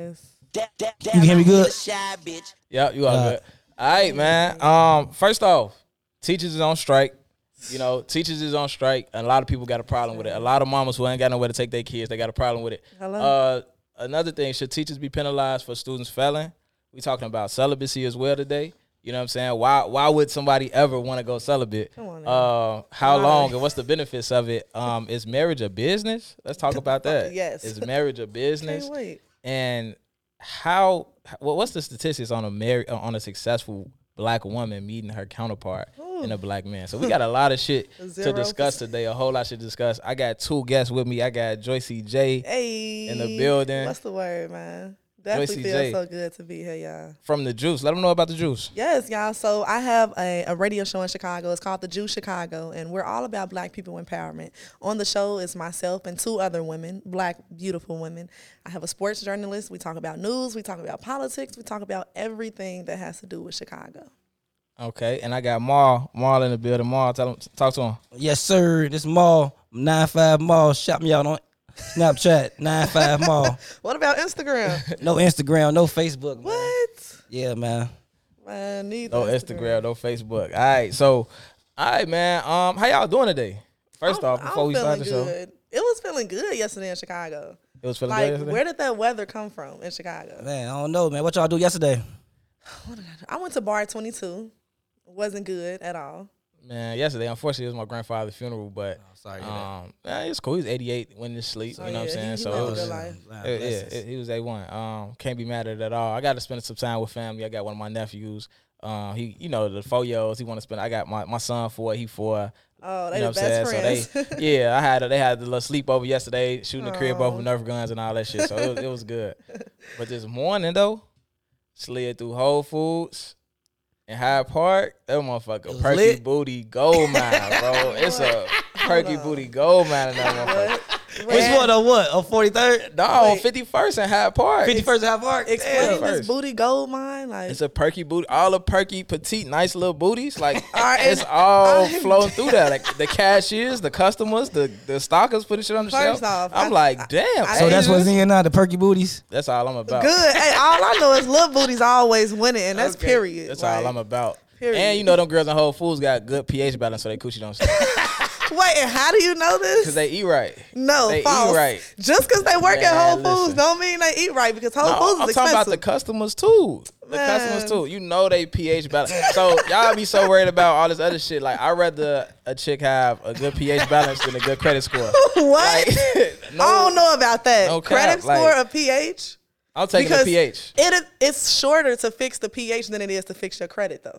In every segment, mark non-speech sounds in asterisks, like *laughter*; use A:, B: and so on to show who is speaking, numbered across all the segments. A: ass.
B: You hear me good?
C: Yep, you all good. All right, man. Um, first off, teachers is on strike. You know, teachers is on strike, and a lot of people got a problem with it. A lot of mamas who ain't got nowhere to take their kids, they got a problem with it.
A: Hello.
C: Uh, another thing, should teachers be penalized for students failing? We talking about celibacy as well today. You know what I'm saying? Why why would somebody ever want to go celibate?
A: Come on
C: uh, how
A: Why?
C: long and what's the benefits of it? Um, is marriage a business?
A: *laughs*
C: Let's talk about that.
A: yes.
C: Is marriage a business?
A: Can't wait.
C: and how well, what's the statistics on a married on a successful black woman meeting her counterpart in a black man so we got
A: *laughs*
C: a lot of shit to
A: Zero
C: discuss today a whole lot to discuss i got two guests with me i got joycey j
A: Hey.
C: In the building.
A: What's the word, man? Definitely
C: Joycey
A: feels
C: J.
A: so good to be here, y'all.
C: from the juice let them know about the juice
A: Yes, y'all. So I have a, a radio show in Chicago. It's called The Jew Chicago, and we're all about black people empowerment. On the show is myself and two other women, black, beautiful women. I have a sports journalist. We talk about news, we talk about politics, we talk about everything that has to do with Chicago.
C: okay and i got marl marl in the building marl tell him talk to him
B: Yes, sir. This mall, 95 mall. Shout me out on
A: *laughs*
B: Snapchat, 95 mall.
A: What about
C: *laughs*
A: Instagram?
B: No Instagram, no Facebook. man.
A: what?
B: Yeah, man.
A: Man, neither
C: no instagram no facebook all right so all right man um how y'all doing today 1st off before we start the show
A: good. It was feeling good yesterday in Chicago.
C: it was feeling good
A: Like,
C: yesterday?
A: where did that weather come from in Chicago?
B: Man, I don't know, man. What y'all do yesterday?
A: I went to Bar 22. Wasn't good at all.
C: Man, yesterday, unfortunately, it was my grandfather's funeral, but
B: sorry to hear that.
C: um, nah, it's cool. He's 88 when he sleep.
A: Oh,
C: you know what I'm
A: yeah,
C: saying?
A: he- he
C: so
A: lived
C: it
A: a
C: was,
A: good life.
B: Wow,
C: it-
B: blessings.
C: yeah, it- he was A1. Um, can't be mad at it at all. I got to spend some time with family. I got one of my nephews. Um, he, you know, the four year olds, he want to spend. I got my, my son four, he four.
A: Oh, they
C: You know
A: the
C: what I'm saying?
A: best friends. *laughs*
C: So *laughs* they, yeah, I had a, they had the little sleepover yesterday, shooting the crib off with Nerf guns and all that shit. So it was, it was good. But this morning though, slid through Whole Foods and Hyde Park. That motherfucker, perky
B: lit.
C: booty
A: *laughs*
C: gold mine, bro. it's a perky booty gold mine in that motherfucker.
B: Which one on what? On 43rd?
C: No,
A: Wait.
C: fifty first and Hyde Park.
B: 51st half arc?
A: Explain
B: Damn.
A: this
C: first.
A: booty gold mine. Like,
C: It's a perky booty, all the perky, petite, nice little
A: *laughs*
C: booties. Like
A: right,
C: it's all
A: I'm-
C: flowing through that. Like
A: *laughs*
C: the cashiers, the customers, the the stockers putting shit on the
A: First
C: shelf.
A: off,
C: I'm
A: I- I-
C: like, damn.
A: I-
B: So that's
C: Asians?
B: what's in now, the perky booties?
C: That's all I'm about.
A: good. hey, all I know is little booties always winning, and that's
C: Okay.
A: period.
C: That's
A: Like,
C: all I'm about.
A: Period.
C: And you know them girls in Whole Foods got good pH balance, so they coochie don't stink
A: Wait, and how do you know this?
C: because they eat right.
A: no,
C: they eat
A: false.
C: right.
A: Just because they work
C: Man,
A: at Whole Foods
C: listen.
A: don't mean they eat right because *laughs* Whole
C: No,
A: Foods is
C: I'm talking
A: expensive.
C: about the customers too. The customers
A: Man.
C: too. You know they pH balance. So y'all be so worried about all this other shit. Like I would rather a chick have a good pH balance than a good credit score. *laughs*
A: *laughs* what?
C: Like, no,
A: I don't know about that.
C: no cap,
A: Credit score
C: like-
A: or pH?
C: I'll take the pH.
A: It is, it's shorter to fix the pH than it is to fix your credit, though.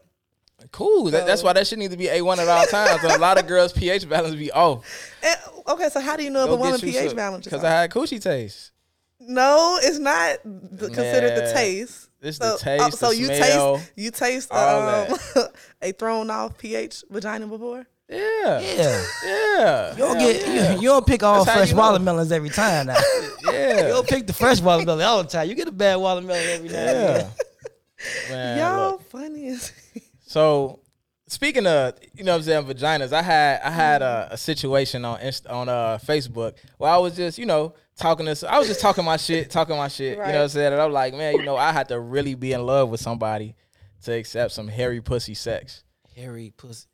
C: Cool. That, that's why that shit need to be A1 at all times. a lot of girls' pH balance
A: *laughs*
C: be off.
A: And, okay, so how do you know if a
C: Go
A: woman
C: get you
A: pH
C: some-
A: balance? is
C: Cause I
A: off?
C: had coochie taste.
A: no, it's not the, considered the
C: Man,
A: taste.
C: it's
A: So-
C: the taste,
A: oh,
C: the
A: so you
C: smell,
A: taste you taste
C: all
A: um, *laughs* a thrown off pH vagina before?
C: Yeah.
A: *laughs*
B: Yeah.
C: Yeah.
B: You don't, get, you, you don't pick all
C: That's how
B: fresh
C: you know.
B: watermelons every time now.
A: *laughs*
B: You
C: Yeah.
B: don't pick the fresh watermelon all the time. You get a bad watermelon every now and then.
A: *laughs*
C: Yeah. Man,
A: Y'all
C: look.
A: funny as
C: So speaking of, you know what I'm saying, vaginas, I had I had a, a situation on Inst- on uh Facebook where I was just, you know, talking this I was just talking my shit, talking my shit. You
A: Right.
C: know what I'm saying? And I'm like, man, you know, I had to really be in love with somebody to accept some hairy pussy sex.
B: Hairy pussy.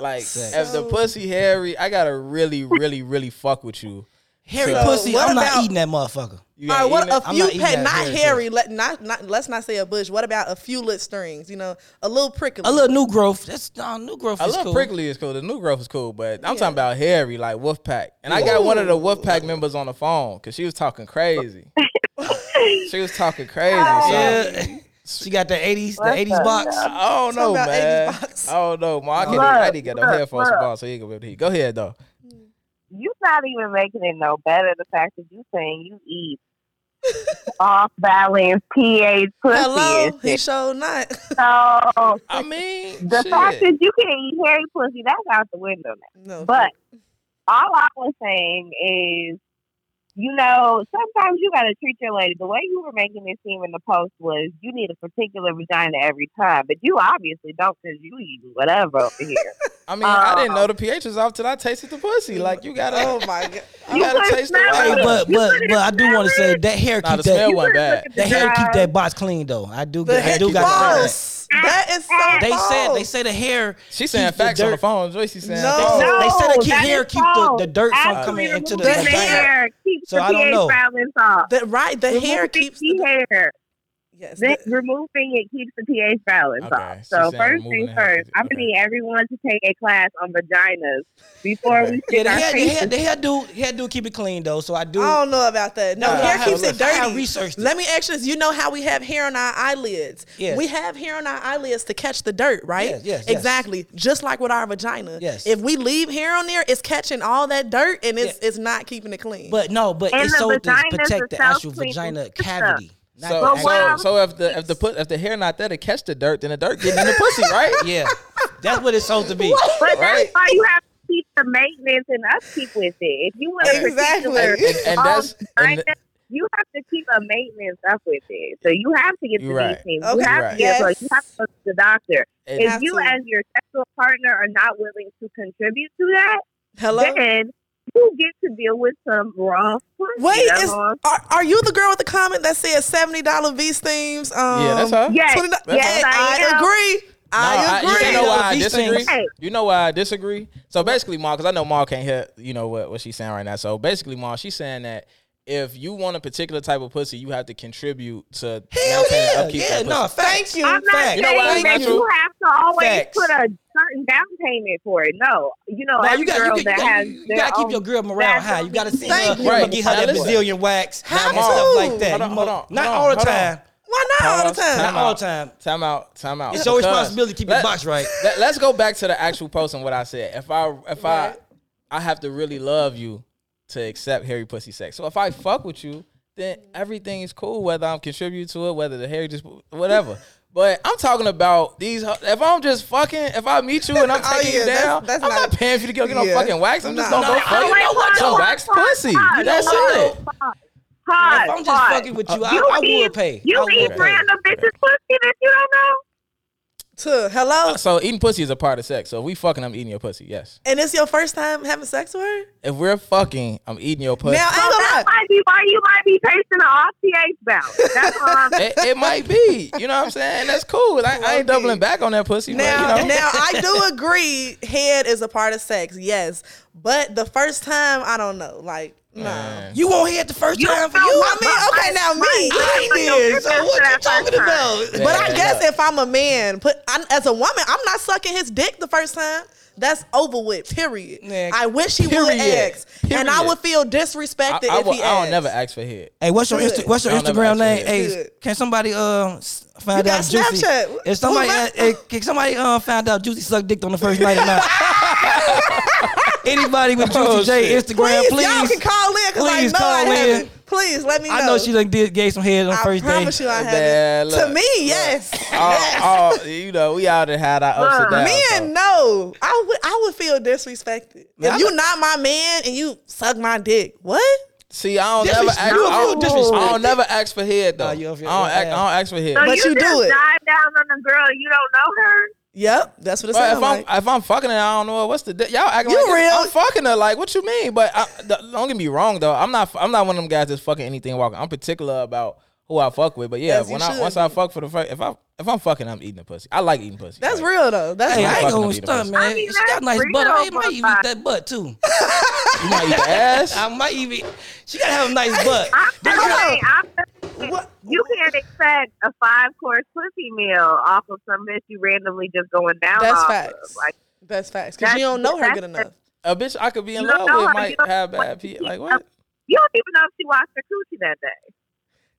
C: Like
B: Sex.
C: if the
A: So-
C: pussy hairy, I gotta really, really, really fuck with you.
B: Hairy
C: So-
B: pussy.
A: What
B: I'm not
A: about-
B: eating that motherfucker.
C: You
A: All
C: ain't
A: right, what
C: eating it?
A: a
B: I'm
A: few
B: not eating
A: not,
B: that
A: not
B: hairy
A: hairy, let not not let's not say a bush. What about a few lit strings? You know, a little prickly. *laughs*
B: A little new growth. That's uh, new growth.
C: I
B: is
C: love
B: cool.
C: prickly is cool. The new growth is cool, but I'm talking about hairy, like Wolfpack. And I got one of the Wolfpack members on the phone because she was talking crazy. she was talking crazy.
A: Oh.
C: *laughs*
B: Yeah.
C: So
B: she got the 80s, the 80s box.
C: I don't know,
A: about 80s
C: man.
A: box.
C: I don't know, Ma. I can't.
D: Look,
C: I need to get the
D: look,
C: headphones
D: look.
C: from so you can be able to hear. Go ahead though.
D: you not even making it no better. The fact that you saying you
B: *laughs*
D: eat off balance pH pussy
A: Hello,
D: and
A: he
D: shit.
A: showed not. *laughs*
D: So
C: I mean,
D: the
C: shit.
D: fact that you can eat hairy pussy, that's out the window now.
A: no,
D: But all I was saying is, you know, sometimes you gotta treat your lady. The way you were making it seem in the post was you
B: *laughs*
D: need a particular vagina every time, but you obviously don't because you eat whatever over here.
C: I mean, I didn't
A: Uh.
C: know the pH was off till I tasted the pussy. Like
B: *laughs*
C: you gotta,
A: Oh my god.
C: *laughs* you gotta
D: couldn't
C: taste the
D: smell
B: Hey,
C: water.
B: but but but I do want to say that hair
C: Nah,
B: keep
C: the smell
B: that
C: wasn't bad.
B: that hair keep that box clean though. I do
A: The
B: I
A: heck
B: do
A: is
B: got
C: balls.
B: to say
A: false. That is so
B: that. They said they
A: false.
B: said the hair.
C: She saying
B: keep the
C: facts on the
B: dirt-
C: phone. Joyce, she saying
A: No.
C: facts.
A: No.
B: They said it keep
D: that
B: hair,
D: is
B: keep the-
D: false.
B: the dirt from
D: Actually,
B: coming into the
D: removing
A: vagina.
D: hair keeps
B: So
D: the
B: I don't
D: pH
B: know.
D: balance off.
A: that right. The hair
D: Removing
A: keeps
D: the
A: the
D: hair.
A: yes.
D: Then
A: the-
D: removing it keeps the pH balance
C: Okay,
D: off.
C: she's
D: So
C: saying
D: first
C: removing
D: things
C: the hair
D: first,
C: keeps-
D: I'm gonna
C: okay.
D: need everyone to take a class on vaginas before
B: Yeah,
D: we stick
B: the
D: our
B: hair, the hair,
D: faces.
B: the hair do hair do keep it clean though. So I do.
A: I don't know about that. No,
B: I
A: hair
B: have-
A: keeps it
B: I have
A: dirty.
B: researched it.
A: Let me ask you this. You know how we have hair on our eyelids?
B: Yes.
A: We have hair on our eyelids to catch the dirt, right?
B: Yes, yes, yes.
A: Exactly. Just like with our vagina.
B: Yes.
A: If we leave hair on there, it's catching all that dirt and it's it's not keeping it clean.
B: But no, but
D: And
B: it's
D: the
B: so to
D: vagina's a
B: protect the actual
D: self-cleaning
B: vagina
D: system.
B: cavity. not
C: So,
B: the
D: But
B: actual-
D: what
C: so,
D: I'm-
C: so if the if the put if the hair not there to catch the dirt, then the dirt getting in the pussy, right?
B: yeah, that's what it's supposed to be.
C: Right.
D: But that's why you have to keep the maintenance and upkeep with it. If you want to
A: Exactly.
C: And, and, and
D: Um,
C: that's and,
D: you have to keep a maintenance up with it. So you have to get the
C: You're right.
D: team.
A: Okay.
D: You have
C: Right.
D: to get
A: Yes.
D: you have to go to the doctor.
C: and
D: If
A: Have
D: you
A: to.
D: as your sexual partner are not willing to contribute to that,
A: Hello?
D: then you get to deal with some raw pussy.
A: Wait,
D: That's
A: is,
D: all.
A: are, are you the girl with the comment that said seventy dollar V steams? Um,
C: yeah, that's her.
D: yes,
A: $20
D: yes, I
A: I,
D: am.
A: agree. I
C: Nah,
A: agree.
C: you know why I
B: These
C: disagree?
B: things-
D: Hey.
C: You know why I disagree? So basically, Ma, because I know Ma can't hear, you know what, what she's saying right now. So basically, Ma, she's saying that if you want a particular type of pussy, you have to contribute to
B: Hell
C: maintaining
B: yeah,
C: upkeep
B: yeah,
C: that
B: no,
C: pussy.
B: thank you.
D: I'm not
B: Fact.
D: saying
C: You know what?
D: that
C: That's
D: you
C: true.
D: have to always
B: Facts.
D: put a certain down payment for it. No, you know,
B: Nah,
D: every
B: you got
D: girl
B: you,
D: that
B: got,
D: has
B: you,
D: their
B: gotta keep
D: own
B: your girl morale high. You gotta sing her,
A: Thank
B: you.
C: you.
B: give her that
C: Right.
B: Brazilian wax,
A: How
B: and stuff
A: to?
B: like that.
C: Hold
B: You
C: on,
B: mo-
C: hold on,
B: not
C: hold
B: all the
C: on, hold on.
B: time.
A: Why not all the
C: Pause.
A: time?
B: Not all the time.
C: Time out. Time out.
B: It's your
C: Because
B: responsibility to keep your
C: let-
B: box right.
C: Let, us go back to the actual post and what I said. If I if I
A: Right.
C: I have to really love you to accept hairy pussy sex. So if I fuck with you, then everything is cool. Whether I'm contributing to it, whether the hair just whatever. But I'm talking about these. ho- If I'm just fucking, if I meet you and I'm
A: Oh,
C: taking
A: yeah,
C: you
A: that's-
C: down,
A: that's
C: I'm
A: not-
C: not, paying for you to go get no
A: Yeah.
C: fucking wax. I'm just
A: Nah.
C: gonna go
B: Nah,
C: fuck
B: I
C: you.
B: like
C: know what?
B: some
C: Some wax pussy. That's it.
D: Pause.
B: If I'm just
D: pause.
B: fucking with you, I,
D: You
B: I
D: eat-
B: would pay.
D: You
B: I would
D: eat
B: pay.
D: random bitches pussy that you don't know.
A: To hello,
C: So eating pussy is a part of sex. So if we fucking, I'm eating your pussy. Yes.
A: and it's your first time having sex with her.
C: If we're fucking, I'm eating your pussy.
A: Now, I
D: So
A: ain't
D: that
A: gonna lie.
D: might be why you might be tasting an off pH balance. That's all I'm
C: it, it might be. You know what I'm saying? That's cool. I, I ain't doubling back on that pussy.
A: Now,
C: but, you know.
A: now I do agree. Head is a part of sex, yes, but the first time, I don't know. Like, no,
C: Man.
B: You won't hit the first time for
D: know
B: you.
A: I
D: what
A: mean,
D: my
A: okay,
D: first
A: now me,
D: time-
A: I ain't
D: my
A: did,
D: first
A: so
D: time
B: What
D: that
B: you
D: first
B: talking
D: time.
B: about?
A: but I
C: Yeah,
A: guess
C: yeah.
A: if I'm a man, put i as a woman, I'm not sucking his dick the first time. That's over with. Period.
B: Nick.
A: I wish he would
C: Period.
A: ask, and I
C: Period.
A: would feel disrespected
C: I, I,
A: if
C: will,
A: he
C: I
A: asked.
C: will never ask for head.
B: Hey, what's your
A: Good.
B: Insta- what's your
C: I'll never
B: Instagram
C: answer
B: name?
C: that.
B: Hey,
A: Good.
B: can somebody uh s- find
A: You got
B: out Juicy?
A: Snapchat.
B: If somebody
A: Who
B: uh,
A: let-
B: hey, can somebody uh find out Juicy sucked dick on the first night or
A: *laughs*
B: not? Anybody with Juicy
C: Oh,
B: J
C: shit.
B: Instagram,
A: Please, y'all
B: please.
A: can call in because I
B: Please
A: know I
B: call in.
A: haven't. Please let me know.
B: I know she done did gave some head on the
A: I
B: first day.
A: promise you I
C: Man,
A: haven't. To
C: look,
A: me,
C: look.
A: yes. yes.
C: All, all, you know, we all done had our ups and downs.
A: Men,
C: so.
A: no. I would I would feel disrespected.
B: Man,
A: if
B: I
A: you
B: know-
A: not my man and you suck my dick, what?
C: See, I don't
B: Disres-
C: never ask. I
B: you
C: don't,
B: feel
C: I don't never ask for head though.
B: Nah,
C: I
B: you don't
C: don't ask.
B: feel-
C: I
B: yeah.
C: don't ask for head.
D: So
A: But
D: you,
A: you do
D: just
A: it.
D: dive down on a girl you don't know her.
A: Yep, that's what it
C: But
A: sounds
C: if I'm
A: like.
C: if I'm fucking her, I don't know what- what's the di- y'all acting
A: You
C: like
A: real.
C: I'm fucking her. Like what you mean? But I, th- don't get me wrong though. I'm not I'm not one of them guys that's fucking anything walking. I'm particular about who I fuck with. But yeah,
A: As you
C: when I
A: should
C: once I fuck for the first, if I if I'm fucking, I'm eating a pussy. I like eating pussy.
A: that's
C: Like,
A: real though. That's
B: Hey, I
A: right.
B: ain't
C: fucking
B: gonna
C: up either
B: stunt,
C: person.
B: man.
D: I mean,
B: she got
D: that's
B: nice
D: real,
B: butt. I might even eat
D: but-
B: that butt too.
C: You might eat the ass.
B: I might even. She gotta have a
A: *laughs*
B: nice butt.
D: I'm just
A: Hold on.
D: saying, I'm just saying,
A: What-
D: you can't expect a five course pussy meal off of some bitch you randomly just going down.
A: That's
D: off
A: facts.
D: Of. Like
A: That's facts. Because
D: That's-
A: you don't know her
D: that's-
A: good enough.
C: a bitch I could be in
D: You
C: love
D: don't know
C: with
D: her.
C: might
D: You don't
C: have
D: know
C: bad
D: what
C: pee.
D: she-
C: Like what?
D: you don't even know if she washed her coochie that day.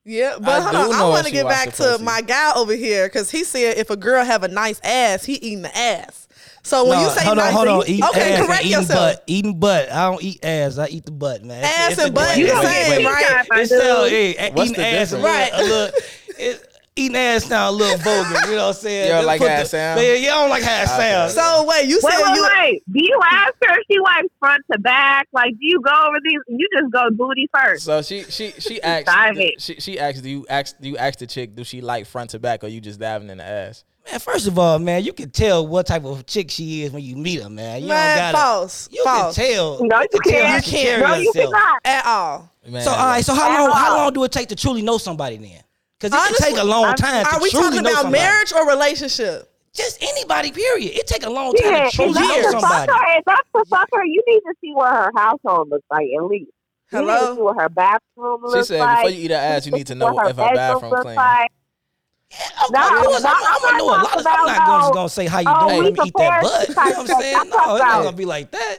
A: Yeah, but
C: I
A: hold
C: do
A: on. I
C: know
A: want to
C: she
A: get
C: watch
A: back
C: the
A: to
C: pussy.
A: my guy over here because he said if a girl have a nice ass, he eating the ass. So when
B: No,
A: you say
B: hold on,
A: nice,
B: hold on,
A: you-
B: eat
A: okay,
B: ass,
A: correct
B: and eating
A: yourself.
B: butt, eating butt. I don't eat ass. I eat the butt, man. It's-
A: Ass
B: it's a
A: and butt,
B: different-
A: you
C: wait,
A: saying
C: wait,
A: right?
D: Yeah, my
B: It's still
D: dude.
B: hey,
C: What's
B: eating
C: the
B: ass,
C: difference?
B: right? Look, it, eating ass sound a little vulgar. You know what I'm saying?
C: You don't
B: Just
C: like
B: put
C: how it
B: the-
C: sound?
B: Yeah, yeah, I don't like how it
C: Okay.
B: sounds.
A: So wait, you
D: Wait,
A: said
D: wait,
A: you
D: wait. Do you ask her if she wipes front to back? Like, do you go over these? You just go booty first.
C: So she she she asked
D: dive it.
C: she she asked do you ask do you ask the chick do she like front to back or you just diving in the ass?
B: Man, first of all, man, you can tell what type of chick she is when you meet her, man. You
A: man,
B: don't gotta.
A: false,
B: You
A: false,
B: can tell.
D: No, you
B: tell
D: can't.
B: how she carry
D: No, you
B: herself.
D: cannot.
A: at all.
C: Man,
B: So all right, so how
D: At
B: long? How
D: all.
B: long do it take to truly know somebody then? Because it
A: Honestly,
B: can take a long
D: I'm-
B: time to
A: Are we
B: truly
A: talking
B: know
A: about
B: somebody.
A: marriage or relationship?
B: Just anybody, period. It take a long time
D: Yeah,
B: to
D: if that's
B: truly know
D: the fuck
B: somebody.
D: her, if that's the fuck her, you need to see what her household looks like at least. You need to
A: Hello?
D: see what her bathroom
C: she
D: looks
C: said
D: like.
C: before you eat her ass you need to know
D: what
C: if her
D: bedroom
C: bathroom
D: looks
C: clean.
D: like.
B: Yeah, of course,
D: No, no,
B: I'm, I'm gonna know a
D: I'm not
B: lot of.
D: talking
B: I'm not gonna,
D: about,
B: just gonna say how you
D: oh,
B: doing.
D: we
B: Let me eat that
D: prepared
B: butt. *laughs* You know what I'm
D: type
B: saying?
D: stuff.
B: No, it's not
D: Talk
B: gonna
D: about
B: be like that.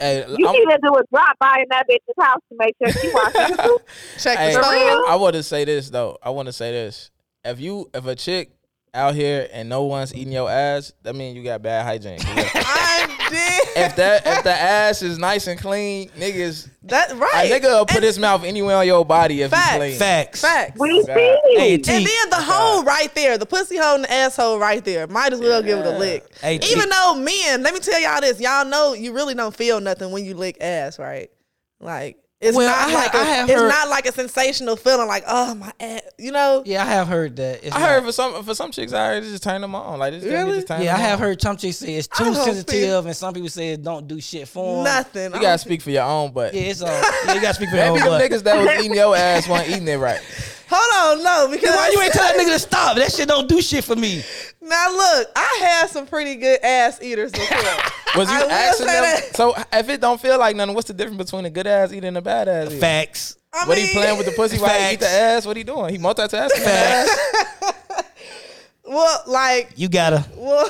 C: Hey,
D: You
C: I'm-
D: need to do a drop by in that bitch's house to make sure
C: *laughs*
D: she washes her boots.
A: Check
C: Hey,
A: the *laughs* stove.
C: I want to say this though. I want to say this. If you if a chick out here and no one's eating your ass, that means you got bad hygiene.
B: *laughs*
A: I'm dead.
C: if that if the ass is nice and clean, niggas,
A: That's
C: a
A: right.
C: nigga will put his mouth anywhere on your body if
A: Facts.
C: you clean.
B: Facts.
A: Facts.
D: We
C: God.
D: see.
B: Hey, T. Oh,
A: And then the hole right there, the pussy hole and the asshole right there. Might as well give it a lick.
B: Hey, T.
A: Even though men, let me tell y'all this, y'all know you really don't feel nothing when you lick ass, right? Like it's
B: Well,
A: not
B: I ha-
A: like a-
B: I have
A: it's
B: heard-
A: not like a sensational feeling like oh my ass, you know.
B: Yeah, I have heard that. It's
C: I heard
B: not-
C: for some for some chicks, I heard it just turn them on. Like this really?
A: Really?
C: just turn
B: Yeah, I
C: them
B: have
C: on.
B: heard some chicks say it's
A: I
B: too
A: don't see-
B: sensitive, and some people say it don't do shit for 'em.
A: Nothing.
C: You gotta speak for your own, but
B: Yeah, Oh, it's all. Yeah, you gotta speak for your
C: maybe
B: own
C: the
B: butt.
C: niggas that was eating your ass weren't eating it right.
A: Hold on, no, because
B: Why you ain't tell that nigga to stop? That shit don't do shit for me.
A: Now look, I had some pretty good ass eaters before.
C: *laughs* Was you
A: I will
C: asking
A: say
C: them?
A: that.
C: So if it don't feel like nothing, what's the difference between a good ass eating and a bad ass? eating?
B: Facts.
A: I
C: What he
A: mean,
C: playing with the pussy while he eat the ass? What he doing? He multitasking. the ass?
A: *laughs* Well, like,
B: You gotta.
A: well,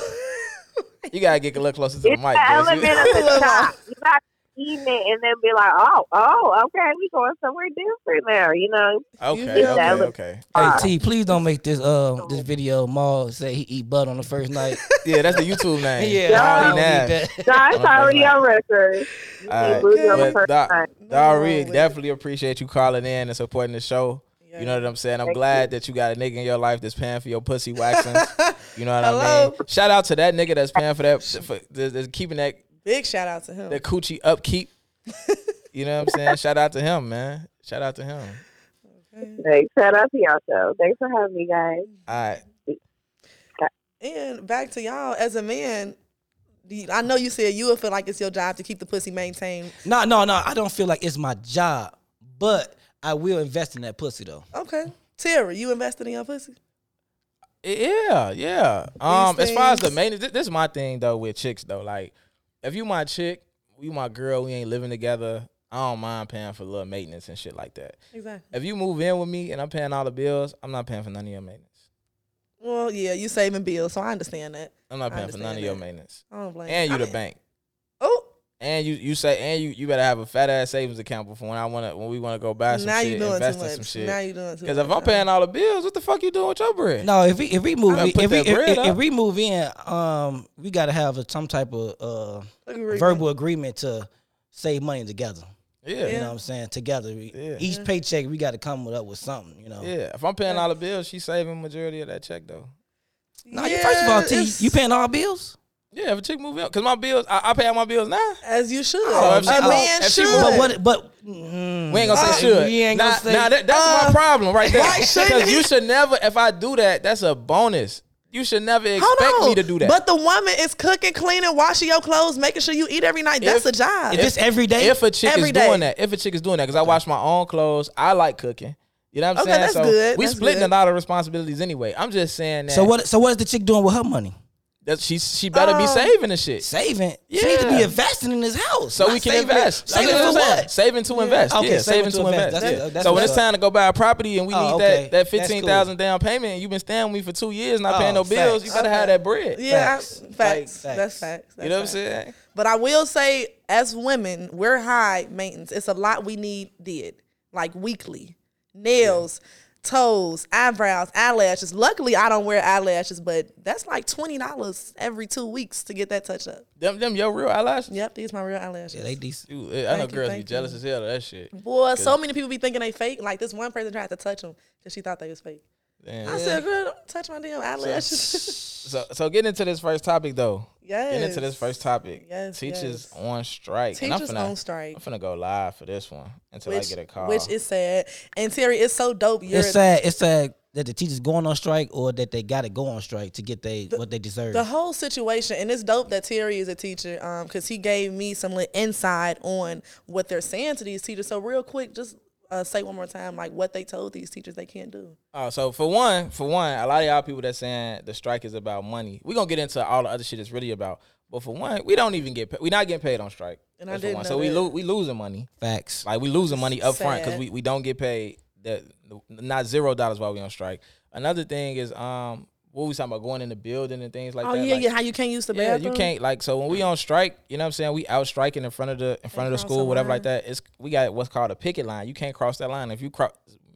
A: *laughs*
C: You gotta get a little closer to the
D: It's
C: mic.
D: the
C: bitch.
D: element of the top. You got to eat it and then be like, oh, oh, okay, we going somewhere different now, you know?
C: *laughs* okay,
D: it's the
C: okay,
D: ele-
C: okay.
B: Hey
D: Uh,
B: T, please don't make this uh this video. Maul say he eat butt on the first night.
C: Yeah, that's the YouTube name.
B: I
C: Dolly
B: don't need
C: Nash.
B: that.
C: *laughs*
D: That's
C: Okay,
D: already
C: right.
D: on record. You
C: All
D: eat
C: right,
D: booty on the
C: but
D: first
C: Doc-
D: time.
C: Dari,
A: No.
C: definitely appreciate you calling in and supporting the show. You know what I'm saying? I'm
D: Thank
C: glad that you got a nigga in your life that's paying for your pussy
A: *laughs*
C: waxing. you know what I mean?
A: Hello?
C: Shout out to that nigga that's paying for that, for the, the, keeping that
A: big shout out to him.
C: the coochie
A: *laughs*
C: upkeep. you know what I'm saying? Shout out to him, man. Shout out to him.
D: Hey, shout out to y'all, though. Thanks for having me, guys.
C: All right.
A: And back to y'all, as a man, you- I know you said you would feel like it's your job to keep the pussy maintained.
B: No, no, no. I don't feel like it's my job, but I will invest in that pussy though.
A: Okay. Tara, you invested in your pussy?
C: Yeah, yeah. Um, as far as the
A: things-
C: maintenance, this, this is my thing though with chicks though. Like, if you my chick, you my girl, we ain't living together. I don't mind paying for a little maintenance and shit like that.
A: Exactly.
C: If you move in with me and I'm paying all the bills, I'm not paying for none of your maintenance.
A: Well, yeah, you saving bills, so I understand that.
C: I'm not
A: I
C: paying for none of
A: understand
C: your
A: that.
C: maintenance.
A: I don't blame
C: And you
A: I
C: the
A: mean-
C: bank.
A: Oh,
C: And you you say and you you better have a fat ass savings account before when I wanna when we wanna go buy some
A: now
C: shit,
A: you doing too
C: invest in some
A: much.
C: shit.
A: Now you doing too much.
C: Because if I'm paying all the bills, what the fuck you doing with your bread?
B: No, if we if we move
C: I done
B: in,
C: put
B: if we,
C: that
B: if,
C: bread
B: if- if
C: up.
B: we move in, um, we gotta have a, some type of uh
A: Agree.
B: verbal agreement to save money together.
C: Yeah.
B: You
C: yeah.
B: know what I'm saying? Together, we,
C: Yeah.
B: each paycheck we got to come with up with something. You know.
C: If I'm paying all the bills, she's saving majority of that check though.
B: No, you first of all, T,
A: Yes,
B: you paying all bills?
C: Yeah, if a chick move out, cause my bills, I, I pay out my bills now.
A: as you should.
C: Oh, if she-
A: a
C: oh,
A: man
C: if she-
A: should.
B: But what? But mm,
C: We ain't gonna
B: uh,
C: say should.
B: We ain't
C: Nah,
B: gonna say.
C: nah, that, that's my
A: Uh,
C: problem right there.
A: why shouldn't
C: *laughs* Because
A: he?
C: you should never. If I do that, that's a bonus. You should never
A: Hold
C: expect
A: on.
C: me to do that.
A: But the woman is cooking, cleaning, washing your clothes, making sure you eat every night. That's
C: If-
A: a job.
B: if it's every day,
C: if a chick is
A: Every day.
C: doing that, if a chick is doing that, because I wash my own clothes, I like cooking. You know what I'm
A: Okay,
C: saying?
A: that's
C: so
A: good,
C: we
A: that's
C: splitting
A: good.
C: a lot of responsibilities anyway. I'm just saying that.
B: so what? So what is the chick doing with her money?
C: That she she better be
A: Um,
C: saving the shit.
B: Saving. She needs to
C: Yeah.
B: be investing in this house.
C: so
B: not
C: we can
B: saving it-
C: invest. That's
B: Saving
C: what
B: for
C: I'm saying.
B: what?
C: Saving to invest.
B: Okay,
C: yeah, saving to invest.
B: That's-
C: yeah.
B: that's
C: so when
B: what's
C: it's
B: up.
C: time to go buy a property and we
B: Oh,
C: need
B: okay.
C: that that
B: That's cool.
C: fifteen thousand down payment, and you've been staying with me for two years not paying
B: Oh,
C: no bills,
B: facts.
C: you better have that bread.
A: yeah,
B: facts.
A: facts.
B: Like,
A: facts. That's
B: facts.
A: facts. That's
C: You know what I'm
A: facts.
C: saying?
A: But I will say, as women, we're high maintenance. It's a lot we need did, like weekly nails, toes, eyebrows, eyelashes. Luckily, I don't wear eyelashes, but that's like twenty dollars every two weeks to get that touch up.
C: Them them your real eyelashes.
A: Yep, these my real eyelashes.
B: Yeah, they decent.
C: Dude, I know
A: Thank you,
C: girls be
A: thank you.
C: jealous as hell of that shit.
A: Boy, so many people be thinking they fake. Like this one person tried to touch them because she thought they was fake. I
C: Damn.
A: said, girl, don't touch my damn eyelashes.
C: So so getting into this first topic though.
A: *laughs* yes.
C: Getting into this first topic.
A: Yes,
C: Teachers
A: yes.
C: on strike. And I'm
A: Teachers
C: finna-
A: on strike.
C: I'm finna go live for this one until I get a call.
A: which is sad. And Terry, it's so dope. You're
B: it's sad. It's sad that the teachers going on strike or that they got to go on strike to get they what they deserve.
A: the whole situation, and it's dope that Terry is a teacher, um, because he gave me some little insight on what they're saying to these teachers. So real quick, just uh, say one more time, like what they told these teachers they can't do.
C: Oh, so for one, for one, a lot of y'all people that saying the strike is about money. We're gonna get into all the other shit it's really about. But for one, we don't even get paid. We're not getting paid on strike.
A: And I
C: That's for
A: didn't
C: one.
A: know
C: So we
A: that.
C: lo- we losing money.
B: Facts.
C: Like we losing money up front because
A: Sad.
C: we, we don't get paid that not zero dollars while we on strike. Another thing is um what we talking about going in the building and things like
A: oh
C: that.
A: yeah,
C: like,
A: yeah. How you can't use the
C: yeah,
A: bathroom?
C: you can't like so when we on strike, you know what I'm saying? We out striking in front of the in front of the
A: cross
C: school,
A: the
C: whatever
A: line.
C: like that. It's we got what's called a picket line. You can't cross that line. If you cross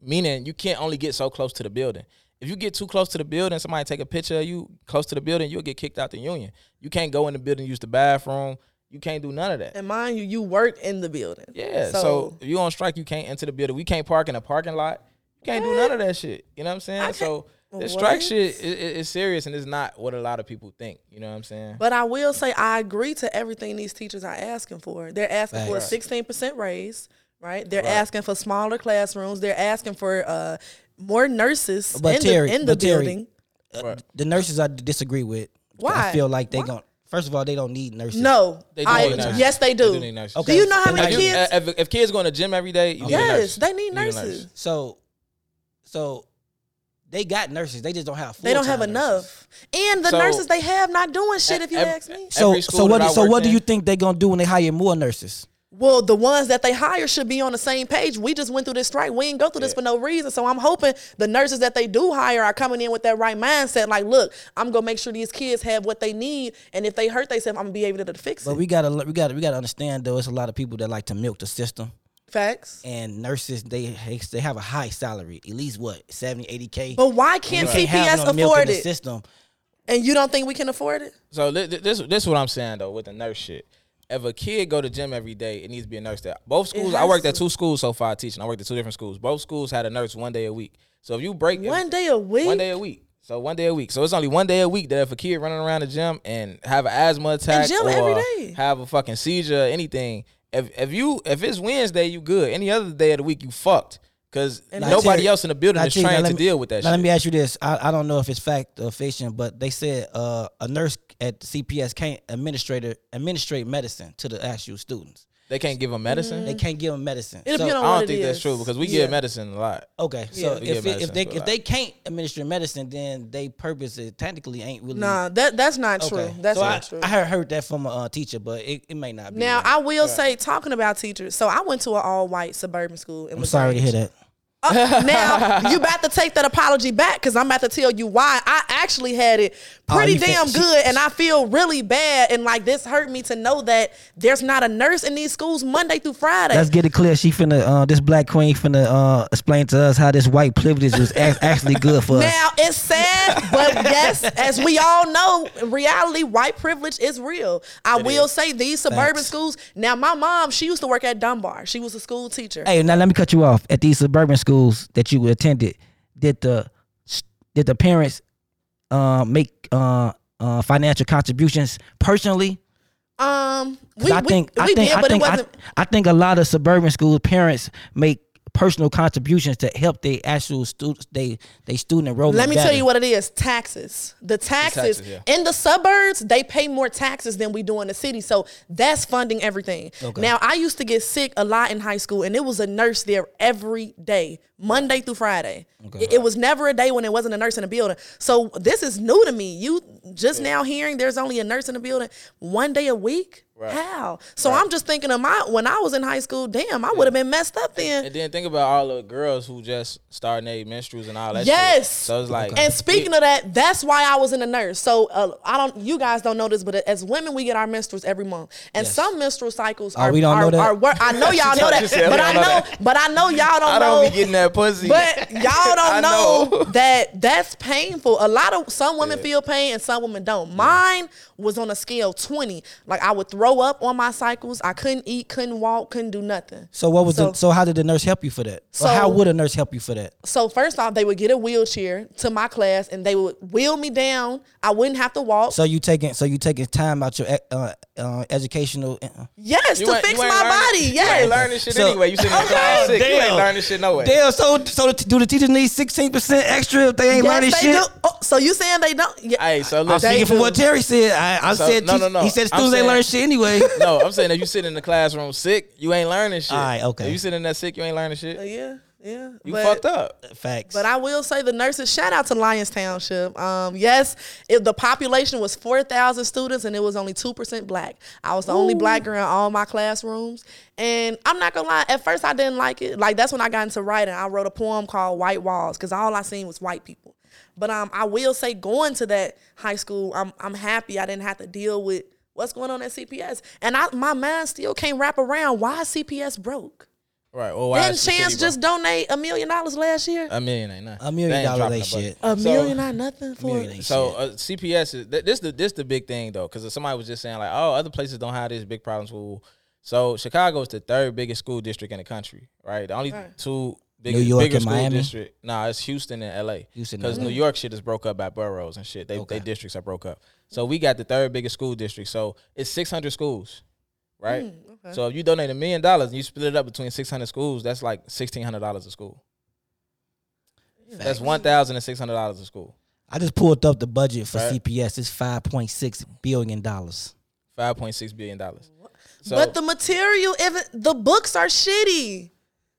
C: meaning you can't only get so close to the building. If you get too close to the building, somebody take a picture of you close to the building, you'll get kicked out the union. You can't go in the building, use the bathroom. You can't do none of that.
A: And mind you, you work in the building.
C: Yeah. So, if you on strike, you can't enter the building. We can't park in a parking lot. You can't do none of that shit. You know what I'm saying? So this strike
A: What?
C: shit is, is serious and it's not what a lot of people think. You know what I'm saying?
A: But I will say I agree to everything these teachers are asking for. They're asking for a
B: Facts.
A: sixteen percent raise, right? They're asking for smaller classrooms. They're asking for uh, more nurses
B: But
A: in
B: Terry-
A: the in the
B: but Terry,
A: building.
C: Right.
B: Uh, The nurses I disagree with.
A: Why?
B: I feel like they gon' First of all, they don't need nurses.
A: No,
C: They do
A: I,
C: need nurses.
A: yes, they do.
C: They do need nurses.
A: Do you know how
B: Okay.
A: many
C: If, you-
A: kids?
C: if, if kids going to gym every day, you need a
A: yes,
C: nurse.
A: they need
C: You a nurse.
A: nurses.
B: So, so they got nurses. They just don't have.
A: They don't have
B: full-time nurses.
A: enough, and the
C: So-
A: nurses they have not doing shit. If you
C: Ev-
A: ask me,
B: So,
C: Every
B: so
C: school
B: what?
C: that I
B: So
C: worked
B: what do
C: in-
B: you think they gonna do when they hire more nurses?
A: well, the ones that they hire should be on the same page. We just went through this strike. We ain't go through this for no reason. So I'm hoping the nurses that they do hire are coming in with that right mindset. Like, look, I'm gonna make sure these kids have what they need, and if they hurt themselves, I'm gonna be able to fix
B: But
A: it.
B: we gotta, we gotta, we gotta understand though. It's a lot of people that like to milk the system,
A: Facts.
B: and nurses they they have a high salary, at least what 70, 80 k.
A: But why can't CPS afford
B: the
A: it?
B: system.
A: And you don't think we can afford it?
C: So thi- thi- this this is what I'm saying though with the nurse shit. If a kid go to gym every day, it needs to be a nurse there. Both schools, I
A: has
C: worked at
A: to.
C: two schools so far teaching. I worked at two different schools. Both schools had a nurse one day a week. So if you break if-
A: One day a week.
C: one day a week. So one day a week. So it's only one day a week that if a kid running around the gym and have an asthma attack
A: gym
C: or
A: every day.
C: have a fucking seizure, or anything. If if you if it's Wednesday, you good. Any other day of the week, you fucked. Cause
A: I-
C: nobody
B: Terry-
C: else in the building
B: Now,
C: is
B: Terry, now
C: trained
B: let
C: to
B: me-
C: deal with that
B: Now
C: shit.
B: let me ask you this: I, I don't know if it's fact or fiction, but they said uh, a nurse at CPS can't administrator administrate medicine to the actual students.
C: they can't give them
A: Mm-hmm.
C: medicine.
B: They can't give them medicine.
A: It
B: So-
A: depends
C: I
A: on what
C: don't
A: it
C: think that's
A: is.
C: true because we
A: Yeah.
C: give medicine a lot.
B: Okay, so
C: We get
B: if, it, if
C: medicine
B: they
C: for
B: if
C: that.
B: they can't administer medicine, then they purpose it technically ain't really.
A: Nah, that that's not true.
B: okay.
A: That's
B: so
A: not
B: I,
A: true.
B: I heard, heard that from a uh, teacher, but it, it may not be.
A: now
B: right.
A: I will say, talking about teachers. So I went to an all-white suburban school. In
B: I'm sorry to hear that.
A: Uh,
B: *laughs*
A: now you about to take that apology back because I'm about to tell you why I actually had it
B: Oh,
A: pretty
B: you think-
A: damn
B: she-
A: good, and I feel really bad. And like this hurt me to know that there's not a nurse in these schools Monday through Friday.
B: Let's get it clear. She finna uh, this black queen finna uh, explain to us how this white privilege was ac- actually good for
A: *laughs*
B: us.
A: Now it's sad, but yes, as we all know, in reality, white privilege is real. I will say these suburban
B: Facts.
A: schools. Now, my mom, she used to work at Dunbar. She was a school teacher.
B: Hey, now let me cut you off. At these suburban schools that you attended, did the did the parents uh, make uh, uh, financial contributions personally?
A: Um, we,
B: 'Cause I
A: we-
B: think
A: we,
B: I think
A: did,
B: I
A: but
B: think
A: it
B: I,
A: wasn't.
B: I think a lot of suburban school parents make personal contributions to help their actual students they they student enrollment.
A: Let me
B: better.
A: tell you what it is: taxes. The taxes,
C: taxes, yeah.
A: in the suburbs, they pay more taxes than we do in the city. So that's funding everything.
B: Okay.
A: Now, I used to get sick a lot in high school, and it was a nurse there every day, Monday through Friday. It, it was never a day when it wasn't a nurse in the building. So this is new to me. You just now hearing there's only a nurse in the building one day a week. How? So I'm just thinking of my when I was in high school. Damn, I would have been messed up then.
C: And then think about all the girls who just starting their menstruals and all that. shit.
A: Yes.
C: So it's like,
A: And speaking of that, that's why I was in a nurse. So uh, I don't, you guys don't know this, but as women, we get our menstruals every month, and some menstrual cycles are
B: Oh, we don't
A: are,
B: know that?
A: are wor- I know y'all know
C: *laughs* She
A: that,
C: said we
A: but
C: don't
A: I
C: know
A: know,
C: that.
A: but I know y'all don't
C: *laughs* I
A: know.
C: don't be getting that pussy.
A: but y'all
C: *laughs* I
A: don't know,
C: know.
A: that that's painful. A lot of some women
C: Yeah.
A: feel pain and some women don't. Mine was on a scale of 20. Like I would throw up on my cycles. I couldn't eat, couldn't walk, couldn't do nothing.
B: So what was
A: So-
B: the, so? How did the nurse help you for that? So how
A: So-
B: would a nurse help you for that?
A: So first off, they would get a wheelchair to my class and they would wheel me down. I wouldn't have to walk.
B: So you taking so you taking time out your uh, uh, educational. Uh,
A: yes, to fix my body.
C: You ain't
A: Yes.
C: learning shit
B: So-
C: anyway. You sitting in class sick. You ain't
B: Damn.
C: learning shit no way.
B: Damn. So so the, do the teachers need sixteen percent extra if they ain't learning
A: yes, they
B: shit?
A: do. Oh, so you saying they don't? Yeah.
C: Hey, so
B: I'm
C: listen.
B: speaking
A: They
B: from
A: do.
B: what Terry said. I, I
C: So,
B: said
C: no, no, no.
B: He said
C: I'm
B: students ain't
C: saying-
B: learning shit
C: *laughs*
B: anyway.
C: no, I'm saying if you sit in the classroom sick, you ain't learning shit.
B: Alright, okay.
C: If you sitting there sick, you ain't learning shit.
A: Oh, Yeah. Yeah.
C: You
A: But-
C: fucked up.
B: Facts.
A: But I will say the nurses, shout out to Lions Township. Um, yes, if the population was 4,000 students and it was only 2% black, I was the only black girl in all my classrooms. And I'm not gonna lie, at first I didn't like it. Like that's when I got into writing. I wrote a poem called White Walls because all I seen was white people. But um, I will say going to that high school, I'm, I'm happy I didn't have to deal with what's going on at CPS. And I, my mind still can't wrap around why CPS broke.
C: Right. Well, why
A: Didn't
C: is she
A: Chance
C: shitty, bro?
A: just donate a million dollars last year?
C: a million ain't nothing.
B: A million
C: They ain't
B: dollars
C: dropping
B: ain't
C: a buck.
B: shit.
A: A
C: So-
A: million not nothing for
B: Million ain't
A: it.
C: So
B: shit.
C: uh, CPS is th- this the this the big thing though, because somebody was just saying like, oh, other places don't have this big problem school. So Chicago is the third biggest school district in the country, right? The only two biggest,
B: New York
C: bigger
B: and
C: school
B: Miami?
C: district. Nah, it's Houston and L.A.
B: Houston and
C: because New York shit is broke up by boroughs and shit. They,
B: Okay.
C: they districts are broke up. So we got the third biggest school district. So it's six hundred schools, right? So if you donate a million dollars and you split it up between six hundred schools, that's like sixteen hundred dollars a school. That's one thousand and six hundred dollars a school.
B: I just pulled up the budget for
C: Right.
B: CPS. It's five point six billion dollars.
C: Five point six billion dollars. So,
A: but the material, if the books are shitty,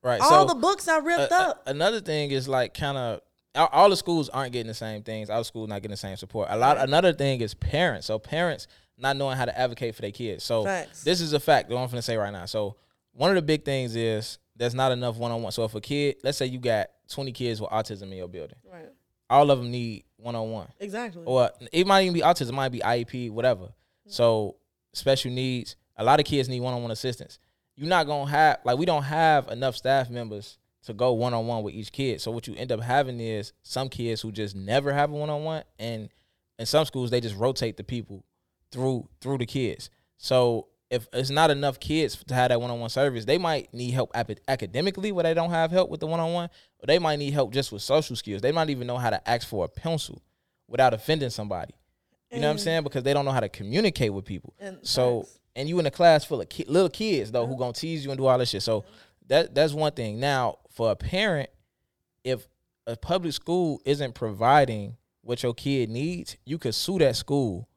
C: right,
A: all
C: so- uh,
A: the books are ripped
C: a- a-
A: up.
C: Another thing is like kind of all, all the schools aren't getting the same things. Our school not getting the same support. A lot. Another thing is parents. So parents not knowing how to advocate for their kids. So
A: Facts.
C: this is a fact that I'm going to say right now. So one of the big things is there's not enough one on one. So if a kid, let's say you got 20 kids with autism in your building,
A: right.
C: all of them need one on one
A: Exactly.
C: or it might even be autism, it might be IEP, whatever. So special needs, a lot of kids need one-on-one assistance. You're not gonna have like we don't have enough staff members to go one-on-one with each kid. So what you end up having is some kids who just never have a one-on-one, and in some schools they just rotate the people through through the kids. So if it's not enough kids to have that one-on-one service, they might need help ap- academically where they don't have help with the one-on-one, or they might need help just with social skills. They might even know how to ask for a pencil without offending somebody. You
A: Mm.
C: know what I'm saying? Because they don't know how to communicate with people.
A: And
C: so
A: facts.
C: and you in a class full of ki- little kids though who gonna tease you and do all this shit. So that that's one thing. Now for a parent, if a public school isn't providing what your kid needs, you could sue that school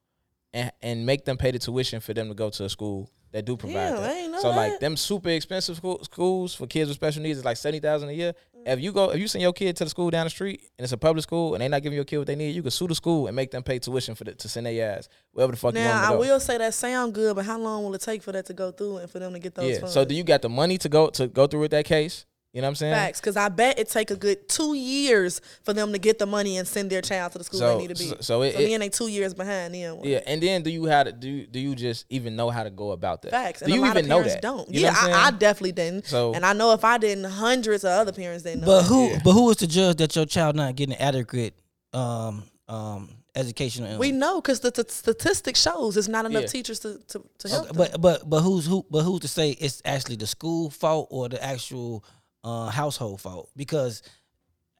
C: and and make them pay the tuition for them to go to a school that do provide
A: Damn,
C: that.
A: I ain't know
C: so like
A: that.
C: them super expensive school, schools for kids with special needs is like seventy thousand a year.
A: Mm.
C: If you go, if you send your kid to the school down the street and it's a public school and they not giving your kid what they need, you can sue the school and make them pay tuition for the, to send their ass wherever the fuck you want
A: now
C: them
A: I
C: to go.
A: will say that sound good, but how long will it take for that to go through and for them to get those
C: yeah.
A: funds?
C: So do you got the money to go to go through with that case? You know what I'm saying?
A: Facts, because I bet it take a good two years for them to get the money and send their child to the school
C: So-
A: they need to be.
C: so- so it- it-
A: then they two years behind them.
C: Yeah, and then do you how to do? Do you just even know how to go about that?
A: Facts. And
C: Do
A: a
C: you
A: lot
C: even
A: of
C: know
A: parents
C: that?
A: don't.
C: You know
A: yeah,
C: what I'm
A: I, I
C: saying?
A: definitely didn't.
C: So-
A: and I know if I didn't, hundreds of other parents didn't know.
B: But who but who is to judge that your child not getting adequate um um educational?
A: we know because the t- statistic shows there's not enough
C: Yeah.
A: teachers to, to, to
B: Okay,
A: help
B: Uh, but but but who's who but who's to say it's actually the school fault or the actual uh, household fault because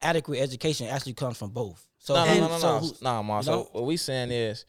B: adequate education actually comes from both. So
C: no,
B: who-
C: no, no, no,
B: so
C: no,
B: who-
C: no, Ma,
B: you
C: So
B: know?
C: what we saying is,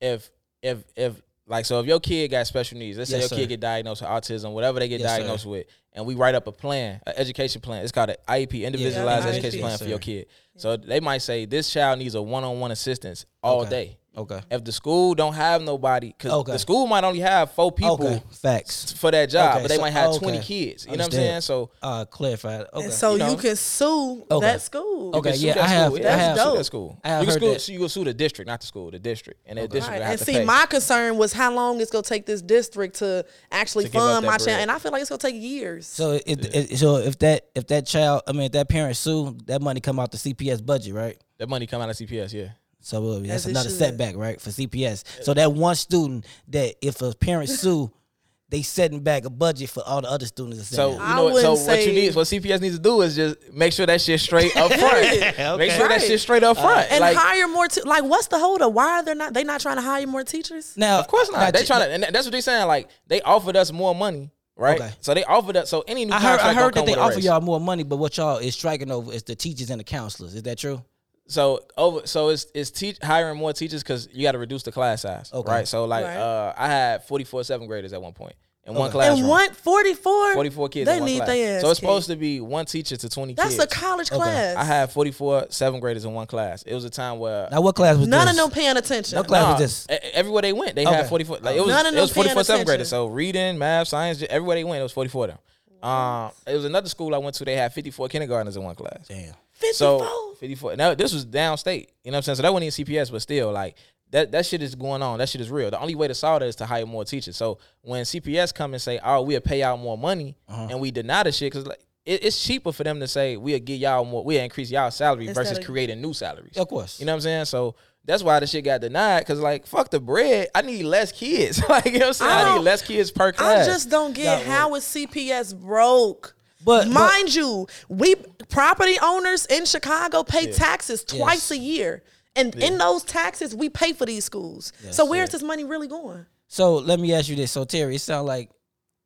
C: if if if like so, if your kid got special needs, let's say
B: Yes,
C: your
B: sir.
C: kid get diagnosed with autism, whatever they get
B: Yes, sir.
C: diagnosed with, and we write up a plan, an education plan. It's called an IEP, individualized
A: IEP.
C: education plan
B: Yes,
C: for your
B: sir.
C: kid. So they might say this child needs a one-on-one assistance all
B: Okay.
C: day.
B: okay,
C: If the school don't have nobody, because
B: Okay.
C: the school might only have four people
B: okay, facts.
C: for that job,
B: Okay,
C: but they
B: so-
C: might have
B: okay.
C: twenty kids. You know what I'm
B: Understand.
C: saying? So
B: Uh, clarified. Okay,
A: And so you,
C: You know.
A: can sue
B: Okay.
A: that school.
B: Okay,
C: You can
B: yeah,
C: sue that
B: I have-
C: school.
B: I
C: you can
B: have-
C: sue that
A: Dope.
C: school.
B: I have
C: you can
B: heard
C: sue,
B: that.
C: so you go sue the district, not the school, the district, and the district
A: Right.
C: will have
A: And
C: to
A: see,
C: pay.
A: my concern was how long it's gonna take this district to actually
C: To give up
A: fund
C: that
A: my child,
C: bread.
A: and I feel like it's gonna take years.
B: So if if- so if that if that child, I mean, if that parent sue, that money come out the CPS budget, right?
C: that money come out of CPS. Yeah,
B: So uh, that's
A: it
B: another
A: should.
B: setback, right, for CPS. So that one student that if a parent sue, they setting back a budget for all the other students. that's in
C: So
B: there.
C: you
A: I
C: know, what- so
A: wouldn't
C: what you
A: say-
C: need, what CPS needs to do is just make sure that shit
B: *laughs*
C: straight up front. Make sure that
A: Right.
C: shit straight up front.
A: and
C: like,
A: hire more. Te- like, what's the hold up? Why are they not? They not trying to hire more teachers?
B: now,
C: of course not.
B: now,
C: They
B: J-
C: trying to, and that's what they're saying. Like, they offered us more money, right?
B: Okay.
C: So they offered us. So any new
B: I heard,
C: contract
B: I heard that
C: gonna
B: they
C: come with a
B: offer
C: raise.
B: y'all more money, but what y'all is striking over is the teachers and the counselors. Is that true?
C: So over, so it's it's teach, hiring more teachers because you got to reduce the class size,
B: Okay.
C: right? So like,
A: Right.
C: uh, I had forty four seventh graders at one point in one
B: Okay.
C: classroom.
A: And one forty four.
C: 44 kids
A: They
C: in one
A: need
C: class.
A: their ass
C: so it's
A: kicked.
C: supposed to be one teacher to 20
A: That's
C: kids.
A: a college
B: Okay.
A: class.
C: I had 44 seventh graders in one class. It was a time where
B: Now, what class was
A: None
B: this?
A: of them paying attention.
B: No class was this.
C: e- everywhere they went, they
B: Okay.
C: had 44. Like, it was,
A: None of
C: it was
A: them
C: 44
A: paying
C: seventh graders.
A: attention.
C: So reading, math, science, ju- everywhere they went, it was 44 of them. Um, it was another school I went to, they had 54 kindergartners in one class.
B: Damn.
A: Fifty four.
C: So 54. Now this was downstate. You know what I'm saying? So that wasn't even CPS, but still, like that that shit is going on. That shit is real. The only way to solve that is to hire more teachers. So when CPS come and say, "Oh, we'll pay out more money,"
B: Uh-huh.
C: and we deny the shit because like it, it's cheaper for them to say we'll get y'all more, we'll increase y'all salary
A: Instead
C: versus
A: of-
C: creating new salaries.
B: Of course.
C: You know what I'm saying? So. That's why the shit got denied, because, like, fuck the bread. I need less kids. *laughs* like, you know what I'm saying?
A: I
C: I, need
A: don't-
C: less kids per
A: I
C: class.
A: just don't get how is CPS broke.
B: But-
A: mind you, we property owners in Chicago pay taxes twice a year. And in those taxes, we pay for these schools. so where's this money really going?
B: So let me ask you this. So Terry, it sound like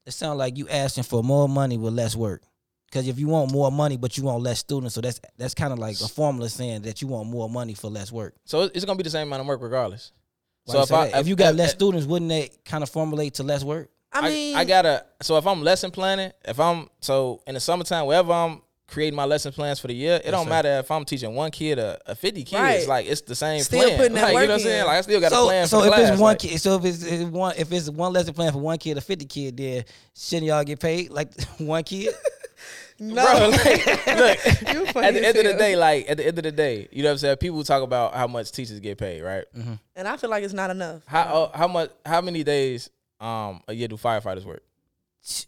B: it sound like you asking for more money with less work. Because if you want more money, but you want less students, so that's that's kind of like a formula saying that you want more money for less work.
C: so it's going to be the same amount of work regardless.
B: Why you say that? if, you got less students, wouldn't that kind of formulate to less work?
A: I
C: I,
A: mean,
C: I gotta. So if I'm lesson planning, if I'm so in the summertime, wherever I'm creating my lesson plans for the year, it don't matter if I'm teaching one kid or, or fifty kids.
A: Right.
C: Like it's the same
A: Still
C: plan.
A: putting that
C: like, you
A: work
C: know what I'm saying?
A: in.
C: Like I still got a
B: So,
C: plan.
B: so
C: for
B: if
C: the class.
B: it's one
C: like,
B: kid, so if it's, it's one if it's one lesson plan for one kid or fifty kid, then shouldn't y'all get paid like *laughs* one kid?
A: no,
C: bro, like, *laughs*
A: *laughs*
C: look.
A: you
C: At
A: funny as
C: the end of the
A: hell.
C: day, like at the end of the day, you know what I'm saying. People talk about how much teachers get paid, right?
A: *laughs* And I feel like it's not enough.
C: How uh, how much how many days um a year do firefighters work?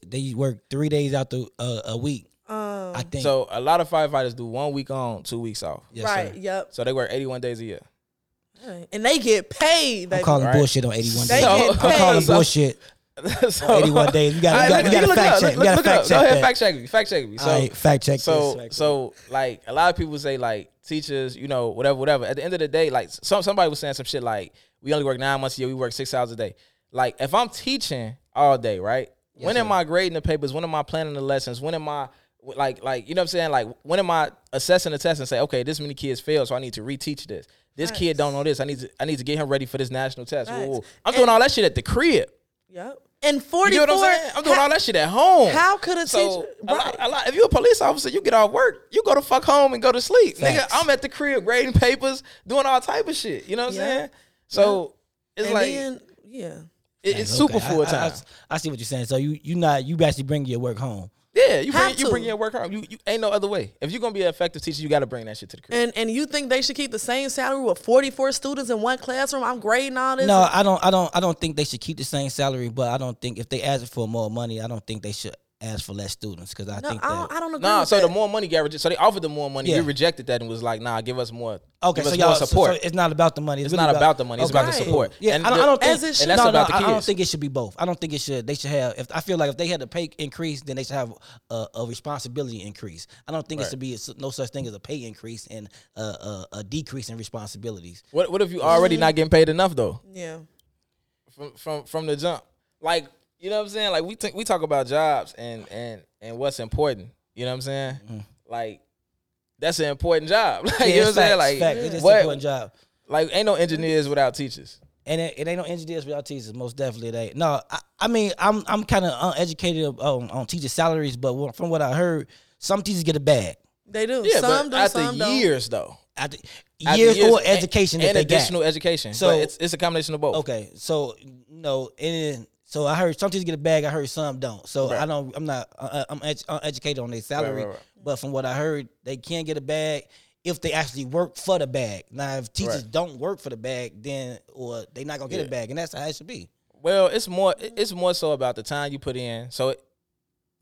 B: They work three days out the uh, a week.
A: Um,
B: I think.
C: So a lot of firefighters do one week on, two weeks off.
B: Yes, sir.
A: right, yep.
C: So they work 81 days a year.
A: And they get paid.
B: I'm
A: baby.
B: calling
C: Right.
B: bullshit on eighty one
A: They
B: days.
A: get
B: I'm calling
A: paid.
B: bullshit.
C: *laughs* so,
B: 81 days. You gotta-
C: All
B: you gotta-
C: look-
B: you gotta
C: look it
B: fact
C: up.
B: check.
C: Look-
B: You gotta
C: look it
B: fact
C: up.
B: check
C: Go ahead,
B: that.
C: fact check me. Fact check me. So,
B: All right, fact check.
C: so,
B: this.
C: so, like a lot of people say, like teachers, you know, whatever, whatever. At the end of the day, like some somebody was saying some shit like, we only work nine months a year. We work six hours a day. Like if I'm teaching all day, right? when am I grading the papers? When am I planning the lessons? When am I like, like you know what I'm saying? Like when am I assessing the test and say, okay, this many kids failed, so I need to reteach this. This kid don't know this. I need to I need to get him ready for this national test. Whoa,
A: Facts.
C: whoa. I'm doing all that shit at the crib.
A: Yep. And
C: You
A: 44.
C: get what I'm saying? I'm doing all that shit at home.
A: how could a
C: so,
A: teacher-
C: a lot-
A: right.
C: a lot- if you're a police officer, you get off work, you go to fuck home and go to sleep,
B: Facts.
C: nigga. I'm at the crib grading papers, doing all type of shit. You know what I'm
A: Yeah.
C: saying? So it's
A: and
C: like
A: then, yeah.
C: it- it's
B: Okay,
C: super
B: I-
C: full
B: I-
C: time.
B: I, I see what you're saying. So you you not you actually bring your work home.
C: Yeah, you bring
A: Have
C: you
A: to.
C: bring your work home. You, you ain't no other way. If you're gonna be an effective teacher, you got to bring that shit to the crib.
A: And and you think they should keep the same salary with 44 students in one classroom? I'm grading all this.
B: No, I don't. I don't. I don't think they should keep the same salary. But I don't think if they ask for more money, I don't think they should ask for less students because I
A: No,
B: think
A: I don't,
B: that.
A: I don't agree.
C: Nah,
A: with
C: so
A: that.
C: the more money got rejected, so they offered the more money.
B: Yeah.
C: We rejected that and was like, nah, give us more.
B: Okay,
C: give
B: so
C: us
B: y'all
C: more
B: so-
C: support.
B: So it's not about the money. It's, really
C: not about the money, it's about
A: the
B: cool.
C: support.
B: Yeah,
C: And
B: I, don't,
C: the-
B: I don't think
A: As it should.
B: no,
A: And
C: that's
B: no,
C: about the
B: I, I don't
C: kids.
B: think it should be both. I don't think it should. They should have. If I feel like if they had a pay increase, then they should have a, a responsibility increase. I don't think it should be a, no such thing as a pay increase and a, a, a decrease in responsibilities.
C: What what if you already
A: Mm-hmm.
C: not getting paid enough though?
A: yeah.
C: From from from the jump. Like, you know what I'm saying? Like we think we talk about jobs and and and what's important. You know what I'm saying?
B: Mm-hmm.
C: Like that's an important job. *laughs* Like, you know what I'm saying? Like,
B: fact, it's just
C: what-
B: a important job.
C: like ain't no engineers without teachers.
B: And it, it ain't no engineers without teachers. Most definitely, they no. I, I mean, I'm I'm kind of uneducated on, on teacher salaries, but wh- from what I heard, some teachers get a bag
A: They do.
C: Yeah,
A: some
C: but
A: do,
C: after
A: some don't.
C: years though.
B: after
C: After
B: years, or
C: and-
B: education
C: and,
B: that they
C: additional
B: got.
C: education.
B: So-
C: So it's it's a combination of both.
B: Okay, so no, and so I heard some teachers get a bag. I heard some don't. So I don't. I'm not. Uh, I'm edu- uneducated on their salary,
C: right, right.
B: but from what I heard, they can get a bag if they actually work for the bag. Now, if teachers
C: Right.
B: don't work for the bag, then or they not gonna get a
C: Yeah.
B: bag, and that's how it should be.
C: Well, it's more it- it's more so about the time you put in. So it,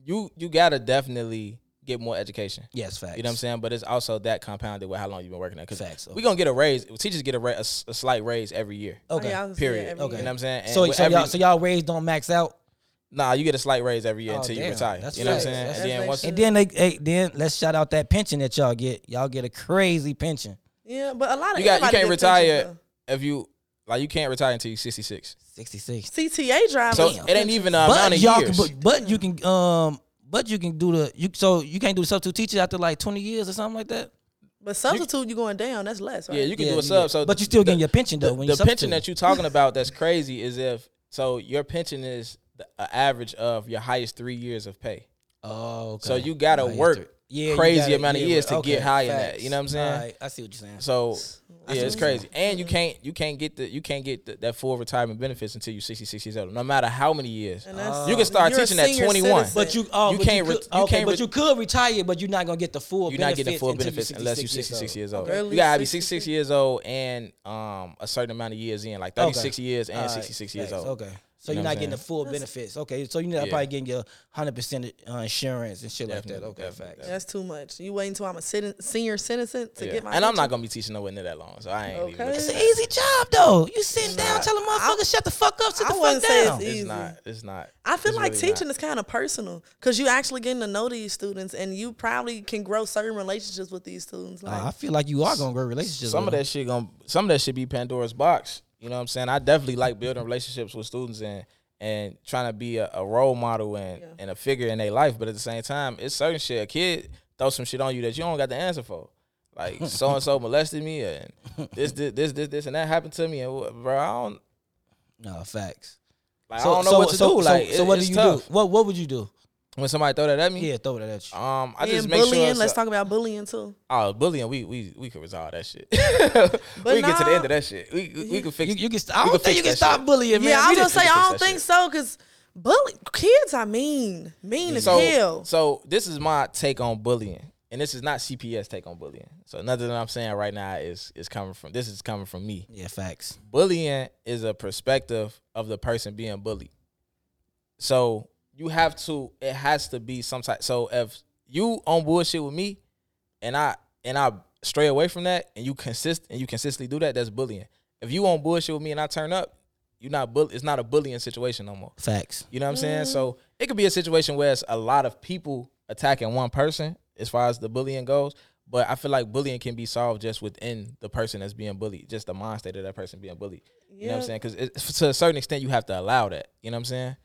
C: you you gotta definitely get more education.
B: Yes, facts.
C: You know what I'm saying? But it's also that compounded with how long you've been working there.
B: Facts,
C: Because
B: okay.
C: we gonna get a raise. Teachers get a, ra- a, s- a slight raise every year.
A: Oh,
B: Okay.
A: yeah, I was- yeah,
C: Period.
A: every
B: Okay.
C: You
A: year.
C: know what I'm saying? And
B: So,
C: with
B: so y'all,
C: every-
B: so y'all raise don't max out.
C: Nah, you get a slight raise every year
B: Oh,
C: until you
B: damn.
C: retire.
B: That's
C: you know what I'm
B: facts.
C: saying?
B: That's
C: And then
A: facts.
C: once,
A: It
B: And then they, hey, then let's shout out that pension that y'all get. Y'all get a crazy pension,
A: Yeah, but a lot of
C: You got- you
A: everybody get
C: can't
A: pensions,
C: retire.
A: though.
C: if you like, you can't retire until you're 66.
B: sixty six.
A: CTA drivers.
C: So
B: Oh, Damn.
C: it ain't even a amount
B: But
C: of
B: y'all,
C: years.
B: can, but, but you can, um, but you can do the you. So you can't do the substitute teacher after like twenty years or something like that.
A: but substitute, you, going down. That's less, right?
C: yeah, you can
B: Yeah,
C: do
B: you
C: a sub.
B: get-
C: so
B: but you still
C: the-
B: getting your pension though.
C: the,
B: when
C: the
B: you substitute.
C: pension that you're talking about that's crazy is if so your pension is the a average of your highest three years of pay.
B: Oh, okay.
C: So you gotta
B: Oh, yeah,
C: work
B: three- yeah, you
C: crazy
B: gotta-
C: amount of
B: yeah,
C: years to
B: well,
C: get
B: okay,
C: high in that,
B: facts.
C: you know what I'm saying?
B: Alright, I see what you're saying.
C: So
B: I
C: yeah,
B: see
C: it's
B: what you're
C: crazy. And you can't you can't get the you can't get the, that full retirement benefits until you're 66 years old, no matter how many years.
A: And that's-
B: Uh,
C: You can start
A: you're a
C: teaching at
A: senior
C: 21.
A: citizen.
B: But you, oh,
C: You
B: but
C: can't
B: you
C: re-
B: could,
C: you
B: okay,
C: can't
B: but
C: re-
B: you could retire, but you're not gonna get the full.
C: You're not getting the full
B: until
C: benefits unless you're 66 years old.
A: Okay.
C: You gotta be 66 years old and um a certain amount of years in, like 36 years and
B: Alright,
C: 66 years
B: thanks.
C: old.
B: Okay, so
C: You know
B: you're
C: what
B: not
C: I'm
B: getting the
C: saying?
B: full benefits. Okay, so you're not
C: Yeah.
B: probably getting your 100 percent uh, insurance and shit like that.
C: Definitely,
B: Okay,
C: definitely,
B: facts.
A: That's too much. You waiting until I'm a citi- senior citizen to
C: Yeah.
A: get my.
C: and I'm not
A: pension?
C: gonna be teaching no winter that long, so I ain't even
A: Okay.
C: looking
B: It's
C: at
B: an
C: that.
B: easy job though. You sitting down,
C: not.
B: telling motherfuckers shut the fuck up, sit
A: I
B: the fuck
A: wouldn't say it's
B: down.
A: easy.
C: It's not. It's not.
A: I feel
C: It's
A: like
C: really not.
A: teaching is kind of personal because you actually getting to know these students, and you probably can grow certain relationships with these students.
C: Uh-huh.
A: Like,
B: Uh, I feel like you are gonna grow relationships.
C: some of
B: with
C: that shit going some of that should be Pandora's box. You know what I'm saying? I definitely like building relationships with students and and trying to be a, a role model and,
A: Yeah.
C: and a figure in their life. But at the same time, it's certain shit. A kid throw some shit on you that you don't got the answer for. Like
B: *laughs*
C: so and so molested me and this, this this this this and that happened to me and wha- bro, I don't
B: them. no facts.
C: like I don't know what to do. Like
B: so what do you
C: tough.
B: do? What what would you do?
C: do when somebody throw that at me?
B: Yeah, throw that at you.
C: Um, I
A: and
C: just make
A: bullying.
C: sure. it's
A: let's
C: a-
A: talk about bullying too.
C: Oh, bullying. We we we could resolve that shit. *laughs* we can get to the
A: nah.
C: end of that shit. We we, we can fix.
B: You,
C: it.
B: you can. I
C: We
B: don't think
C: fix
B: you can
C: that
B: stop
C: shit.
B: bullying, man.
A: yeah, I
B: We
A: was
B: did-
A: gonna say
C: fix
A: I
C: that
A: don't think
C: shit.
A: so because bully kids are mean, mean as
C: so,
A: hell.
C: So this is my take on bullying, and this is not CPS take on bullying. So nothing that I'm saying right now is is coming from this is coming from me.
B: Yeah, facts.
C: Bullying is a perspective of the person being bullied. So you have to. It has to be some type. So if you on bullshit with me, and I and I stray away from that, and you consist and you consistently do that, that's bullying. If you on bullshit with me and I turn up, you not bull. It's not a bullying situation no more.
B: Facts.
C: You know what I'm
A: Mm-hmm.
C: saying? So it could be a situation where it's a lot of people attacking one person as far as the bullying goes. But I feel like bullying can be solved just within the person that's being bullied, just the mind state of that person being bullied. You know what I'm saying? Because to a certain extent, you have to allow that. You know what I'm saying?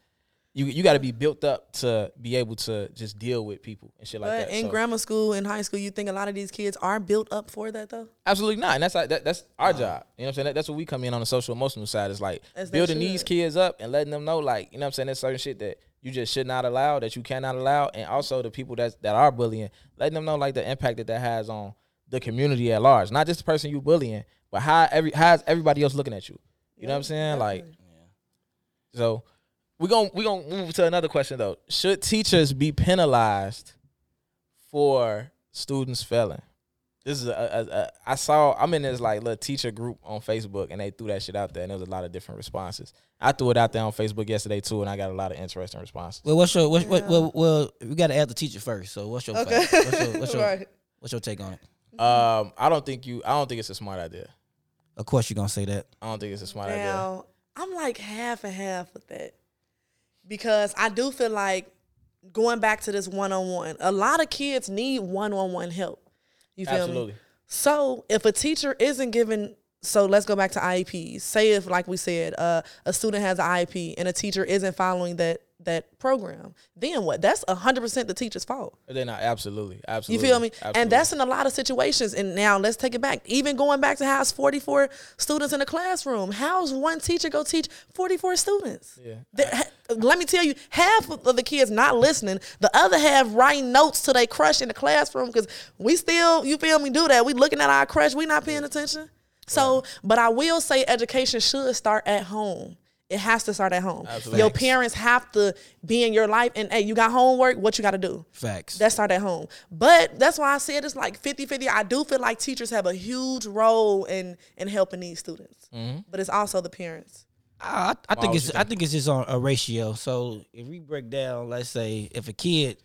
C: You you got to be built up to be able to just deal with people and shit like
A: but
C: that.
A: in
C: So-
A: grammar school, in high school, you think a lot of these kids are built up for that though?
C: Absolutely not. And that's like, that, that's our job. You know what I'm saying? That, that's what we come in on the social emotional side. Is like
A: As they
C: building
A: should.
C: these kids up and letting them know, like, you know what I'm saying? There's certain shit that you just should not allow, that you cannot allow. And also the people that that are bullying, letting them know like the impact that that has on the community at large. Not just the person you bullying, but how every how's everybody else looking at you. You know what I'm saying? Like so we're gonna we're gonna move to another question though. Should teachers be penalized for students failing? This is a, a, a I saw I'm in this like little teacher group on Facebook and they threw that shit out there and there was a lot of different responses. I threw it out there on Facebook yesterday too and I got a lot of interesting responses.
B: Well, what's your what, what, well, well, we got to add the teacher first. So, what's your
A: Okay.
B: fact? what's
A: *laughs*
B: your what's your,
A: Right.
B: what's your take on it?
A: Mm-hmm.
C: Um, I don't think you I don't think it's a smart idea.
B: Of course, you're gonna say that.
C: I don't think it's a smart idea.
A: Now I'm like half and half with that because I do feel like going back to this one on one. A lot of kids need one on one help. You feel me?
C: Absolutely.
A: So if a teacher isn't given, so let's go back to IEPs. Say if, like we said, uh, a student has an IEP and a teacher isn't following that that program, then what? That's hundred percent the teacher's fault.
C: They're not absolutely.
A: You
C: Absolutely.
A: feel me?
C: Absolutely.
A: And that's in a lot of situations. And now let's take it back. Even going back to how's 44 students in a classroom. How's one teacher go teach 44 students?
C: Yeah.
A: The- ha- let me tell you, half of the kids not listening. The other half writing notes to their crush in the classroom because we still, you feel me, do that. We looking at our crush. We not paying attention. So, but I will say education should start at home. It has to start at home. Your parents have to be in your life and hey, you got homework, what you got to do?
B: Facts.
A: That start at home. But that's why I said it's like 50 50. I do feel like teachers have a huge role in in helping these students.
B: Mm-hmm.
A: But it's also the parents.
B: I, I think
C: would
B: it's
C: you
B: I think it's just on a ratio. So if we break down, let's say if a kid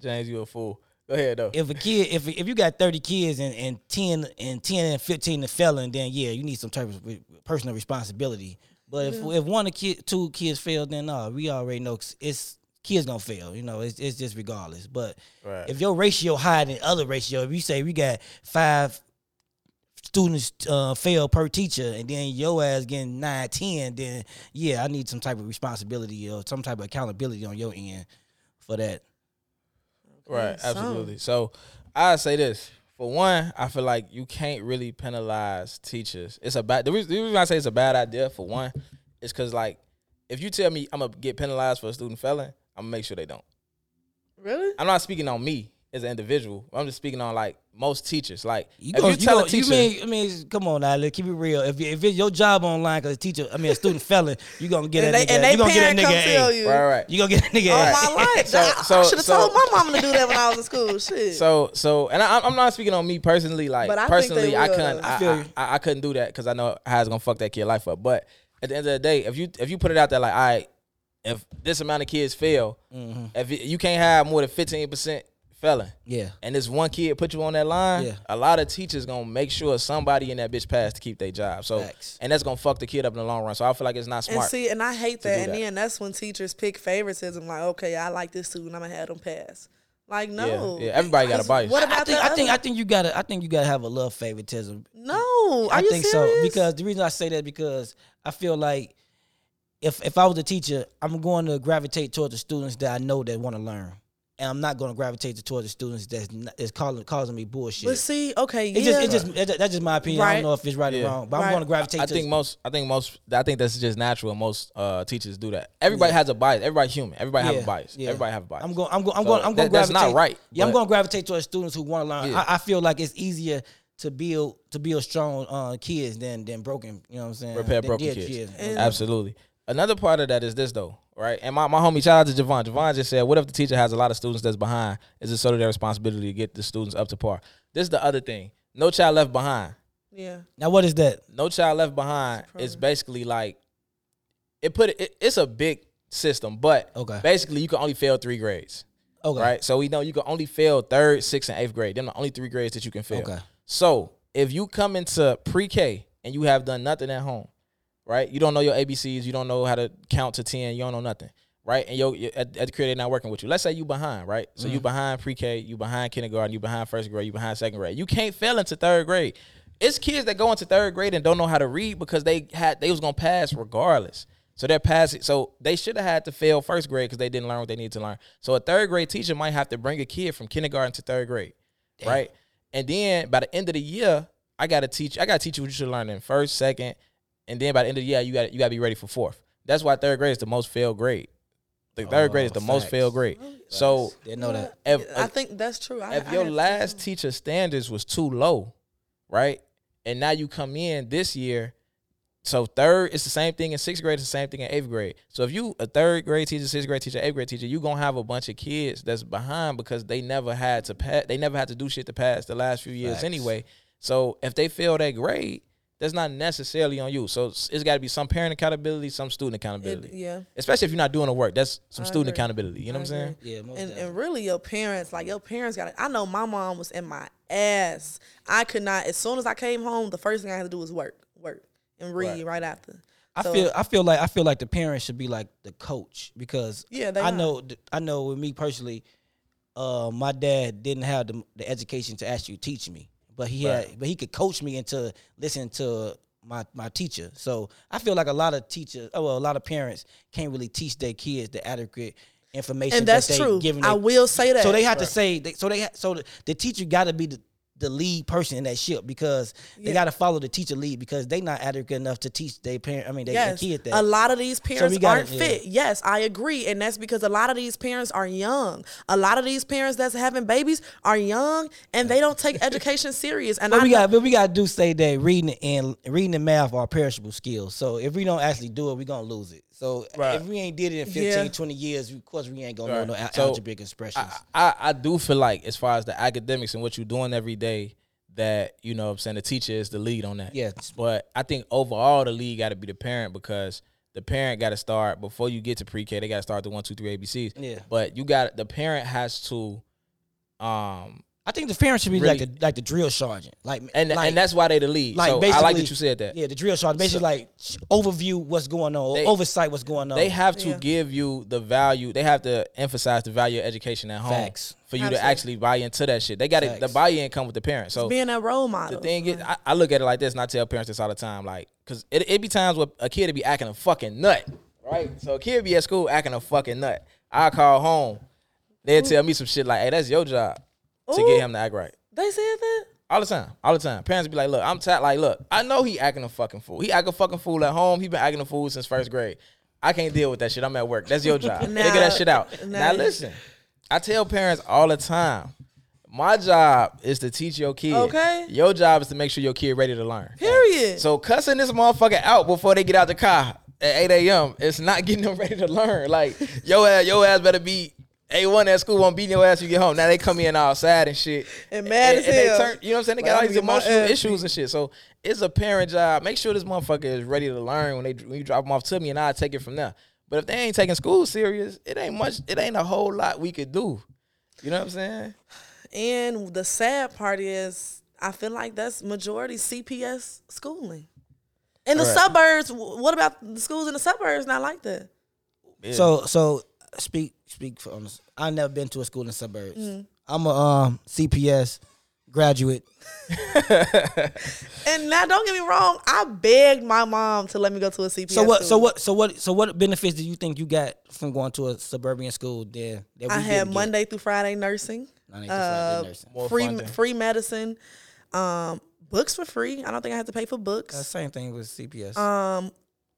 C: James, you a fool. Go ahead though.
B: if a kid if if you got thirty kids and, and ten and ten and fifteen to felon, then yeah, you need some type of re- personal responsibility. But if
A: Yeah.
B: if one of kid, two kids fail, then no, we already know it's kids gonna fail. You know, it's it's just regardless. But
C: Right.
B: if your ratio higher than other ratio, if you say we got five students uh, fail per teacher, and then your ass getting nine, ten, then yeah, I need some type of responsibility or some type of accountability on your end for that.
C: Right,
A: Some.
C: absolutely. So I say this. For one, I feel like you can't really penalize teachers. It's a bad the reason, the reason I say it's a bad idea for one is cause like if you tell me I'm gonna get penalized for a student failing, I'm gonna make sure they don't.
A: Really?
C: I'm not speaking on me as an individual. I'm just speaking on like most teachers. Like
B: You
C: if
B: go,
C: you tell
B: go,
C: a teacher,
B: You mean, I mean, come on now, look, keep it real. If if it's your job online, cause teacher, I mean, a student fella, you gonna get
A: And
B: that
A: they,
B: nigga.
A: and they
B: you gonna get
A: parent
B: that
A: come
B: nigga.
A: tell
B: A.
A: you.
C: right, right.
B: You gonna get that nigga.
A: All
B: a.
A: my
B: *laughs*
A: life.
C: So-
A: I,
C: so-
A: should have
C: so-
A: told my mama to do that when I was in school. Shit.
C: So so, and I, I'm not speaking on me personally. Like
A: But I think they
C: personally, I
A: will,
C: couldn't.
A: though.
B: I feel you.
C: I, I, I, couldn't do that because I know how it's gonna fuck that kid life up. But at the end of the day, if you if you put it out there like, all right, if this amount of kids fail,
B: Mhm.
C: if you, you can't have more than 15 percent failing,
B: Yeah,
C: and this one kid put you on that line,
B: Yeah.
C: a lot of teachers gonna make sure somebody in that bitch pass to keep their job. So
B: Facts.
C: and that's gonna fuck the kid up in the long run. So I feel like it's not
A: And
C: smart.
A: see, and I hate
C: to
A: that.
C: do
A: And
C: that.
A: then that's when teachers pick favoritism. Like, okay, I like this student. I'm gonna have them pass. Like, no.
C: yeah, everybody got a
A: 'Cause
C: bias.
A: What about
B: I think
A: the
B: I think
A: other-
B: I think you gotta I think you gotta have a love favoritism.
A: no. Are
B: I
A: you
B: think so
A: serious?
B: because the reason I say that because I feel like if if I was a teacher, I'm going to gravitate towards the students that I know that want to learn, and I'm not going to gravitate towards the students that's not, is calling causing me bullshit.
A: But see, okay, yeah.
B: It's just, it's just, it's- that's just my opinion. I
A: Right.
B: don't know if it's right
C: Yeah.
B: or wrong, but I'm
A: Right.
B: going to gravitate.
C: I
B: to
C: think most. I think most. I think that's just natural. Most uh, teachers do that. Everybody has a bias. Everybody human. Everybody have
B: Yeah,
C: a bias.
B: yeah.
C: Everybody have a bias.
B: I'm going. I'm going. I'm
C: So
B: going. I'm going.
C: that- that's not
B: gravitate-
C: right,
B: Yeah, I'm
C: but-
B: going to gravitate towards students who want to learn.
C: Yeah.
B: I, I feel like it's easier to build to build strong uh, kids than than broken. You know what I'm saying?
C: Repair
B: Than-
C: broken
B: yeah,
C: kids.
B: Yeah.
C: Absolutely. Another part of that is this though, right? And my, my homie shout out to Javon. Javon just said, "What if the teacher has a lot of students that's behind? Is it sort of their responsibility to get the students up to par?" This is the other thing. No child left behind.
A: yeah.
B: Now what is that?
C: No child left behind
A: It's a
C: is
A: program.
C: basically like it put it, it's a big system, but
B: Okay.
C: basically you can only fail three grades,
B: Okay.
C: right? So we know you can only fail third, sixth, and eighth grade. Them the only three grades that you can fail.
B: Okay.
C: So if you come into pre-K and you have done nothing at home, right? You don't know your ABCs, you don't know how to count to ten, you don't know nothing, right? And your your- at, at the career they're not working with you. Let's say you behind, right? So you behind pre-K, you behind kindergarten, you behind first grade, you behind second grade. You can't fail into third grade. It's kids that go into third grade and don't know how to read because they had they was gonna pass regardless. So they're passing. So they should have had to fail first grade because they didn't learn what they needed to learn. So a third grade teacher might have to bring a kid from kindergarten to third grade right? And then by the end of the year, I gotta teach. I gotta teach you what you should learn in first, second, and then by the end of the year, you got to you gotta be ready for fourth. That's why third grade is the most failed grade. The third grade is
B: Oh,
C: the most
B: facts.
C: failed grade. So
B: Didn't know that.
C: if,
A: I think that's true. I,
C: if
A: I
C: your
A: had-
C: last teacher standards was too low, right? And now you come in this year, so third it's the same thing in sixth grade, it's the same thing in eighth grade. So if you a third grade teacher, sixth grade teacher, eighth grade teacher, you gonna have a bunch of kids that's behind because they never had to pass they never had to do shit to pass the last few years
B: Facts.
C: anyway. So if they fail that grade, that's not necessarily on you. So it's, it's got to be some parent accountability, some student accountability.
A: It, yeah.
C: Especially if you're not doing the work, that's some
A: I
C: student
A: agree.
C: accountability. You know
A: I
C: what I'm saying?
A: agree.
B: Yeah. Most
A: and,
B: definitely.
A: and really your parents like your parents got i know my mom was in my ass i could not as soon as i came home the first thing i had to do was work work and read right,
C: Right.
A: after
B: I
A: So-
B: feel I feel like I feel like the parents should be like the coach because
A: Yeah, they
B: I
A: are.
B: know th- I know with me personally, uh, my dad didn't have the, the education to actually teach me, but he had but he could coach me into listening to my my teacher. So I feel like a lot of teachers, oh well, a lot of parents can't really teach their kids the adequate information.
A: and that's
B: that they
A: true
B: Giving
A: i
B: their
A: will say that
B: so they have to say. They, so they ha- so the, the teacher got to be the, the lead person in that ship because they
A: Yeah.
B: got to follow the teacher lead because they not adequate enough to teach their parent. I mean, they
A: yes
B: kid that.
A: a lot of these parents
B: we gotta-
A: aren't
B: yeah.
A: fit yes i agree and that's because a lot of these parents are young a lot of these parents that's having babies are young and they don't
B: *laughs*
A: take education serious and
B: but
A: i
B: we
A: know-
B: got but we got to do say that reading and reading and math are perishable skills. So if we don't actually do it, we gonna lose it. So
C: Right.
B: if we ain't did it in 15,
A: Yeah.
B: 20 years, of course we ain't gonna
C: Right.
B: know no al-
C: So,
B: algebraic expressions.
C: I, I do feel like as far as the academics and what you're doing every day, that you know what I'm saying the teacher is the lead on that.
B: Yes.
C: But I think overall the lead gotta be the parent because the parent gotta start before you get to pre K, they gotta start the one, two, three ABCs.
B: Yeah.
C: But you got the parent has to um
B: I think the parents should be
C: Really-
B: like the like the drill sergeant, like
C: and
B: like,
C: and that's why they the lead.
B: like
C: so I like
B: basically-
C: that you said that.
B: yeah, the drill sergeant basically like sh- overview what's going on,
C: They-
B: oversight what's going on.
C: They have to
A: Yeah.
C: give you the value. They have to emphasize the value of education at home
B: Facts.
C: for you to
A: Absolutely.
C: actually buy into that shit. They got it. The
B: Facts.
C: buy-in come with the parents. So
A: Being a role model.
C: the thing is, I, I look at it like this, and I tell parents this all the time, like, cause it, it be times where a kid be acting a fucking nut, right? So a kid be at school acting a fucking nut. I call home, they will tell me some shit like, "Hey, that's your job to
A: Ooh.
C: get him to act right."
A: They said that.
C: All the time, all the time. Parents be like, "Look, I'm tired. Like, look, I know he acting a fucking fool. He act a fucking fool at home. He been acting a fool since first grade. I can't deal with that shit. I'm at work. That's your
A: *laughs*
C: job.
A: Now-
C: Figure that shit out.
A: now
C: now
A: you-
C: listen, I tell parents all the time." My job is to teach your kid.
A: Okay.
C: Your job is to make sure your kid ready to learn.
A: Period.
C: So cussing this motherfucker out before they get out the car at 8 a.m. It's not *laughs* getting them ready to learn. Like yo ass, yo ass better be A1 at school, won't beat your ass when you get home. Now they come in all sad and shit.
A: And mad as
C: they
A: hell.
C: turn- you know what I'm saying? They
A: Like,
C: got all
A: I'm
C: these
A: gonna get my
C: emotional
A: ass
C: issues and shit. So it's a parent job. Make sure this motherfucker is ready to learn when they when you drop them off to me and I take it from there. But if they ain't taking school serious, it ain't much, it ain't a whole lot we could do. You know what
A: *laughs*
C: I'm saying?
A: and the sad part is, I feel like that's majority CPS schooling. In the
C: Right.
A: suburbs, wh- what about the schools in the suburbs? Not like that.
B: So so speak speak for honest. I've never been to a school in the suburbs.
A: Mm-hmm.
B: I'm a um, CPS graduate.
A: And now, don't get me wrong. I begged my mom to let me go to a CPS.
B: So what so
A: school.
B: what so what so what benefits do you think you got from going to a suburban school there? That we
A: I had
B: didn't get?
A: Monday through Friday nursing,
B: Not even Friday
A: uh,
B: nursing.
C: More
A: free
C: funding.
A: free medicine, um, books for free. I don't think I had to pay for books.
B: Uh, same thing with CPS.
A: um,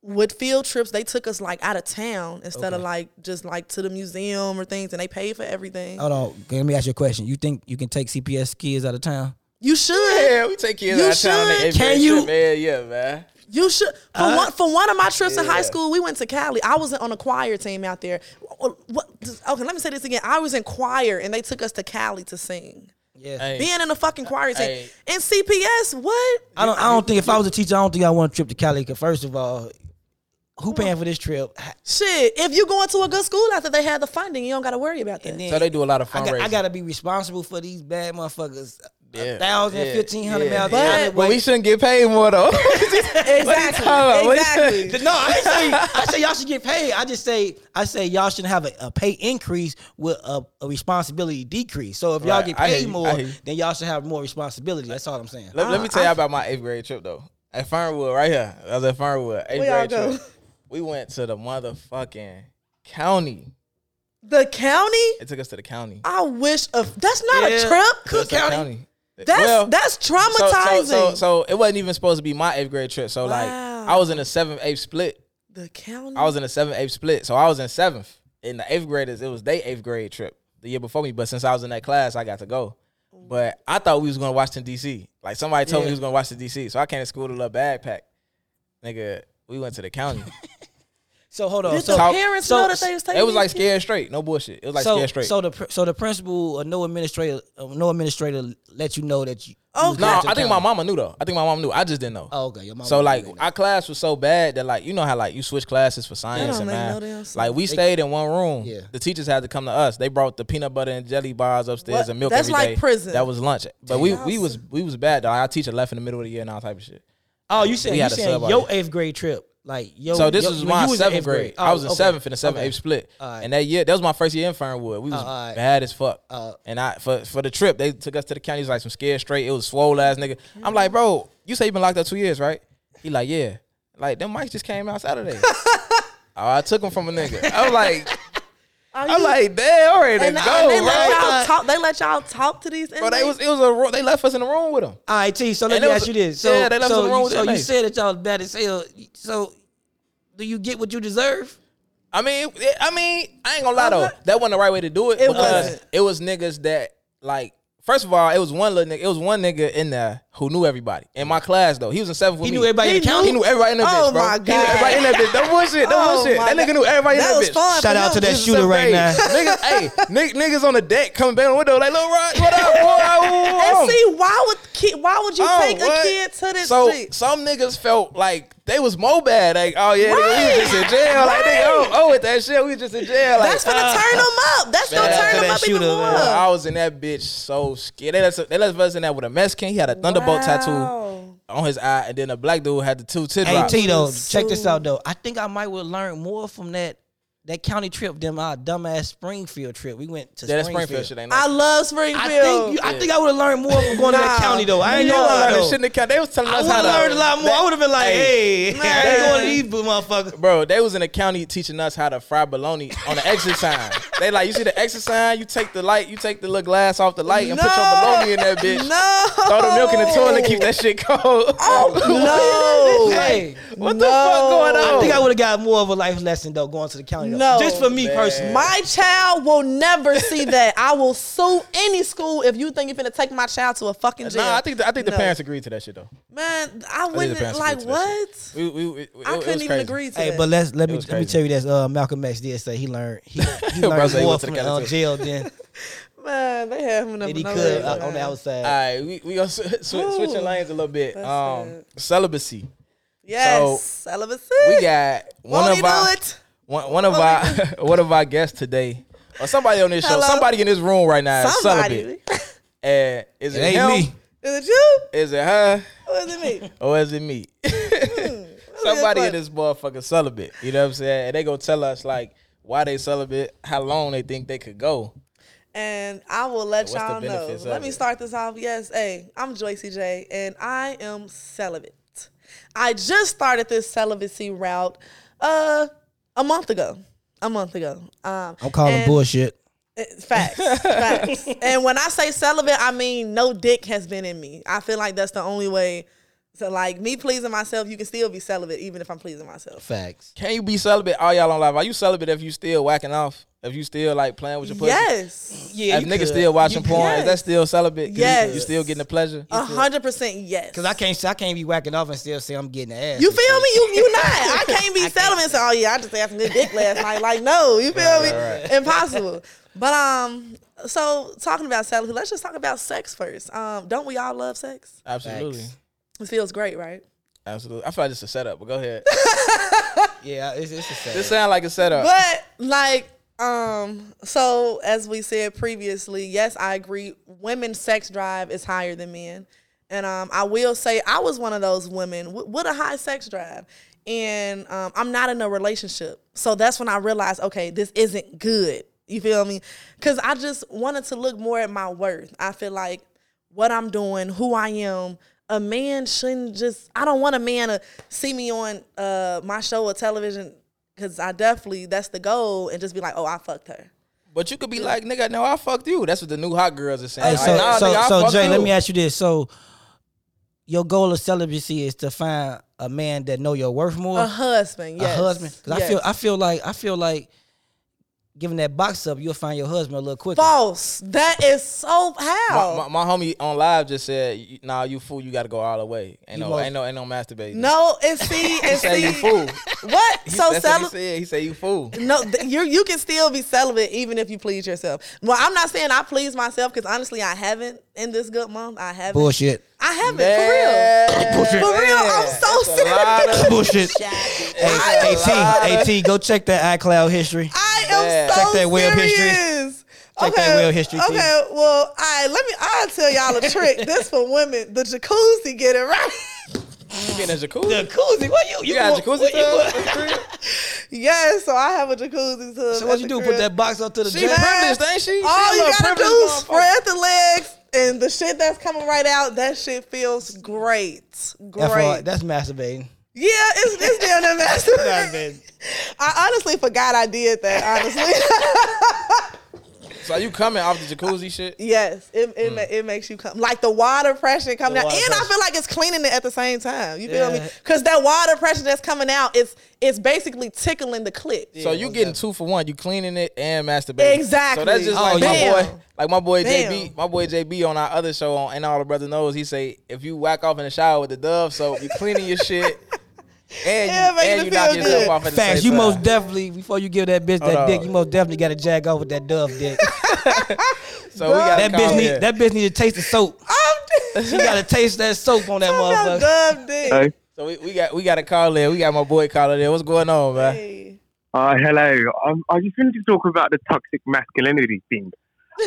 A: with field trips, they took us like out of town instead of
B: Okay.
A: like just like to the museum or things, and they paid for everything.
B: Hold on, okay, let me ask you a question. You think you can take CPS kids out of town?
A: You should,
C: Yeah, we take kids
A: You
C: out of town.
A: should.
C: and every
B: Can
C: trip,
B: you-
C: Man, yeah, man.
A: you should. For one, for one of my trips in high
C: Uh, yeah.
A: school, we went to Cali. I was on a choir team out there. What, what- okay, let me say this again. I was in choir, and they took us to Cali to sing.
B: Yeah.
C: Hey,
A: Being in a fucking choir team
C: Hey.
A: in CPS, what?
B: I don't. I don't think if I was a teacher, I don't think I want a trip to Cali. 'cause first of all, who paying for this trip?
A: Shit, if you going to a good school after they had the funding, you don't got to worry about that.
B: And then
C: So they do a lot of
B: I,
C: fundraising.
B: got, to be responsible for these bad motherfuckers.
C: Yeah,
B: A thousand,
C: yeah,
B: fifteen hundred
C: yeah.
B: miles.
A: But-
B: out of the
C: But
B: way.
C: we shouldn't get paid more
A: *laughs*
C: though.
A: *laughs* exactly.
C: talking about? What you-
A: Exactly.
B: no, I ain't say. I say y'all should get paid. I just say. I say y'all should have a, a pay increase with a, a responsibility decrease. So if y'all all
C: Right,
B: get
C: I hear
B: paid
C: you,
B: more,
C: I hear you.
B: then y'all should have more responsibility. That's all I'm saying.
C: let, let me
A: Uh-huh.
C: tell you about my eighth grade trip though. At Fernwood, right here. I was at Fernwood. Eighth
A: Where y'all
C: grade
A: go?
C: trip. We went to the motherfucking county.
A: The county.
C: It took us to the county.
A: I wish of that's not
B: Yeah.
A: a trip.
C: Took us
A: Uh, Cook
C: to the
A: County. That's
C: Well,
A: that's
C: so, so,
A: traumatizing.
C: so, so it wasn't even supposed to be my eighth grade trip. So like
A: Wow.
C: I was in a seventh eighth split.
A: the county.
C: I was in a seventh eighth split. So I was in seventh. And the eighth graders, it was their eighth grade trip the year before me. But since I was in that class, I got to go. But I thought we was going to Washington D.C. Like somebody told me we was going to Washington D.C. So I came to school with a little backpack. Nigga, we went to
B: *laughs*
C: the county.
B: So hold on.
A: Did
B: So
A: the
C: Talk-
A: parents
B: so-
A: know that they was taking
C: it was
A: these
C: like
A: kids?
C: scared straight. No bullshit. It was like
B: so,
C: scared straight.
B: so the pr- so the principal or no administrator uh, no administrator let you know that you. you was
A: Okay.
C: Oh, no,
B: going
C: I
B: to
C: think my
B: town.
C: mama knew though. I think my mom knew. I just didn't know.
B: Oh, okay. Your mama
C: So
B: was
C: like
B: doing that.
C: our class was so bad that like you know how like you switch classes for science
A: don't
C: and
A: make no
C: math.
A: damn sense.
C: like we stayed in one room.
B: Yeah.
C: The teachers had to come to us. They brought the peanut butter and jelly bars upstairs
A: What?
C: and milk.
A: That's
C: every
A: like
C: day.
A: prison.
C: That was lunch. But we we was we was bad though. Our teacher left in the middle of the year and all type of shit.
B: oh, you said
C: we
B: you
C: had a
B: said
C: sub
B: your
C: out
B: eighth grade trip. Like yo.
C: So this
B: Oh, yo-
C: was
B: when
C: my
B: you in
C: seventh
B: eighth Oh,
C: grade. I was in
B: okay.
C: seventh in the seventh
B: Okay. Uh,
C: eighth split.
B: Alright.
C: And that year, that was my first year in Fernwood. We was
B: Alright.
C: bad as fuck.
B: Alright.
C: and I for for the trip, they took us to the county. It was like some scared straight. It was swole ass nigga. I'm like, bro, you say you been locked up two years, right? He like, yeah. Like them mics just came
B: *laughs*
C: out Saturday. Oh, I took them from a nigga. I'm like,
A: Are
C: I'm
A: you-
C: like, damn, I'm ready to
A: and,
C: go,
A: uh, they let
C: bro.
A: y'all talk. They let y'all talk to these.
C: Bro, they
A: inmates?
C: was it was a room. They left us in the room with them.
B: All right, T. So let
C: And
B: me
C: it
B: ask
C: was-
B: you this. So,
C: yeah, they left
B: so,
C: something wrong
B: you,
C: with
B: so
C: that
B: you
C: name.
B: said that y'all was bad as hell. So do you get what you deserve?
C: I mean, it- I mean, I ain't gonna lie
A: I'm
C: though.
A: not-
C: that wasn't the right way to do it. because
A: wasn't.
C: It was niggas that like. First of all, it was one little nigga. It was one nigga in there who knew everybody in my class. Though he was in seventh with
B: He
C: me.
B: knew everybody in the
A: He
B: county.
C: He knew everybody in that
A: Oh
C: bitch, bro.
A: my
C: He knew everybody in that bitch. That bullshit. That
A: Oh
C: bullshit.
A: my
C: That nigga
A: God.
C: knew everybody in
A: That
C: that
A: was
C: bitch.
A: fun.
B: Shout out to that
C: This is
B: shooter
C: seventh
B: right
C: grade.
B: now. *laughs*
C: niggas, hey, niggas, niggas on the deck coming back on the window like, "Little Rod, what up, boy?
A: And *laughs*
C: Oh,
A: see, why would ki- why would you
C: oh,
A: take
C: what?"
A: a kid to this
C: So
A: shit?
C: some niggas felt like they was mo bad. Like, oh yeah, nigga, we was just in jail. Like,
A: Right.
C: nigga, oh, oh, with that shit, we was just in jail. Like,
A: That's gonna
C: uh,
A: turn them up. That's
B: Shout
A: gonna
B: out to
A: turn them
B: that
A: up even
B: shooter,
A: more.
B: man.
C: I was in that bitch so scared. They left, us- they left us in that with a Mexican. He had a thunderbolt tattoo
A: Wow.
C: on his eye, and then a black dude had the two tip
B: Hey
C: drops.
B: T though,
A: So-
B: check this out though. I think I might would learn more from that that county trip than our dumbass Springfield trip. We went to
C: Yeah, that
B: Springfield.
C: Springfield shit ain't.
A: I love Springfield.
B: I think you, I think I would have learned more from going to that
A: Nah.
B: county though. I ain't
A: You
B: gonna
A: know
B: lie
C: They
B: though.
C: shouldn't have kept- They was telling
B: I
C: us
B: would
C: how
B: have
C: to
B: learned a lot more. I would have been like, hey, I ain't going to these motherfuckers.
C: Bro, they was in the county teaching us how to fry bologna on the exit sign. They like, you see the exit sign, you take the light, you take the little glass off the light and put your
A: No.
C: bologna in that bitch.
A: no.
C: *laughs* Throw the milk in the toilet,
A: *laughs*
C: keep that shit cold. *laughs*
A: Oh, no.
B: Hey,
C: what the fuck going on?
B: I think I would have got more of a life lesson though going to the county. Though.
A: No,
B: just for me
C: man.
B: personally.
A: My child will never see that. I will sue any school if you think you're gonna take my child to a fucking jail.
C: Nah, I think the, I think the
A: No.
C: parents agreed to that shit though.
A: man, I
C: I think the
A: wouldn't
C: parents
A: like
C: agreed to that
A: what.
C: shit. We, we, we, it- it
A: I
C: was
A: couldn't even
C: crazy.
A: agree to
B: Hey,
A: that.
B: but let's let me
C: was
B: let me
C: crazy.
B: tell you this. Uh, Malcolm X did say he learned *laughs* he, he learned
C: Brother, he
B: more
C: went to the
B: from
C: county
B: uh,
C: too.
B: jail than,
A: man, they have enough.
B: than he
A: no
B: could
A: reason,
B: uh, on the
A: man.
B: outside.
C: All right, we we gonna sw- sw- switching lanes a little bit.
A: that's
C: Um,
A: it.
C: celibacy.
A: Yes, celibacy.
C: We got one
A: Won't he
C: of
A: do
C: our *laughs*
A: it?
C: One, one of our *laughs* one of our guests today, or somebody on this show,
A: Hello?
C: somebody in this room right now, is celibate.
A: Somebody. *laughs*
C: And is
B: It
C: it,
B: ain't
C: him?
B: me.
A: Is it you?
C: Is it her?
A: Or is it
C: *laughs*
A: me?
C: Or is it me?
A: Hmm,
C: somebody in this motherfucker celibate. You know what I'm saying? And they gonna tell us like why they celibate, how long they think they could go.
A: And I will let
C: What's the
A: y'all know.
C: benefits of
A: Let me
C: it?
A: start this off. Yes, hey, I'm Joycey J, and I am celibate. I just started this celibacy route uh a month ago. A month ago. Um,
B: I'm calling
A: and-
B: bullshit.
A: Uh, Facts, facts. And when I say celibate, I mean no dick has been in me. I feel like that's the only way. So like me pleasing myself, you can still be celibate even if I'm pleasing myself.
B: Facts.
C: Can you be celibate all y'all on live? Are you celibate if you still whacking off? If you still like playing with your pussy?
A: Yes,
B: Yeah,
C: If niggas still watching porn, is
A: Yes.
C: that still celibate? 'Cause you-
A: Yes. Uh-huh.
C: You, still getting the pleasure?
A: a hundred percent yes.
B: Cause I can't, I can't be whacking off and still say I'm getting ass.
A: You feel me? You you not. I can't be celibate. and say, oh yeah, I just had some good dick last night. Like no, you feel me? Impossible. But um, so talking about celibacy, let's just talk about sex first. Um, don't we all love sex?
C: Absolutely.
B: Facts.
A: It feels great, right?
C: Absolutely. I feel like it's a setup, but go ahead.
B: Yeah, it's, it's a sad.
C: this sound like a setup.
A: But like, um, so as we said previously, yes, I agree. Women's sex drive is higher than men, and um, I will say I was one of those women w- with a high sex drive, and um, I'm not in a relationship, so that's when I realized, okay, this isn't good. You feel me? Because I just wanted to look more at my worth. I feel like what I'm doing, who I am. A man shouldn't just. I don't want a man to see me on uh, my show or television because I definitely that's the goal and just be like, oh, I fucked her.
C: But you could be like, nigga, no, I fucked you. That's what the new hot girls are saying.
B: Hey,
C: Like,
B: Oh, so,
C: nah,
B: so,
C: nigga, I
B: so
C: fucked
B: Jay,
C: you.
B: let me ask you this. So, your goal of celibacy is to find a man that know your worth more,
A: A husband, yes.
B: a husband. 'Cause I feel,
A: Yes.
B: I feel like, I feel like giving that box up, you'll find your husband a little quicker.
A: false. That is so how.
C: My, my, my homie on live just said, y- nah, you fool, you gotta go all the way. Ain't
B: You
C: no,
B: most-
C: ain't no, ain't no masturbating.
A: no, and
C: *laughs*
A: see, and
C: Say you
A: see,
C: fool.
A: what? so
C: That's what he
A: celibate.
C: said. He said you fool.
A: No, th- you you can still be celibate even if you please yourself. Well, I'm not saying I please myself because honestly, I haven't in this good month. I haven't.
B: Bullshit.
A: I haven't
C: Yeah.
A: for real. For real, I'm so
C: *laughs* That's a lot
A: serious.
C: of-
B: Bullshit. Hey,
C: Hey,
B: AT, AT, go check that iCloud history.
A: I am
C: Yeah.
A: so
B: Check that web history.
A: serious.
B: Check that web history, T.
A: Okay, well, all right, let me. I'll tell y'all
B: *laughs*
A: a trick. this for women. The jacuzzi get it right. *laughs*
C: You been in a jacuzzi?
B: Jacuzzi, what you?
C: you got a jacuzzi tub?
A: yes, so I have a jacuzzi tub.
B: So what you do? Put that box up to the
C: She
B: jail.
C: privileged, ain't she? She
A: All
C: a
A: Oh, you
C: little
A: gotta
C: privileged
A: do
C: motherfucker.
A: spread the legs and the shit that's coming right out. That shit feels great. Great.
B: FYI, that's masturbating.
A: yeah, it's it's damn
B: *laughs* *laughs*
A: near masturbation. I honestly forgot I did that. Honestly.
C: So you coming off the jacuzzi shit?
A: Yes, it it, ma- it makes you come like the water pressure coming
B: Mm. The
A: out,
B: water
A: and I
B: pressure.
A: feel like it's cleaning it at the same time. You feel me?
B: Yeah.
A: Because that water pressure that's coming out is it's basically tickling the clit.
C: So
B: Yeah,
C: you
B: most
C: getting
B: definitely.
C: two for one. You cleaning it and masturbating.
A: Exactly.
C: So that's just
A: Oh,
C: like
A: yeah.
C: my boy, like my boy
A: Damn.
C: JB, my boy JB on our other show on and all the brother knows. He say if you whack off in the shower with the dove, so you cleaning your shit
A: *laughs*
C: and
A: Yeah,
C: you,
A: making
C: and
A: it
C: you knock
A: feel
C: yourself
A: good.
C: off at the
B: Facts.
C: same
B: You most
C: time.
B: definitely before you give that bitch
C: Hold
B: that dick,
C: on.
B: you most definitely got to jag off with that dove dick.
C: so we got
B: that bitch need that bitch need to taste the *laughs* soap.
A: I'm *laughs*
B: She got to taste that soap on that
A: I'm
B: motherfucker.
A: dumb dick.
E: Hello.
C: So we, we got we got a call in. We got my boy caller there. What's going on, man?
A: Hey.
E: Uh, hello. Um, I just wanted to talk about the toxic masculinity thing.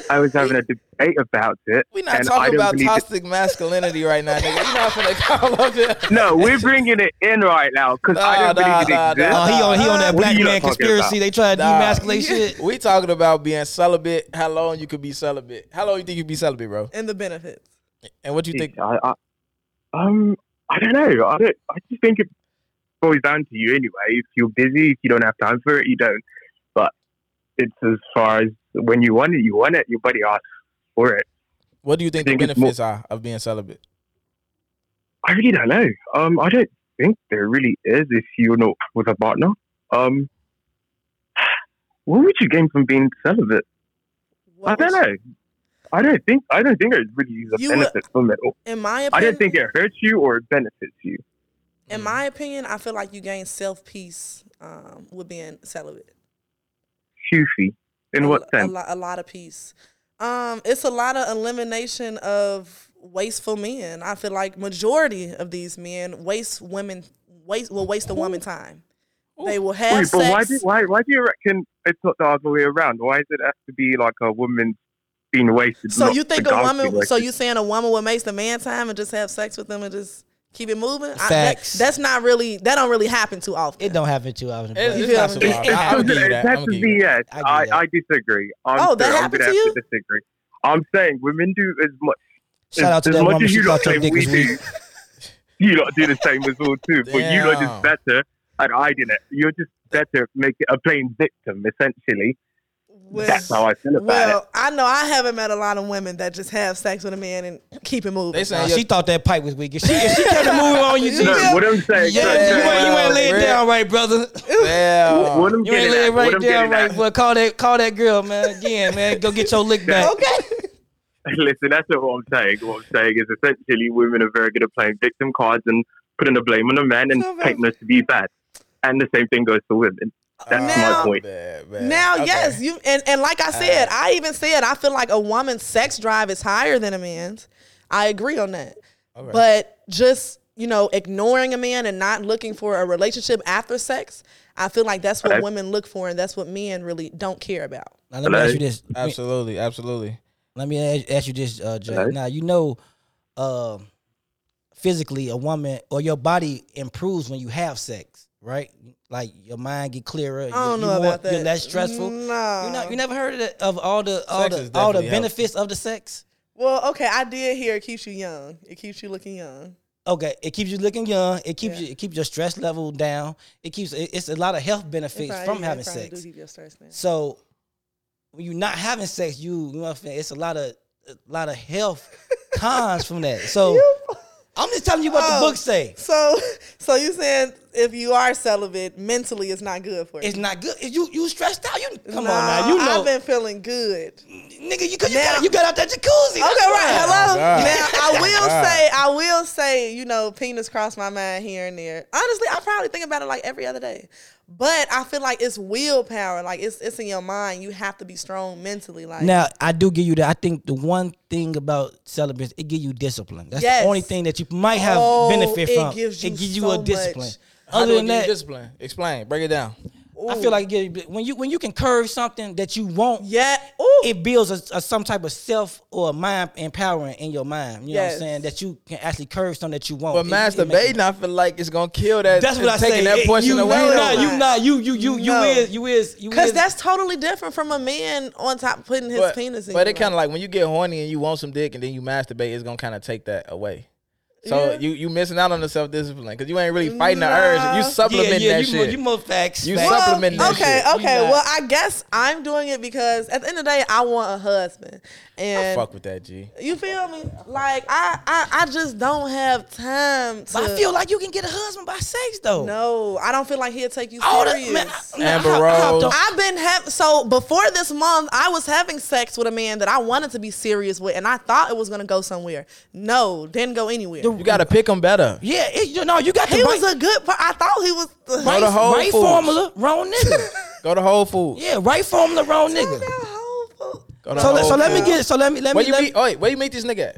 E: I was having a debate about it.
C: We not
E: and I
C: talking
E: don't
C: about
E: believe it-
C: toxic masculinity right now, nigga. You not finna *laughs* call up here.
E: No, we're bringing it in right now because I
C: Nah,
E: don't believe
C: nah,
E: it
C: nah,
E: exists.
B: Oh, he on he on that
E: What
B: black
E: you
B: man
E: talking
B: conspiracy.
E: about?
B: They try to
C: Nah.
B: demasculate shit.
C: We talking about being celibate. How long you could be celibate? How long you think you be celibate, bro?
A: And the benefits.
C: And what you think?
E: I, I, um, I don't know. I don't. I just think it boils down to you anyway. If you're busy, if you don't have time for it, you don't. But it's as far as when you want it, you want it. Your body asks for it.
C: What do you think,
E: I think
C: the
E: it's more-
C: benefits are of being celibate?
E: I really don't know. Um, I don't think there really is if you're not with a partner. Um, what would you gain from being celibate? I
A: What
E: don't
A: would
E: know. I don't think. I don't think there's really a
A: You would-
E: benefit from it.
A: you- In my opinion,
E: I don't think it hurts you or it benefits you.
A: in my opinion, I feel like you gain self peace um, with being celibate.
E: Shoofy. In
A: a-
E: what
A: a,
E: sense?
A: lot, a lot of peace. Um, it's a lot of elimination of wasteful men. I feel like majority of these men waste women waste will waste a woman time. They will have
E: Wait, but why
A: sex.
E: do why why do you reckon it's not the other way around? Why does it have to be like a woman being wasted?
A: so
E: not
A: you
E: the
A: think a
E: guy's being
A: woman? So
E: wasted?
A: you saying a woman will waste a man time and just have sex with them and just keep it moving? I- that-
B: Facts.
A: that's not really. That don't really happen too often.
B: It don't happen too often. bro.
C: It's, it's not
A: feel
C: so
A: me?
C: wild. I- I'm gonna give you that. I'm
E: That's
C: gonna give you that.
E: BS.
B: I give
E: I,
B: you
E: I disagree. I'm
A: Oh, that
E: sorry, I'm
A: happened
E: gonna
A: to
E: have
A: you?
E: to disagree. I'm saying women do as much
B: Shout out to
E: as
B: that
E: much
B: woman.
E: as
B: She
E: you
B: thought
E: lot
B: your
E: say
B: dick was
E: we
B: weak.
E: do, you lot do the same as well too, but you lot
C: Damn.
E: just better and I didn't. You're just better make it a plain victim, essentially.
A: Well-
E: That's how I feel about it.
A: Well, I know I haven't met a lot of women that just have sex with a man and keep it moving.
C: They saying
B: Nah,
C: your-
B: she thought that pipe was weak. If she,
C: *laughs*
B: if she kept it moving on
E: *laughs*
B: you,
A: No,
B: G,
E: No, what I'm saying
B: yeah,
E: no,
B: you
E: no,
B: ain't, you ain't lay it
C: Red.
B: down right, brother.
C: Damn.
E: What I'm
B: You ain't
E: getting
B: lay it
E: at, what
B: right
E: I'm
B: down
E: getting
B: right,
E: at,
B: but call that call that girl, man. Again, man, go get your lick back.
A: okay.
E: *laughs* listen, that's not what I'm saying. What I'm saying is essentially women are very good at playing victim cards and putting the blame on the man and
A: No, but-
E: painting us to be bad. And the same thing goes to women. That's
A: Now-
E: my point.
C: Bad, bad.
A: Now,
C: Okay.
A: yes, you and, and like I said,
B: Uh-huh.
A: I even said I feel like a woman's sex drive is higher than a man's. I agree on that.
C: Okay.
A: But just, you know, ignoring a man and not looking for a relationship after sex, I feel like that's what
E: Hello?
A: women look for and that's what men really don't care about.
B: Now, let me ask you this.
C: absolutely, absolutely.
B: Let me ask, ask you this, uh, Jay.
E: Hello?
B: Now you know, uh, physically, a woman or your body improves when you have sex, right? Like your mind get clearer.
A: I don't
B: you,
A: know
B: you
A: about that. Mm,
B: You're less stressful.
A: No.
B: You know, you never heard of, the, of all the all
C: Sex is
B: the all the
C: definitely helpful.
B: benefits of the sex.
A: well, okay, I did hear it keeps you young. It keeps you looking young.
B: Okay, it keeps you looking young. It keeps
A: Yeah.
B: you, it keeps your stress level down. It keeps it, it's a lot of health benefits
A: It probably-
B: from
A: yeah,
B: having
A: it probably do
B: sex.
A: keep your stress down.
B: So when you're not having sex, you you know what I'm saying? It's a lot of a lot of
A: *laughs*
B: health cons from that. So I'm just telling you what
A: Oh.
B: the book say.
A: So, so you saying if you are celibate, mentally it's not good for you?
B: It's not good. If you you stressed out. You come
A: No,
B: on now. You know,
A: I've been feeling good.
B: nigga. You, cause you,
A: Now-
B: got, you got out that jacuzzi.
A: Okay, right. Hello.
C: God.
A: Now I will
C: God.
A: say, I will say, you know, penis crossed my mind here and there. Honestly, I probably think about it like every other day. But I feel like it's willpower. Like it's it's in your mind. You have to be strong mentally. Like
B: Now I do give you that. I think the one thing about celibates, it give you discipline. That's
A: Yes.
B: the only thing that you might have
A: Oh,
B: benefit
A: it
B: from.
A: gives you
B: it gives you
A: so
B: a discipline.
A: much.
C: How
B: Other
C: do I
B: than
C: give you
B: that,
C: discipline? Explain. Break it down.
B: I
A: ooh.
B: feel like it gives- when you when you can curve something that you want,
A: yeah. Ooh.
B: it builds a, a- some type of self or mind empowering in your mind. You know what
A: Yes.
B: I'm saying? That you can actually curve something that you want.
C: But
B: Oh, It- it make you-
C: masturbating, I feel like it's gonna kill that.
B: That's what I
C: it's taking
B: say.
C: That
B: It-
C: portion
B: you,
C: away.
B: you
A: though.
B: not, you not, you, you, you, you
A: No.
B: is, you is, you
A: Because
B: is.
A: that's totally different from a man on top putting his
C: but,
A: penis in.
C: but
A: you,
C: it kind of like when you get horny and you want some dick and then you masturbate, it's gonna kind of take that away. So
A: Yeah.
C: you you missing out on the self discipline because you ain't really fighting the urge. You
A: Nah.
C: supplementing
B: yeah, yeah,
C: that
B: you, mo-
C: shit.
B: you more facts.
C: You
B: facts.
A: Well,
C: supplementing that
A: okay,
C: shit. You
A: okay.
B: not-
A: Well, I guess I'm doing it because at the end of the day, I want a husband,
C: I
A: and
C: fuck with that, G.
A: you feel me? Like I, I, I just don't have time to.
B: But I feel like you can get a husband by sex though.
A: no, I don't feel like he'll take you
B: All the-
A: serious.
B: man, I- man,
C: Amber
B: I hopped
C: Rose.
B: on-
A: I've been having so before this month, I was having sex with a man that I wanted to be serious with, and I thought it was gonna go somewhere. No, didn't go anywhere.
C: You gotta pick them better.
B: yeah, it, you know you got
A: he
B: the
A: was
B: right,
A: a good. Per- I thought he was.
C: Go to Whole
B: right
C: Foods.
B: formula, wrong
A: *laughs*
B: nigga.
C: Go to Whole Foods.
B: yeah, right formula, wrong nigga.
C: Go to
B: So,
C: Whole
B: let- so let me
C: Foods.
B: get. So let me let
C: Where
B: me.
C: you
B: Let me
C: meet? Oh, wait, where you meet this nigga?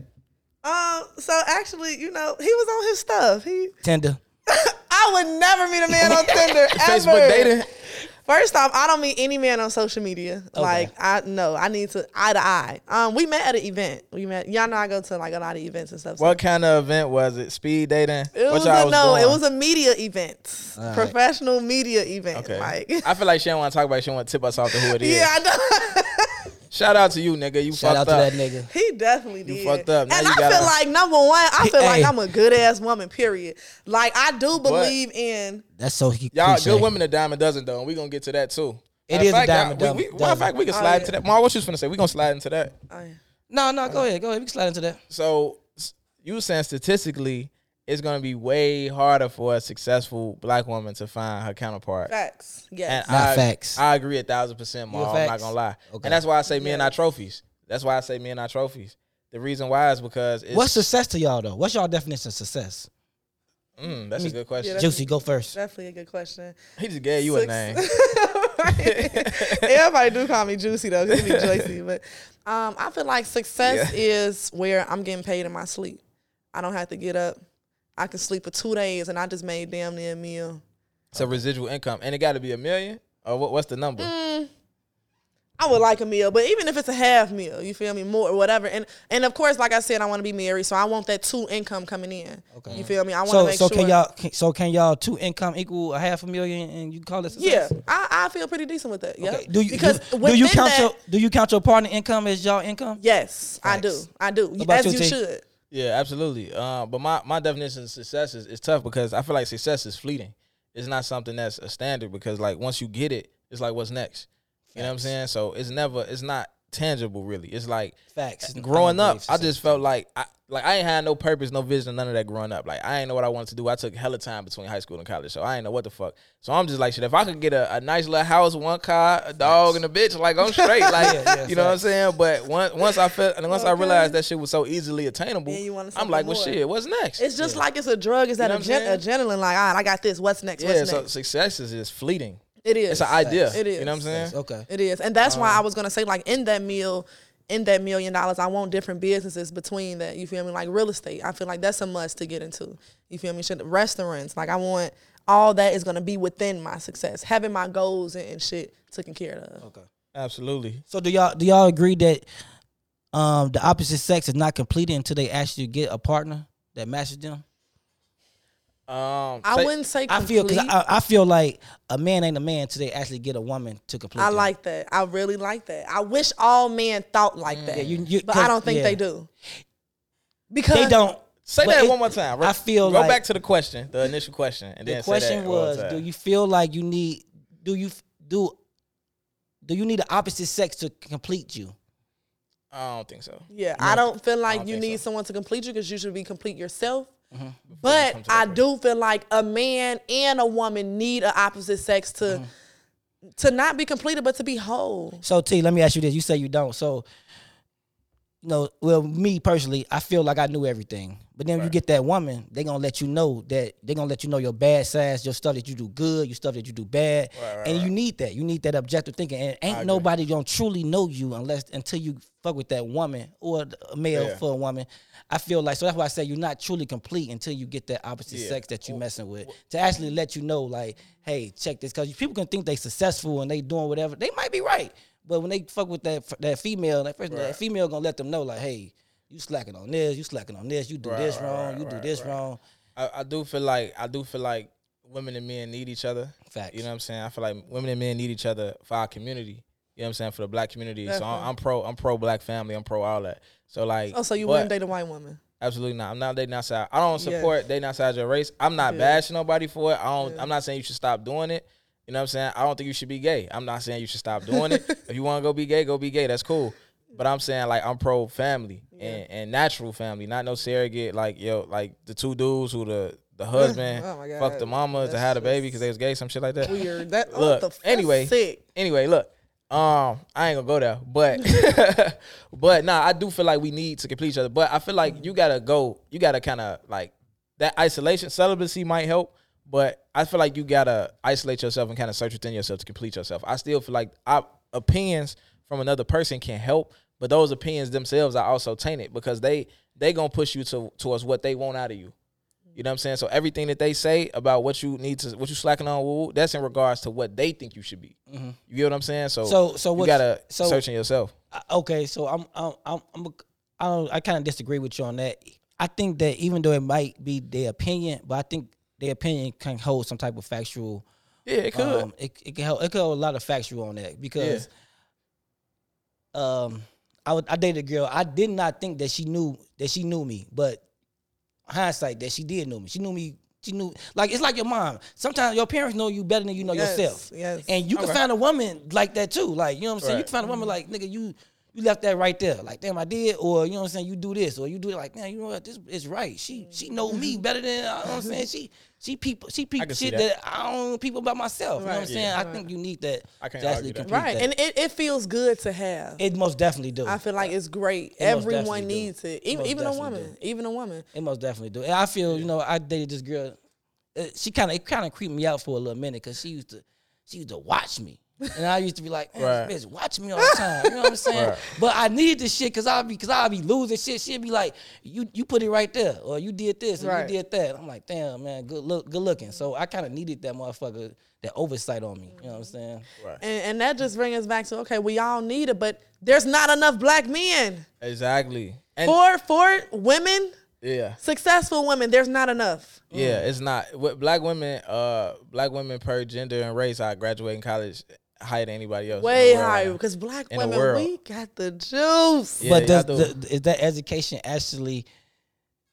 C: At?
A: Um. So actually, you know, he was on his stuff. He.
B: Tinder.
A: I would never meet a
B: *laughs*
A: man on
C: *laughs*
A: Tinder ever.
C: Facebook dating.
A: First off, I don't meet any man on social media. Like I no, I need to eye to eye. Um, we met at an event. We met. Y'all know I go to like a lot of events and stuff. so-
C: What kind of event was it? Speed dating.
A: It
C: What
A: was
C: y'all
A: a, no, it
C: doing?
A: was a media event,
B: All right.
A: professional media event.
C: Okay.
A: Like, *laughs*
C: I feel like she don't want to talk about. It. She want to tip us off to who it is.
A: yeah, I know. *laughs*
C: Shout out to you, nigga. You
B: Shout out
C: fucked
B: to
C: up.
B: that nigga.
A: He definitely did.
C: fucked up. Now
A: and
C: you
A: I
C: gotta-
A: feel like number one,
C: *laughs*
A: I feel
B: Hey.
A: like I'm a good ass woman. Period. Like I do believe in.
B: That's so he.
C: Y'all,
B: cliche.
C: good women a dime a dozen though, and we gonna get to that too.
B: It
C: Matter
B: is a
C: fact,
B: dime a
C: y'all- we- we-
B: dozen.
C: Matter of fact, we can
A: Oh,
C: slide
A: yeah.
C: to that. Mar, what you was finna say? We gonna slide into that.
A: I-
B: No, no, go ahead, go ahead. We can slide into that.
C: So s- you were saying statistically, it's gonna be way harder for a successful black woman to find her counterpart.
A: facts.
C: And
A: Yes.
B: Not
C: I,
B: facts.
C: I agree a thousand percent,
B: You a
C: Mar. I'm not
B: facts?
C: gonna lie.
B: Okay.
C: And that's why I say me and
A: Yeah.
C: our trophies. That's why I say me and our trophies. The reason why is because it's,
B: What's success to y'all though? What's y'all definition of success?
C: Mm, that's a good question.
A: Yeah, that's-
B: Juicy, go first.
A: Definitely a good question.
C: He just gave you a
A: Six-
C: name.
B: *laughs*
A: *laughs* Right. Everybody do call me Juicy though, because me Juicy. But um, I feel like success is where I'm getting paid in my sleep. I don't have to get up. I can sleep for two days, and I just made damn near a meal.
C: It's a residual income, and it got to be a million. Or what, what's the number?
A: I would like a meal, but even if it's a half meal, you feel me, more whatever. And and of course, like I said, I want to be married, so I want that two income coming in.
B: Okay.
A: You feel me? I want to
B: So,
A: make
B: so
A: sure.
B: can y'all? Can, so can y'all two income equal a half a million, and you call it
A: yeah,
B: success?
A: I, I feel pretty decent with that. Yeah.
B: Okay. Do you
A: because
B: do, do you
A: within
B: count
A: that-
B: your do you count your partner income as y'all income?
A: Yes, I do.
B: Facts.
A: I do.
B: about
A: As
B: you,
A: you
B: T?
A: should.
C: Yeah, absolutely. Uh, but my, my definition of success is, is tough because I feel like success is fleeting. It's not something that's a standard because like once you get it, it's like what's next. You know what I'm saying? So it's never it's not tangible really. It's like
B: Facts.
C: growing
B: don't
C: up,
B: believe
C: I
B: success.
C: just felt like I like I ain't had no purpose, no vision, none of that growing up. Like I ain't know what I wanted to do. I took hella time between high school and college, so I ain't know what the fuck. So I'm just like shit. If I could get a, a nice little house, one car, a dog, and a bitch, like
B: *laughs*
C: I'm straight. Like
B: Yeah, yeah,
C: you know what I'm saying? But once once I felt and once I
A: Okay.
C: realized that shit was so easily attainable,
A: Then you wanted
C: I'm like,
A: something
C: well,
A: more.
C: shit, what's next?
A: It's just like it's a drug. It's that
C: know what I'm
A: adren- adrenaline. Like, all right, I got this. What's next?
C: yeah.
A: What's
C: So
A: next?
C: success is just fleeting.
A: It is.
C: It's an idea.
A: It is.
C: You know what I'm saying? Uh-huh.
B: okay.
A: It is, and that's why I was gonna say like in that meal, in that million dollars, I want different businesses between that. You feel me? Like real estate, I feel like that's a must to get into. You feel me? Shit, restaurants, like I want all that is gonna be within my success, having my goals and, and shit taken care of.
B: Okay.
C: Absolutely.
B: So do y'all do y'all agree that um the opposite sex is not completed until they actually get a partner that matches them?
C: Um,
A: I
C: say-
A: wouldn't say
B: I feel because
A: complete.
B: I, I feel like a man ain't a man until they actually get a woman to complete.
A: I
B: them.
A: like that. I really like that. I wish all men thought
C: Mm.
A: like that,
B: you- you-
A: but
B: 'cause-
A: I don't think
B: yeah.
A: they do. Because
B: they don't.
C: Say
B: but
C: that
B: it-
C: one more time.
B: I feel
C: go
B: like-
C: back to the question, the initial question, and
B: The
C: then
B: question was: Do you feel like you need? Do you f- do? Do you need the opposite sex to complete you?
C: I don't think so.
A: Yeah, I don't feel like
C: don't
A: you
C: think
A: need
C: so. Mm-hmm.
A: someone to complete you because you should be complete yourself.
C: Before we come
A: But
C: to that
A: I do feel like a man and a woman need an opposite sex to
C: Mm-hmm.
A: to not be completed, but to be whole.
B: So T, let me ask you this: You say you don't. So, you know, well, me personally, I feel like I knew everything. But then you get that woman, they gonna let you know that they gonna let you know your bad sides, your stuff that you do good, your stuff that you do bad, and you need that. You need that objective thinking. And ain't nobody gonna truly know you unless until you fuck with that woman or a male
C: Yeah.
B: for a woman. I feel like so that's why I say you're not truly complete until you get that opposite
C: Yeah.
B: sex that you're messing with to actually let you know, like, hey, check this, because people can think they successful and they doing whatever. They might be right, but when they fuck with that that female, that, first, that female gonna let them know, like, hey, you slacking on this, you slacking on this, you do this wrong, you do this wrong.
C: I, I do feel like I do feel like women and men need each other.
B: Facts.
C: You know what I'm saying? I feel like women and men need each other for our community. You know what I'm saying? For the black community. So I'm, I'm pro I'm pro black family. I'm pro all that. So like
A: Oh, so you
C: but-
A: wouldn't date a white woman?
C: Absolutely not. I'm not dating outside. I
A: Yes.
C: don't support dating outside your race. I'm not
A: Yeah.
C: bashing nobody for it. I don't.
A: Yeah.
C: I'm not saying you should stop doing it. You know what I'm saying? I don't think you should be gay. I'm not saying you should stop
A: *laughs*
C: doing it. If you want to go be gay, go be gay. That's cool. But I'm saying like I'm pro family
A: Yeah.
C: and, and natural family, not no surrogate. Like yo, like the two dudes who the the
A: *laughs*
C: husband
A: Oh my God.
C: fucked the mama to
A: That's
C: have a
A: just
C: baby because they was gay, some shit like that.
A: Weird. That oh,
C: Look,
A: the f- that's
C: anyway.
A: sick.
C: anyway, look, um, I ain't gonna go there, but *laughs* but nah, I do feel like we need to complete each other. But I feel like you gotta go, you gotta kind of like that isolation, celibacy might help, but I feel like you gotta isolate yourself and kind of search within yourself to complete yourself. I still feel like I, opinions from another person can help, but those opinions themselves are also tainted because they they gonna push you to towards what they want out of you. You know what I'm saying? So everything that they say about what you need to, what you slacking on, woo, that's in regards to what they think you should be.
B: Mhm.
C: You get what I'm saying? So,
B: So so
C: you
B: what?
C: gotta
B: so-
C: search in yourself.
B: I- okay, so I'm I'm I'm, I'm a, I don't I kind of disagree with you on that. I think that even though it might be their opinion, but I think their opinion can hold some type of factual.
C: Yeah, it could.
B: Um, it, it can hold, it can hold a lot of factual on that because, um, I would, I dated a girl. I did not think that she knew that she knew me, but hindsight that she did know me. She knew me. She knew like it's like your mom. Sometimes your parents know you better than you know
A: Yes,
B: yourself.
A: Yes.
B: And you can
C: Okay.
B: find a woman like that too. Like, you know what I'm saying? You
C: Right. Mm-hmm.
B: can find a woman like, nigga, you you left that right there. Like, damn, I did. Or you know what I'm saying? You do this. Or you do it like, damn, you know what? This is right. She
C: Mm-hmm.
B: she know me better than you know what I'm saying. She she people she people
C: can see
B: shit that. I don't people about myself. You know what I'm
A: Right.
B: saying?
A: Yeah.
B: I think you need that
C: I can't
B: to actually
C: argue that.
B: complete
A: right.
B: that.
A: And it, it feels good to have.
B: it most definitely do.
A: I feel like it's great.
B: It most
A: Everyone
B: definitely do.
A: needs it. Even
B: most
A: even a
B: definitely
A: woman. Even a woman.
B: It most definitely do. And I feel, you know, I dated this girl. Uh, she kind of it kind of creeped me out for a little minute because she used to she used to watch me, and I used to be like, man, this bitch watch me all the time. You know what I'm saying?
C: Right.
B: But I needed this shit because I'll be because I'll be losing shit. She'd be like, you you put it right there, or you did this, or
A: Right.
B: you did that. I'm like, damn man, good look, good looking. So I kind of needed that motherfucker that oversight on me. You know what I'm saying?
A: And, and that just brings us back to okay, we all need it, but there's not enough black men
C: Exactly. And
A: for for women,
C: yeah,
A: successful women. There's not enough.
B: Mm.
C: yeah, it's not. What, black women, uh, black women per gender and race are graduating college higher than anybody else. in the
A: Way
C: world.
A: higher because black
C: In the
A: women,
C: world.
A: we got the juice.
C: Yeah,
B: but does
C: y'all
B: the, is that education actually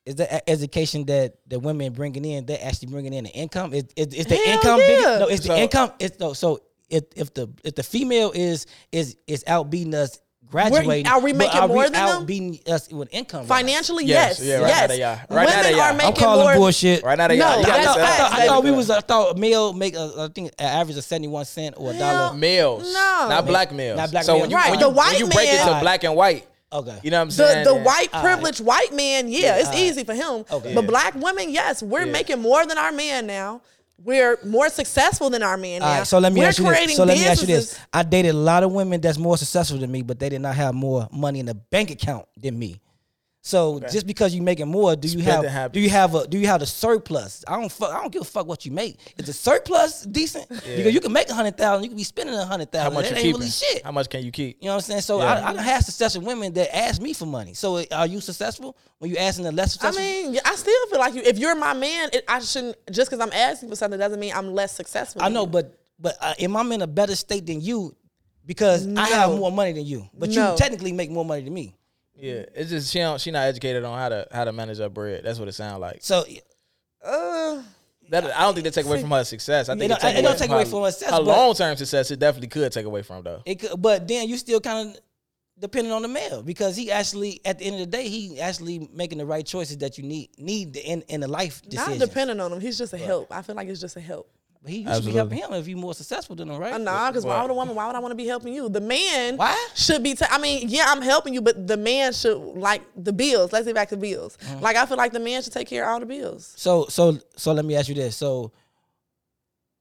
B: is that e- education that the women bringing in that actually bringing in the income is is, is the
A: Hell
B: income
A: yeah.
B: bigger? no it's
C: So-
B: the income it's no so if if the if the female is is is outbeating us graduating
A: are we
B: but
A: making
B: are we
A: more than them?
B: outbeating us with income wise?
A: Financially, yes.
C: Yes, yeah, right now
A: yes.
C: they are. Right now
A: women are
C: they are. I'm
B: I'm
A: making
B: calling
A: more.
B: bullshit
C: Right now, they
A: No,
C: got.
A: that's
B: I thought, I thought,
A: facts.
B: I thought we was I thought male make a, I think an average of seventy one cent or a dollar.
C: males,
A: No.
C: not black males.
B: uh, Not black
C: so
B: males.
C: when you,
A: Right,
C: when
A: the
C: you, when
A: white
C: you break it
A: man-
C: to black and white,
B: Okay.
C: you know what I'm
A: The,
C: saying?
A: the
C: And-
A: white
B: All right.
A: privileged white man, yeah, it's
B: all right.
A: easy for him.
B: Okay.
A: But
C: Yeah.
A: black women, yes, we're
C: Yeah.
A: making more than our man now. We're more successful than our man
B: All
A: now.
B: right, so let me
A: we're
B: ask you
A: creating
B: this. So let me ask you
A: businesses.
B: this. I dated a lot of women that's more successful than me, but they did not have more money in the bank account than me. So just because you're making more, do you
C: Spending
B: have
C: habits.
B: do you have a do you have the surplus? I don't fuck, I don't give a fuck what you make. Is the surplus decent? Because you can make a hundred thousand, you can be spending a hundred
C: how
B: thousand. that
C: much you
B: ain't
C: keep?
B: really shit.
C: How much can you keep?
B: You know what I'm saying? So
C: Yeah.
B: I, I done had successful women that ask me for money. So uh, are you successful when you asking the less
A: I
B: successful?
A: mean, yeah, I still feel like you. If you're my man, it, I shouldn't just because I'm asking for something doesn't mean I'm less successful.
B: I
A: than
B: know,
A: you.
B: but but uh, am I'm in a better state than you because I have
A: No.
B: more money than you, but
A: No.
B: you technically make more money than me.
C: Yeah, it's just she don't, she not educated on how to how to manage her bread. That's what it sounds like.
B: So
A: Uh,
C: That I don't think that take away from her success. I think
B: It
C: it,
B: don't-
C: take
B: it don't take away from her success, but-
C: long term success, it definitely could take away from though.
B: it could, but then you still kind of depending on the male because he actually at the end of the day he actually making the right choices that you need need in in the life
A: not
B: decision.
A: dependent on him. He's just a help. I feel like it's just a help.
B: But he you should be helping him if you more successful than him, right?
A: Uh, Nah, because why would a woman? Why would I want to be helping you? The man
B: Why?
A: should be. ta- I mean, yeah, I'm helping you, but the man should like the bills. Let's get back to bills.
B: Mm-hmm.
A: Like I feel like the man should take care of all the bills.
B: So so so let me ask you this. So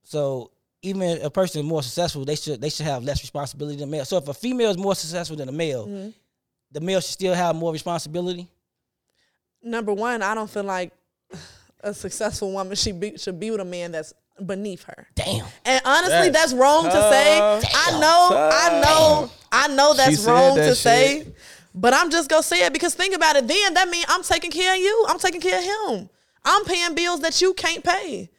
B: so even a person more successful, they should they should have less responsibility than male. So if a female is more successful than a male, the male should still have more responsibility.
A: Number one, I don't feel like a successful woman should be should be with a man that's beneath her.
B: Damn.
A: And honestly,
C: That's
A: that's wrong to say. I know, I know, I know
C: She
A: that's
C: said
A: wrong
C: that
A: to say.
C: shit.
A: But I'm just gonna say it because think about it. Then that means I'm taking care of you. I'm taking care of him. I'm paying bills that you can't pay.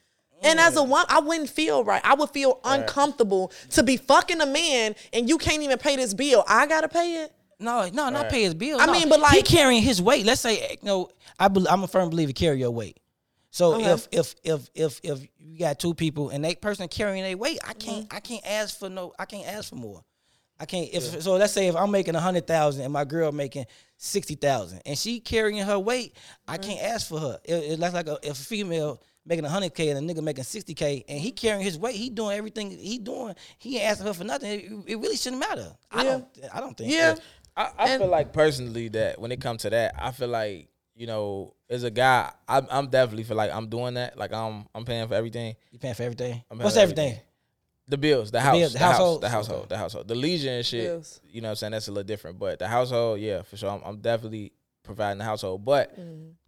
A: And as a
C: Mm.
A: woman, I wouldn't feel right. I would feel uncomfortable to be fucking a man and you can't even pay this bill. I gotta pay it.
B: No, no, not
C: Right.
B: pay his bill.
A: I
B: no.
A: mean, but like-
B: he carrying his weight. Let's say eh, you know, I bel I'm a firm believer carry your weight. So
A: Okay.
B: if if if if if you got two people and that person carrying their weight, I
A: Mm-hmm.
B: can't I can't ask for no I can't ask for more. I can't if so let's say if I'm making a hundred thousand and my girl making sixty thousand and she carrying her weight, I
A: Mm-hmm.
B: can't ask for her. It, it- that's like a, if a female making a hundred K and a nigga making sixty K and he carrying his weight, he doing everything he doing, he ain't asking her for nothing. It, it really shouldn't matter. I
A: Yeah.
B: don't I don't think
A: Yeah.
C: I, I
A: And-
C: feel like personally that when it comes to that, I feel like you know, as a guy, I'm, I'm definitely feel like I'm doing that. Like I'm I'm paying for everything,
B: You paying for everything?
C: I'm paying
B: What's
C: for
B: everything?
C: everything. the bills, the house,
B: bills,
C: the,
B: the
C: house,
B: household.
C: the household, the household, the leisure and shit.
A: Bills.
C: You know, what I'm saying that's a little different, but the household, yeah, for sure. I'm, I'm definitely providing the household, but.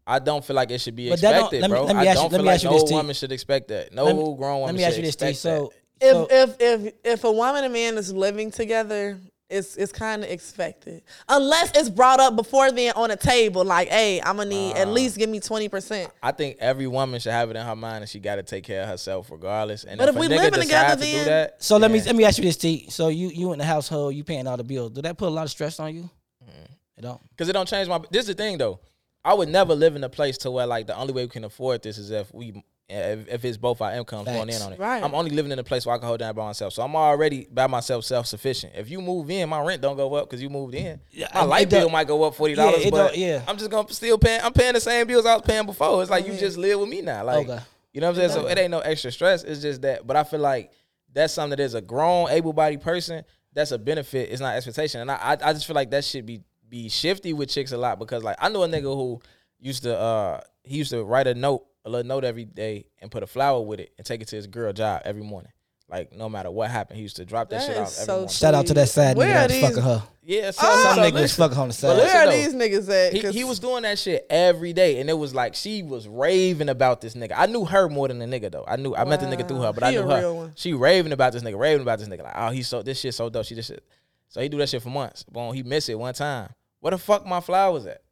C: I don't feel like it should be
B: But that don't-
C: expected,
B: let me-
C: bro.
B: let me
C: I
B: ask you- let
C: don't feel
B: me
C: like
B: ask you
C: no
B: this, T.
C: woman should expect that. No
B: Let me-
C: grown
B: Let
C: woman
B: me
C: should
B: ask you this,
C: expect
B: T. So,
A: if
B: so
A: if if if a woman and man is living together, it's it's kind of expected, unless it's brought up before then on a table. Like, hey, I'm gonna need at least give me twenty percent.
C: I think every woman should have it in her mind that she got to take care of herself regardless. And
A: But if
C: if, a
A: we
C: nigga
A: living
C: decide
A: together,
C: to do
A: then-
C: that,
B: so let me
C: yeah.
B: let me ask you this, T. So you you in the household, you paying all the bills. Do that put a lot of stress on you?
C: Mm-hmm.
B: It don't.
C: Because it don't change my. This is the thing though. I would never live in a place to where like the only way we can afford this is if we if, if it's both our incomes going in
B: Facts.
C: on it.
A: Right.
C: I'm only living in a place where I can hold down by myself, so I'm already by myself self sufficient. If you move in, my rent don't go up because you moved in.
B: Yeah,
C: my
B: it
C: light
B: don't-
C: bill might go up forty dollars,
B: Yeah, it
C: but
B: don't- yeah.
C: I'm just gonna still paying. I'm paying the same bills I was paying before. It's like you just live with me now, like
B: Okay.
C: you know what I'm saying. So it ain't no extra stress. It's just that. But I feel like that's something that is a grown, able-bodied person. That's a benefit. It's not expectation, and I, I I just feel like that should be be shifty with chicks a lot because like I know a nigga who used to uh he used to write a note a little note every day and put a flower with it and take it to his girl job every morning. Like no matter what happened, he used to drop that,
A: That
C: shit off
A: is
C: every
A: so
C: morning.
A: true.
B: Shout out to that side
A: Where
B: nigga that
A: are
B: was
A: these-
B: fucking her.
C: Yeah, so,
A: Oh.
C: so
B: Some nigga was
C: listen,
B: fucking her on the
C: but
B: side.
C: listen
A: Where are
C: though,
A: these niggas at?
C: He,
A: 'Cause
C: he was doing that shit every day, and it was like she was raving about this nigga. I knew her more than the nigga though. I knew I met the nigga through her, but I
A: He a
C: knew her.
A: real one.
C: She raving about this nigga, raving about this nigga. Like, oh, he's so this shit so dope. She this shit. So he do that shit for months. Boom, he missed it one time. Where the fuck my flowers at?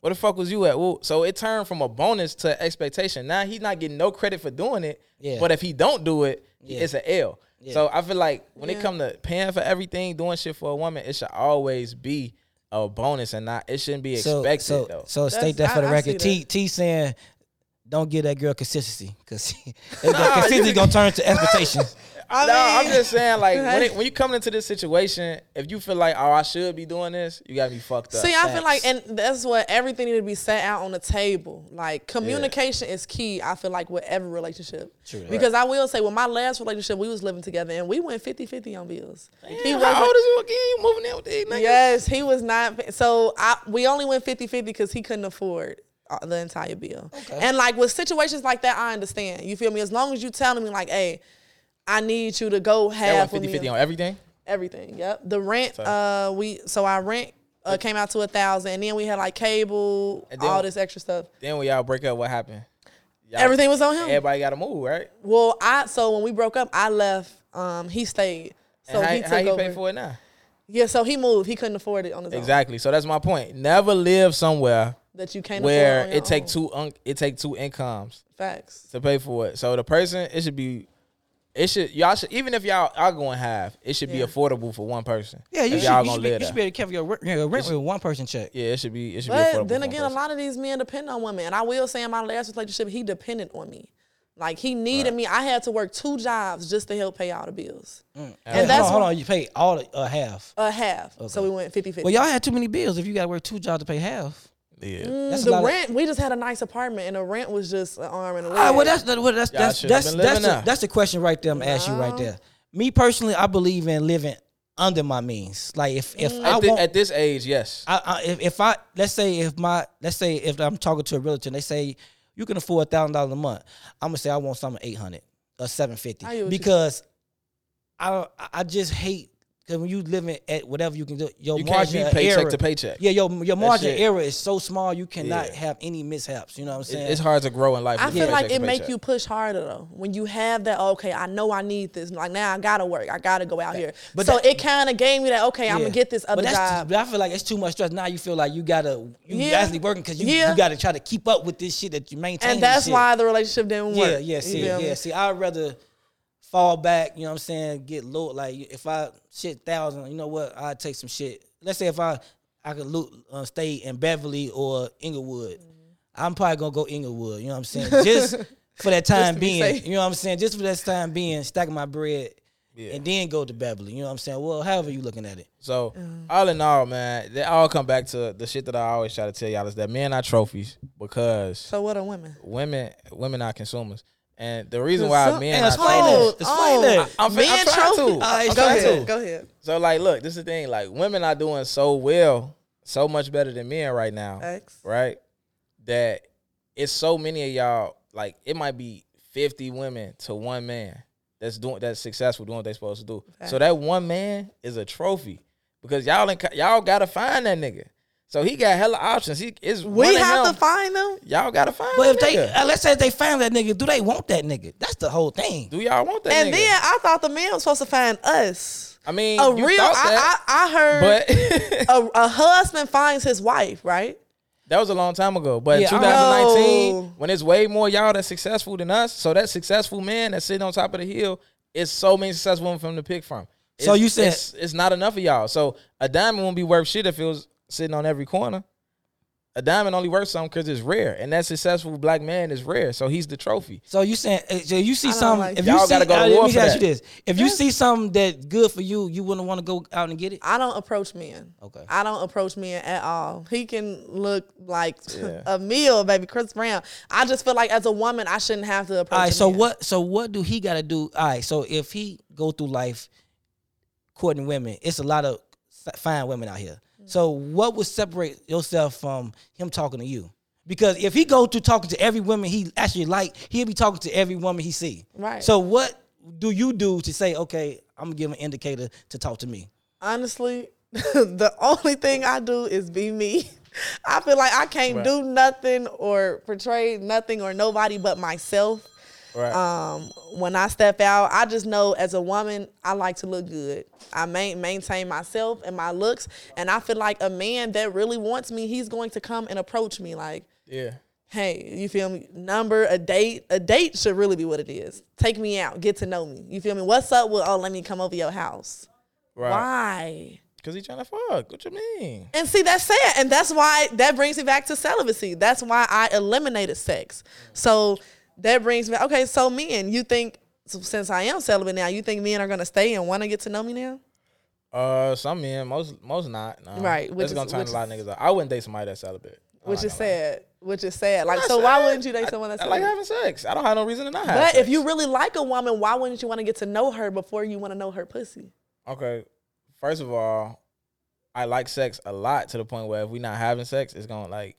C: Where the fuck was you at? Well, so it turned from a bonus to expectation. Now he's not getting no credit for doing it.
B: Yeah.
C: But if he don't do it, it's an L. So I feel like when it
A: Yeah.
C: come to paying for everything, doing shit for a woman, it should always be a bonus and not it shouldn't be
B: So
C: expected
B: so
C: though.
B: so state
A: That's-
B: that for the
A: I- I see
B: record. T T saying. Don't give that girl consistency because *laughs* consistency
C: you-
B: gonna turn *laughs* to expectations.
A: I
C: no,
A: mean-
C: I'm just saying like
A: *laughs*
C: when it, when you come into this situation, if you feel like oh I should be doing this, you gotta be fucked up.
A: See, I feel like, and that's what everything need to be set out on the table. Like communication is key. I feel like with every relationship, True, because I will say, with my last relationship, we was living together and we went 50-50 on bills. he
C: Damn,
A: wasn't-
C: how old is you again? You moving in with these niggas?
A: Yes, he was not. So I, we only went 50 50 because he couldn't afford uh, the entire bill. And like with situations like that, I understand. You feel me? As long as you telling me, like, hey, I need you to go
C: That
A: half with
C: went 50
A: me.
C: 50 on everything.
A: everything. Yep. The rent, uh, we so our rent uh, came out to a thousand, and then we had like cable,
C: And then-
A: all this extra stuff.
C: Then when y'all break up, what happened? Y'all-
A: Everything was on him.
C: Everybody gotta move, right?
A: Well, I so when we broke up, I left. Um, he stayed. So
C: and how
A: he took
C: how you
A: over.
C: pay for it now?
A: Yeah, so he moved. He couldn't afford it on his own.
C: Exactly. So that's my point. Never live somewhere
A: That you can't afford
C: where
A: on your
C: it take
A: own.
C: two un- it take two incomes
A: facts.
C: to pay for it. So the person it should be it should y'all should even if y'all are going half, it should
A: Yeah.
C: be affordable for one person.
B: Yeah, you
C: if
B: should,
C: y'all
B: you
C: gonna
B: should, be,
C: live
B: you should
C: there.
B: be able to cover your rent, your rent with one person check.
C: Yeah, it should be it should be affordable.
A: But
C: for
A: then
C: one
A: again, a
C: person.
A: lot of these men depend on women. And I will say in my last relationship, he depended on me. Like he needed me. I had to work two jobs just to help pay all the bills.
B: Wait,
A: And that's
B: hold on, hold
A: what-
B: on. You pay all the- uh, half.
A: A half. So we went 50 50.
B: Well, y'all had too many bills. If you got to work two jobs to pay half,
C: yeah.
B: that's a
A: Mm, the
B: lot of-
A: rent, we just had a nice apartment and the rent was just an arm and a leg.
B: Ah, well, that's that- well, that's
C: Y'all
B: that's
C: should have
B: that's
C: been
B: that's
C: living
B: a,
C: up.
B: that's the question right there. I'm asking you right there. Me personally, I believe in living under my means. Like if if I
A: Mm.
C: At, thi-
B: want,
C: at this age, yes.
B: I, I if, if I let's say if my let's say if I'm talking to a realtor and they say you can afford thousand dollars a month, I'm gonna say I want something eight hundred or seven fifty
A: I hear what you
B: because I don't- I- I just hate because when you living at whatever you can do, your
C: You can't
B: margin
C: be
B: of
C: paycheck
B: error-
C: to paycheck.
B: Yeah, your your margin of
C: shit-
B: error is so small you cannot
C: Yeah.
B: have any mishaps. You know what I'm
C: It-
B: saying?
C: it's hard to grow in life.
A: I
C: with
A: feel like
C: paycheck
A: it
C: to
A: make
C: paycheck.
A: you push harder though. When you have that, okay, I know I need this. Like now I gotta work. I gotta go out here.
B: But
A: so
B: that-
A: it kind of gave me that. Okay, I'm
B: Yeah.
A: gonna get this other
B: but that's,
A: job.
B: But I feel like it's too much stress. Now you feel like you gotta you
A: Yeah.
B: actually working because you,
A: Yeah.
B: you gotta try to keep up with this shit that you maintain.
A: and that's
B: shit.
A: why the relationship didn't work.
B: Yeah, yeah,
A: You
B: see,
A: feel me?
B: yeah, see. I'd rather fall back. You know what I'm saying? Get low. Like if I shit thousand, you know what? I would take some shit. Let's say if I I could lo- uh, stay in Beverly or Inglewood.
A: Mm-hmm.
B: I'm probably gonna go Inglewood. You know what I'm
A: *laughs*
B: saying? Just for that time
A: to be
B: being.
A: safe.
B: You know what I'm saying? Just for that time being, stacking my bread
C: Yeah.
B: and then go to Beverly. You know what I'm saying? Well, however you looking at it.
C: So all in all, man, they all come back to the shit that I always try to tell y'all is that men are trophies because
A: So what are women?
C: women women are consumers, and the reason why
B: Consum-
C: men
B: and
C: are
B: explain
C: trophies-
B: that. Explain that.
C: I- I'm fin- I'm trying to.
A: trophy-
B: I'm
A: go
B: trying
A: ahead.
B: to.
A: Go ahead.
C: So like, look, this is the thing. Like, women are doing so well, so much better than men right now,
A: X.
C: right? That it's so many of y'all. Like, it might be fifty women to one man that's doing that's successful doing what they supposed to do. So
A: Facts.
C: that one man is a trophy because y'all in, y'all gotta find that nigga. So he got hella options. He is
A: We have to find them.
C: Y'all gotta find.
A: Oh.
B: But if
C: that
B: they
C: nigga.
B: uh, let's say if they find that nigga, do they want that nigga? That's the whole thing.
C: do y'all want that?
A: And
C: nigga?
A: then I thought the men was supposed to find us.
C: I mean,
A: A
C: you
A: real,
C: thought that,
A: I, I, I heard
C: but
A: a, a husband finds his wife, right?
C: That was a long time ago. But
B: Yeah,
C: in
B: I-
C: 2019,
A: No.
C: when it's way more y'all that's successful than us, so that successful man that's sitting on top of the hill, it's so many successful women for him to pick from.
B: So
C: It's-
B: you said-
C: it's, it's not enough of y'all. So a diamond won't be worth shit if it was sitting on every corner. A diamond only worth something because it's rare, and that successful black man is rare. So he's the trophy.
B: So you saying uh, so you see
A: I don't
B: some
A: like
B: if
C: that.
B: you
C: Y'all
B: see,
C: gotta go to
B: uh,
C: war
B: let me
C: for
B: ask you
C: that.
B: this. If you see something that good for you, you wouldn't want to go out and get it?
A: I don't approach men.
B: Okay.
A: I don't approach men at all. He can look like
C: Yeah.
A: *laughs* a meal, baby, Chris Brown. I just feel like as a woman, I shouldn't have to approach.
B: All
A: a
B: right, so
A: man.
B: what so what do he gotta do? All right, so if he go through life courting women, it's a lot of s- fine women out here.
A: Mm.
B: So what would separate yourself from him talking to you? Because if he go to talking to every woman he actually like, he'll be talking to every woman he see.
A: Right.
B: So what do you do to say, okay, I'm gonna give an indicator to talk to me?
A: honestly, *laughs* the only thing I do is be me. *laughs* I feel like I can't do nothing or portray nothing or nobody but myself.
C: Right.
A: Um, when I step out, I just know as a woman, I like to look good. I main, maintain myself and my looks, and I feel like a man that really wants me, he's going to come and approach me like,
C: yeah.
A: hey, you feel me? Number a date. A date should really be what it is. Take me out, get to know me. You feel me? What's up with oh, let me come over your house?
C: Right.
A: Why?
C: Because he trying to fuck. What you mean?
A: And see, that's sad. And that's why that brings me back to celibacy. That's why I eliminated sex. So that brings me, okay, so men, you think, so since I am celibate now, you think men are going to stay and want to get to know me now?
C: Uh, some men, most most not. No.
A: Right, which
C: That's gonna
A: is-
C: turn
A: which
C: a lot of niggas out. I wouldn't date somebody that's celibate. I'm
A: Which
C: not
A: is
C: gonna lie.
A: sad. Which is sad. Like,
C: Not
A: so why
C: sad.
A: wouldn't you date someone that's
C: I, I like
A: celibate?
C: having sex. I don't have no reason to not have
A: But
C: sex.
A: if you really like a woman, why wouldn't you want to get to know her before you want to know her pussy?
C: Okay. First of all, I like sex a lot to the point where if we not having sex, it's gonna like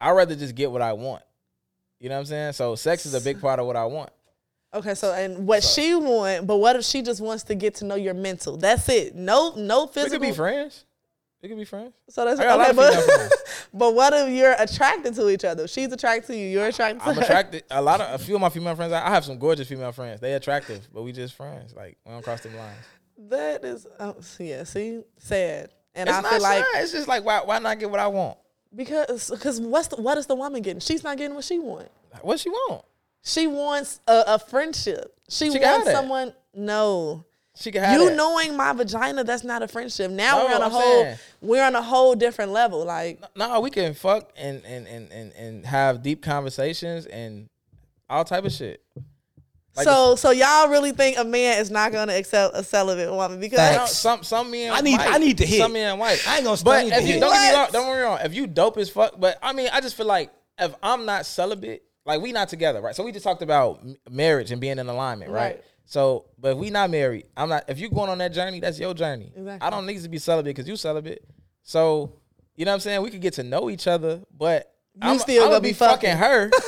C: I'd rather just get what I want. You know what I'm saying? So sex is a big part of what I want.
A: Okay, so and what she want, but what if she just wants to get to know your mental? That's it. No, no
C: We
A: physical.
C: could be friends. We could be friends.
A: So that's
C: I got a lot
A: okay,
C: of female
A: but, *laughs*
C: friends.
A: but what if you're attracted to each other? She's attracted to you. You're attracted to
C: I'm
A: her.
C: attracted. A lot of a few of my female friends. I I have some gorgeous female friends. They attractive, but we just friends. Like we don't cross them lines.
A: *laughs* That is, oh, see, yeah. See, sad. And
C: It's
A: I
C: not
A: feel like
C: sad. it's just like why why not get what I want?
A: because because what's the, what is the woman getting? She's not getting what she wants.
C: What she want?
A: She wants a, a friendship. She,
C: She got
A: wants
C: it.
A: someone. No,
C: She can have
A: you
C: that.
A: knowing my vagina. That's not a friendship. Now
C: No,
A: we're on a
C: I'm
A: whole
C: saying-
A: we're on a whole different level. Like
C: No, we can fuck and and and and, and have deep conversations and all type of shit. Like
A: so so y'all really think a man is not gonna accept a celibate woman because
C: Now,
B: Facts.
C: some some men
B: I need-
C: white,
B: I need to hit.
C: some men white.
B: I ain't gonna stop.
C: But if you,
B: hit.
C: don't get me wrong,
A: What?
C: don't get me wrong. If you dope as fuck, but I mean, I just feel like if I'm not celibate, like we not together, right? So we just talked about m- marriage and being in alignment, right?
A: Right.
C: So, but if we not married, I'm not. If you going on that journey, that's your journey.
A: Exactly.
C: I don't need to be celibate because you celibate. So, you know what I'm saying? We could get to know each other, but I'm
A: still
C: I'm
A: gonna be
C: be fucking, her.
A: *laughs*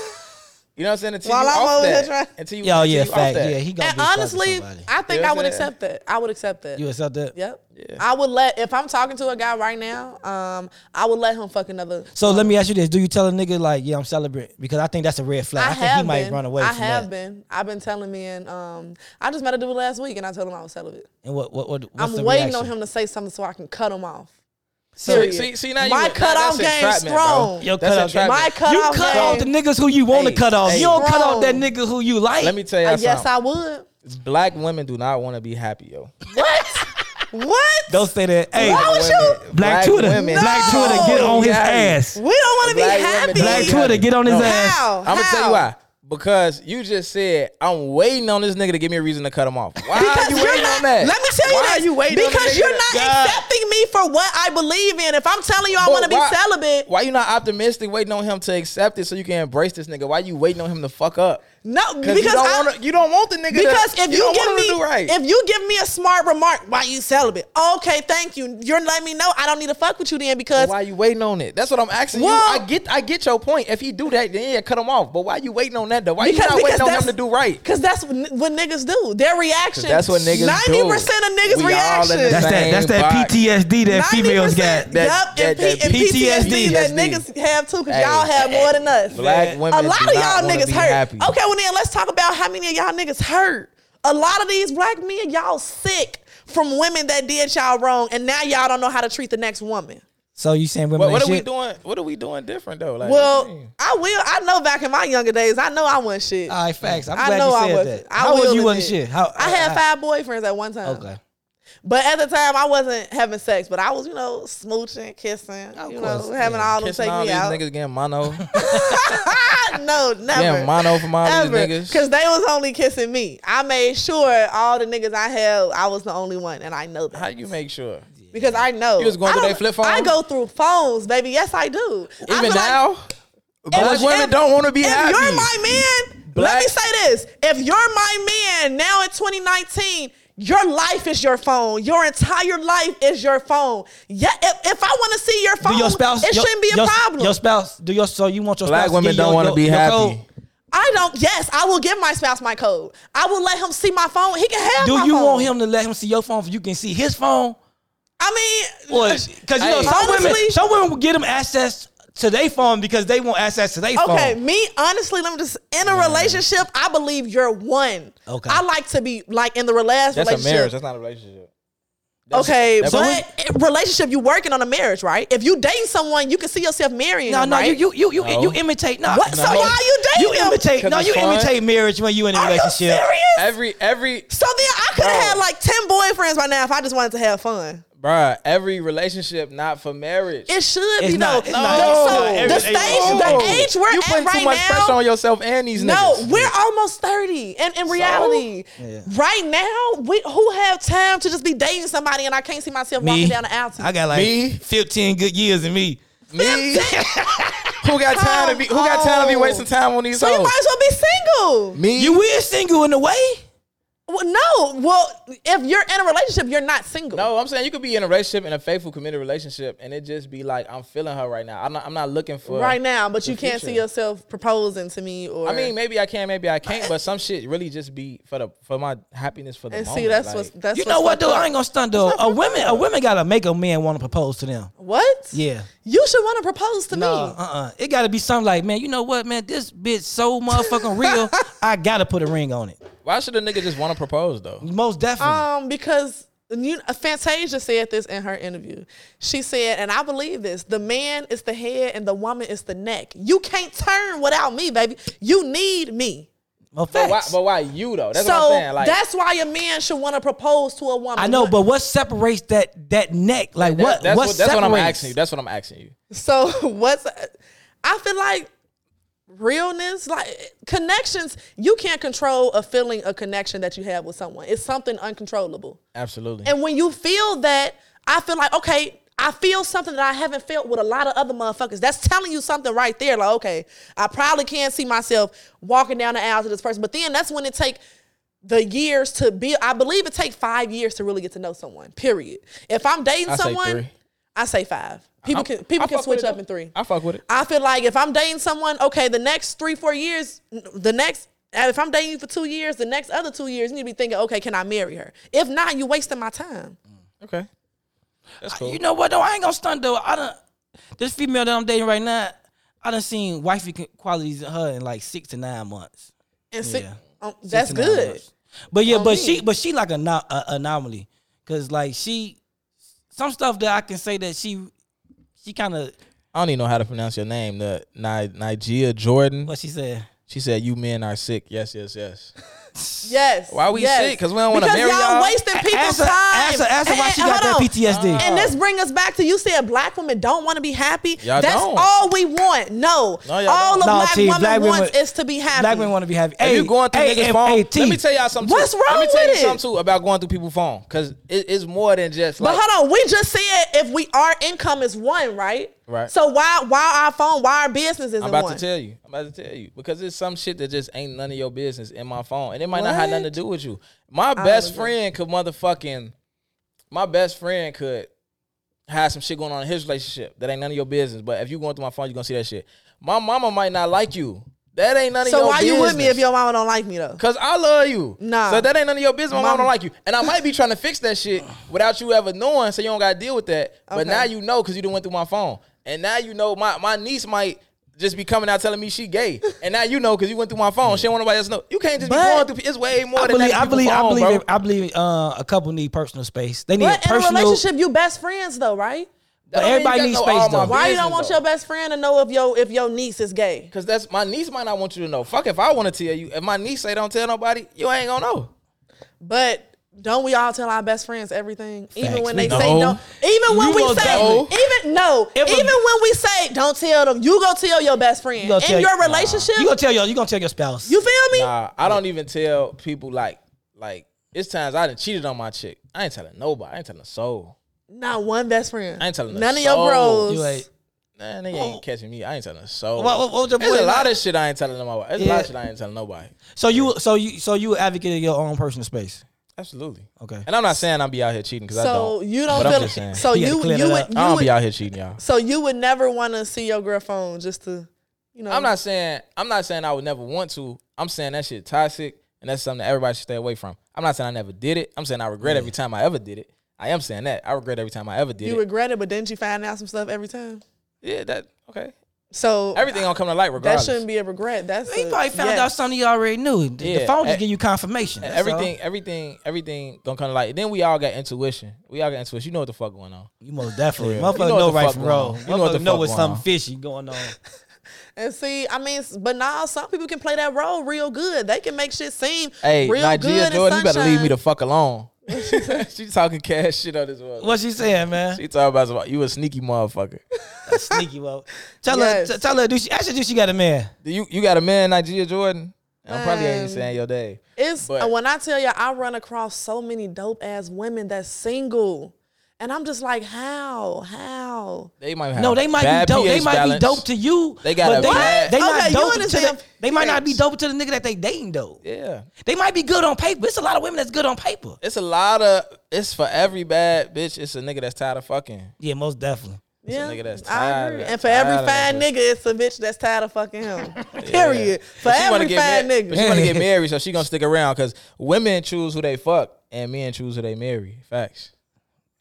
C: you know what I'm saying? Until
A: While
C: you
A: I'm
C: off
A: over here
C: that.
A: trying-
C: Until you,
B: Yeah,
C: until
B: Oh, yeah,
C: you off
B: fact.
C: that.
B: Yeah, he gonna
A: and
B: be fucking
A: honestly,
B: somebody.
A: I think
C: You know
A: I
C: what
A: would
C: I'm saying?
A: accept that. I would accept that.
B: you accept that?
A: Yep.
C: Yeah.
A: I would let if I'm talking to a guy right now, um, I would let him fuck another.
B: So let me ask you this: Do you tell a nigga like, "Yeah, I'm celebrating"? Because I think that's a red flag. I,
A: I
B: think
A: have
B: he might
A: been.
B: run away.
A: I
B: from
A: have
B: that.
A: been. I've been telling men. Um, I just met a dude last week, and I told him I was celibate.
B: And what? What? what what's the
A: I'm waiting on
B: reaction?
A: him to say something so I can cut him off.
C: See,
A: Serious.
C: see, see, now you
A: my
C: went- now
A: cutoff
C: that's
A: game
C: entrapment, bro.
A: strong.
B: Yo,
C: That's
B: cut off.
C: entrapment.
A: My cutoff
B: you cut
A: game.
B: off the niggas who you want
C: Hey,
B: to cut off.
C: hey.
B: you don't cut off that
A: Bro.
B: nigga who you like.
C: Let me tell you
A: Uh,
C: all
A: yes,
C: something.
A: I would.
C: *laughs* Black women do not want to be happy, yo.
A: What? What?
B: Don't say that. Hey,
A: Why would you?
C: Black
F: Black, Twitter,
C: women.
F: Black
A: No.
F: Twitter, get on his
C: Yeah.
F: ass.
A: We don't want to be
C: Black women
A: happy.
C: don't
F: Black
C: Yeah.
F: Twitter, get on his
C: No.
F: ass.
A: How?
C: I'm gonna tell
A: How?
C: you why. Because you just said I'm waiting on this nigga to give me a reason to cut him off. Why
A: Because
C: are you
A: you're
C: waiting
A: not-
C: on that?
A: Let me tell you
C: Why
A: this.
C: Are you waiting on the
A: because
C: nigga
A: you're
C: to-
A: not
C: God.
A: accepting me for what I believe in. If I'm telling you I
C: But
A: want to be
C: why-
A: celibate,
C: Why you not optimistic waiting on him to accept it so you can embrace this nigga? Why you waiting on him to fuck up?
A: no,
C: Because
A: because
C: you don't,
A: I,
C: wanna, you don't want the nigga. to-
A: because if you,
C: don't
A: give
C: want him
A: me
C: to do right,
A: if you give me a smart remark, why you celibate? Okay, thank you. You're letting me know I don't need to fuck with you then because
C: why you waiting on it? That's what I'm asking
A: Well-
C: you. I get, I get your point. If he do that, then yeah, cut him off. But why you waiting on that though? Why
A: Because-
C: you not
A: because
C: waiting on him
A: that's-
C: to do right?
A: Cause that's what, n- what niggas do. Their reaction.
C: That's what niggas do.
A: Ninety percent of niggas'
C: We all in
A: reaction.
C: the
F: That's that.
C: Same
F: That's that
C: box.
F: PTSD that females got.
A: That,
C: That- that-
A: and,
C: that
A: P- and PTSD,
C: PTSD.
A: that niggas have too, because y'all have more than us.
C: Black women
A: a lot
C: do
A: of
C: not
A: y'all
C: wanna
A: niggas
C: be
A: hurt.
C: happy.
A: Okay, well then let's talk about how many of y'all niggas hurt. A lot of these black men, y'all sick from women that did y'all wrong, and now y'all don't know how to treat the next woman.
B: So you saying women
C: But what
B: ain't
C: are we
B: shit?
C: doing? What are we doing different though? Like, what you
A: Well,
C: mean?
A: I will. I know back in my younger days, I know I wasn't shit.
B: All right, facts. Uh, I'm
A: I
B: glad
A: know
B: you
A: I
B: said
A: wasn't.
B: that.
A: I
B: How old
A: will
B: you wasn't
A: admit.
B: shit? How
A: I had
B: how-
A: five boyfriends at one time.
B: Okay.
A: But at the time, I wasn't having sex, but I was, you know, smooching, kissing, you
B: course,
A: know, having all them
C: Kissing
A: take
C: all
A: me
C: these
A: out.
C: niggas
A: *laughs*
C: getting mono,
A: no,
C: getting
A: never.
C: mono from all
A: Ever,
C: these niggas.
A: because they was only kissing me. I made sure all the niggas I had, I was the only one, and I know that
C: How you make sure?
A: because I know.
C: You was going
A: I
C: through
A: don't-
C: they flip phone?
A: I go through phones, baby. Yes, I do. I
C: Even
A: feel like
C: now, black
A: if-
C: women
A: if-
C: don't want to be
A: if
C: happy.
A: you're my man,
C: Black-
A: let me say this: if you're my man now in 2019. Your life is your phone. Your entire life is your phone. Yeah, if, if I want to see your phone,
B: Do your spouse?
A: it
B: your-
A: shouldn't be a
B: your,
A: problem.
B: Your spouse? Do your so you want your
C: black
B: spouse
C: women
B: to give
C: don't want
B: to
C: to be happy.
A: I don't. Yes, I will give my spouse my code. I will let him see my phone. He can have.
B: Do
A: my
B: you
A: phone.
B: want him to let him see your phone so you can see his phone?
A: I mean,
B: Or because you know
C: Hey.
B: some women,
A: Honestly-
B: some women will get them access to their phone because they want access to their phone.
A: okay. Me, honestly, let me just in a relationship. I believe you're one.
B: Okay.
A: I like to be like in the last
C: That's a
A: relationship.
C: marriage. That's not a relationship.
A: okay,
C: that's-
A: but in relationship, you working on a marriage, right? If you dating someone, you can see yourself marrying.
B: No,
A: them,
B: no,
A: right?
B: you you you
C: No.
B: you, you imitate. No,
A: What? So
B: no.
A: why are you dating
B: You
A: them?
B: imitate. No,
C: 'Cause
B: you
C: it's fun.
B: imitate marriage when you in a
A: Are you
B: relationship.
A: serious?
C: Every every
A: so then I could
C: Bro.
A: have had like ten boyfriends by now if I just wanted to have fun.
C: bruh, every relationship not for marriage.
A: It should
B: It's
A: be
B: not- it's
A: though.
B: not-
A: The-
C: Oh,
B: it's
A: so
B: not every-
A: the
B: it's-
A: stage,
B: no.
A: the age we're
C: you
A: at
C: putting
A: right
C: too much
A: now.
C: pressure on yourself and these
A: No,
C: niggas.
A: we're almost 30. And in reality, right now, we who have time to just be dating somebody and I can't see myself
B: Me,
A: walking down the aisle. to-
B: I got like
C: Me?
B: fifteen good years in me. *laughs*
C: me. who got time to be? Who got time to be wasting time on
A: *laughs*
C: these
A: so you
C: hoes?
A: might as well be single.
C: Me.
B: You is single in a way.
A: Well, no, well, if you're in a relationship, you're not single.
C: No, I'm saying you could be in a relationship, in a faithful, committed relationship, and it just be like, I'm feeling her right now. I'm not, I'm not looking for.
A: right now, but you can't
C: future.
A: see yourself proposing to me or
C: I mean, maybe I can, maybe I can't, but some shit really just be for the for my happiness for the
A: and
C: moment.
A: see that's
C: like,
A: what's that's
B: You
A: what's
B: know what
A: fucked
B: though? I
A: up.
B: ain't gonna stunt though. A women, a women gotta make a man want to propose to them.
A: What?
B: Yeah.
A: You should want to propose to
B: No,
A: me.
B: uh, uh It gotta be something like, man, you know what, man? This bitch so motherfucking
C: *laughs*
B: real. I gotta put a ring on it.
C: Why should a nigga just want to propose though?
B: Most definitely.
C: Uh,
A: Um, because you, Fantasia said this in her interview. She said, and I believe this: the man is the head and the woman is the neck. You can't turn without me, baby. You need me.
B: Well,
C: But why,
B: facts.
C: but why you though? That's
A: so
C: what I'm saying. Like,
A: that's why a man should want to propose to a woman.
B: I know, but what separates that that neck? Like what?
C: that's
B: what,
C: what, that's what I'm
B: separates?
C: asking you. That's what I'm asking you.
A: so *laughs* what's? I feel like realness, like connections. You can't control a feeling, a connection that you have with someone. It's something uncontrollable.
C: Absolutely.
A: And when you feel that, I feel like, okay, I feel something that I haven't felt with a lot of other motherfuckers. That's telling you something right there. Like, okay, I probably can't see myself walking down the aisle to this person. But then that's when it take the years to be. I believe it take five years to really get to know someone. Period. If I'm dating
C: I say
A: someone,
C: three.
A: I say five. People
C: I-
A: can people
C: I
A: can
C: fuck
A: switch
C: with it,
A: up
C: though.
A: in three.
C: I fuck with it.
A: I feel like if I'm dating someone, okay, the next three, four years, n- the next, if I'm dating you for two years, the next other two years, you need to be thinking, okay, can I marry her? If not, you wasting my time.
C: Okay. That's cool.
B: You know what though? I ain't gonna stunt though. I done this female that I'm dating right now. I done seen wifey c- qualities in her in like six to nine months.
A: And see,
B: Yeah.
A: um,
B: Six
A: that's
B: to nine
A: good.
B: months. But yeah,
A: On
B: but
A: me.
B: she but she like a, no- a anomaly because like she some stuff that I can say that she she kind of
C: I don't even know how to pronounce your name. The Ni- Nigeria Jordan.
B: what she said.
C: She said, "You men are sick." Yes, yes, yes.
A: Yes.
C: Why we
A: yes.
C: sick? 'Cause we don't wanna
A: Because
C: marry
A: y'all.
C: y'all?
A: wasting people's
B: Ask her-
A: time.
B: ask her- ask her why she got
A: hold
B: that
A: on.
B: PTSD.
A: And this brings us back to you said black women don't want to be happy.
C: Y'all
A: That's
C: don't.
A: all we want. No.
C: No, y'all
A: all
C: don't.
A: a
B: No,
A: black
B: T,
A: woman
B: black women-
A: wants is to be happy.
B: Black women want to be happy.
C: If
B: hey,
C: you going through
B: hey,
C: niggas'
B: hey,
C: phone,
B: hey,
C: let
B: T,
C: me tell y'all something.
A: What's
C: too. Let
A: wrong
C: me tell
A: with
C: you
A: it?
C: something too about going through people's phone because it, it's more than just like.
A: But hold on, we just said if we our income is one, right?
C: Right.
A: So why why our phone, why our business isn't
C: I'm about
A: one?
C: to tell you. I'm about to tell you because it's some shit that just ain't none of your business in my phone, and it might not have nothing
A: What?
C: to do with you. My best friend could motherfucking, my best friend could have some shit going on in his relationship that ain't none of your business. But if you going through my phone, you are gonna see that shit. My mama might not like you. That ain't none of
A: so
C: your
A: why
C: business.
A: you with me if your mama don't like me though?
C: Cause I love you.
A: Nah.
C: So that ain't none of your business. My mom
A: Mama.
C: don't like you, and I might be trying to fix that shit
B: *sighs*
C: without you ever knowing, so you don't gotta deal with that. But
A: Okay.
C: now you know, cause you done went through my phone, and now you know my, my niece might just be coming out telling me
B: *laughs*
C: she gay, and now you know, cause you went through my phone. She don't want nobody else to know. You can't just
A: But-
C: be going through. It's way more
B: I
C: than
B: believe,
C: that.
B: I believe, I
C: phone,
B: believe,
C: bro.
B: I believe, uh, a couple need personal space. They need
A: But
B: a
A: in a
B: personal.
A: relationship, you best friends though, right?
C: That don't mean
B: everybody
C: you
B: needs
C: gotta know
B: space,
C: all my
B: though.
A: Why you don't
C: business,
A: want
C: though.
A: your best friend to know if your if your niece is gay?
C: Cause that's my niece might not want you to know. Fuck if I want to tell you. If my niece say don't tell nobody, you ain't gonna know.
A: But don't we all tell our best friends everything, even when they
B: We
A: say
B: know.
A: don't? Even when
C: You
A: we
C: gonna
A: say,
C: know.
A: even no,
B: If a-
A: even when we say don't tell them, you go tell your best friend
B: You gonna tell
A: in your
B: your-
A: relationship.
B: You
A: you,
B: gonna tell your, you gonna tell your spouse.
A: feel me?
C: Nah, I don't even tell people like like it's times I done cheated on my chick. I ain't telling nobody. I ain't telling a soul.
A: Not one best friend.
C: I ain't telling a
A: none of your
C: soul.
A: bros.
B: you like,
C: Nah, nigga ain't catching me. I ain't telling a soul.
B: What- what- what was your
C: There's a
B: point?
C: lot of shit I ain't telling nobody. There's a lot
B: Yeah.
C: of shit I ain't telling nobody.
B: so you, so you, so you advocated your own personal space.
C: Absolutely.
B: Okay.
C: And I'm not saying I'm be out here cheating because I
A: so
C: don't.
A: you don't
C: But I'm just
A: feel.
C: saying.
A: So
B: You
A: you
B: gotta clear
A: you
B: that
A: would
B: up.
A: you
C: I don't be
A: would,
C: out here cheating, y'all.
A: so you would never want to see your girl phone just to you know.
C: I'm not saying I'm not saying I would never want to. I'm saying that shit toxic and that's something that everybody should stay away from. I'm not saying I never did it. I'm saying I regret every time I ever did it. I am saying that. I regret every time I ever did
A: You
C: it.
A: regret it, but didn't you find out some stuff every time?
C: yeah, that okay.
A: So
C: Everything gonna come to light
A: that
C: regardless.
A: shouldn't be a regret. That's
B: He
A: a-
B: probably found
A: yes.
B: out something you already knew. The, the
C: Yeah.
B: phone just
C: E-
B: give you confirmation. That's
C: everything,
B: all.
C: everything, everything gonna come to light. Then we all got intuition. We all got intuition. You know what the fuck going on.
B: You most definitely.
C: Yeah.
B: Motherfucker
C: You know
B: know,
C: what the
B: right
C: fuck
B: from
C: going
B: wrong.
C: on. You know what the
B: Motherfucker know
C: fuck
B: what's
C: going
B: something
C: on.
B: fishy going on.
A: And see, I mean, s- but now some people can play that role real good. They can make shit seem
C: Hey,
A: real
C: Nigeria
A: good.
C: Jordan, you
A: and
C: better leave me the
A: sunshine.
B: *laughs*
C: fuck alone. *laughs* she talking cash shit on this one.
B: What she saying, man?
C: She talking about some- you a sneaky motherfucker.
B: Sneaky, well. *laughs* Tell
A: Yes.
B: her, t- tell her, do she, ask her, do she got a man?
C: Do you you got a man, Nigeria Jordan? I'm probably ain't
A: Man.
B: Um,
C: saying your day.
A: It's
C: But-
A: when I tell you, I run across so many dope ass women that's single, and I'm just like, how, how?
C: They might have
B: No, they might
C: bad
B: be dope. They
C: pH
B: might
C: balance.
B: be dope to you.
C: They got
B: but
C: a
B: they,
C: bad-
B: They,
A: Okay,
B: not
A: you
B: dope to
A: understand.
B: the, they might not be
A: Bitch.
B: dope to the nigga that they dating though.
C: Yeah,
B: They might be good on paper. It's a lot of women that's good on paper.
C: it's a lot of it's for every bad bitch. It's a nigga that's tired of fucking.
B: Yeah, most definitely.
C: It's a nigga that's
A: I
C: tired.
A: agree.
C: of-
A: And for every
C: tired of that
A: fine
C: bitch.
A: nigga, it's a bitch that's tired of fucking him.
C: *laughs*
A: Period. For
C: She wanna
A: every
C: get
A: fine
C: married- but She *laughs*
A: nigga.
C: want to get married, so she gonna stick around because women choose who they fuck and men choose who they marry. Facts.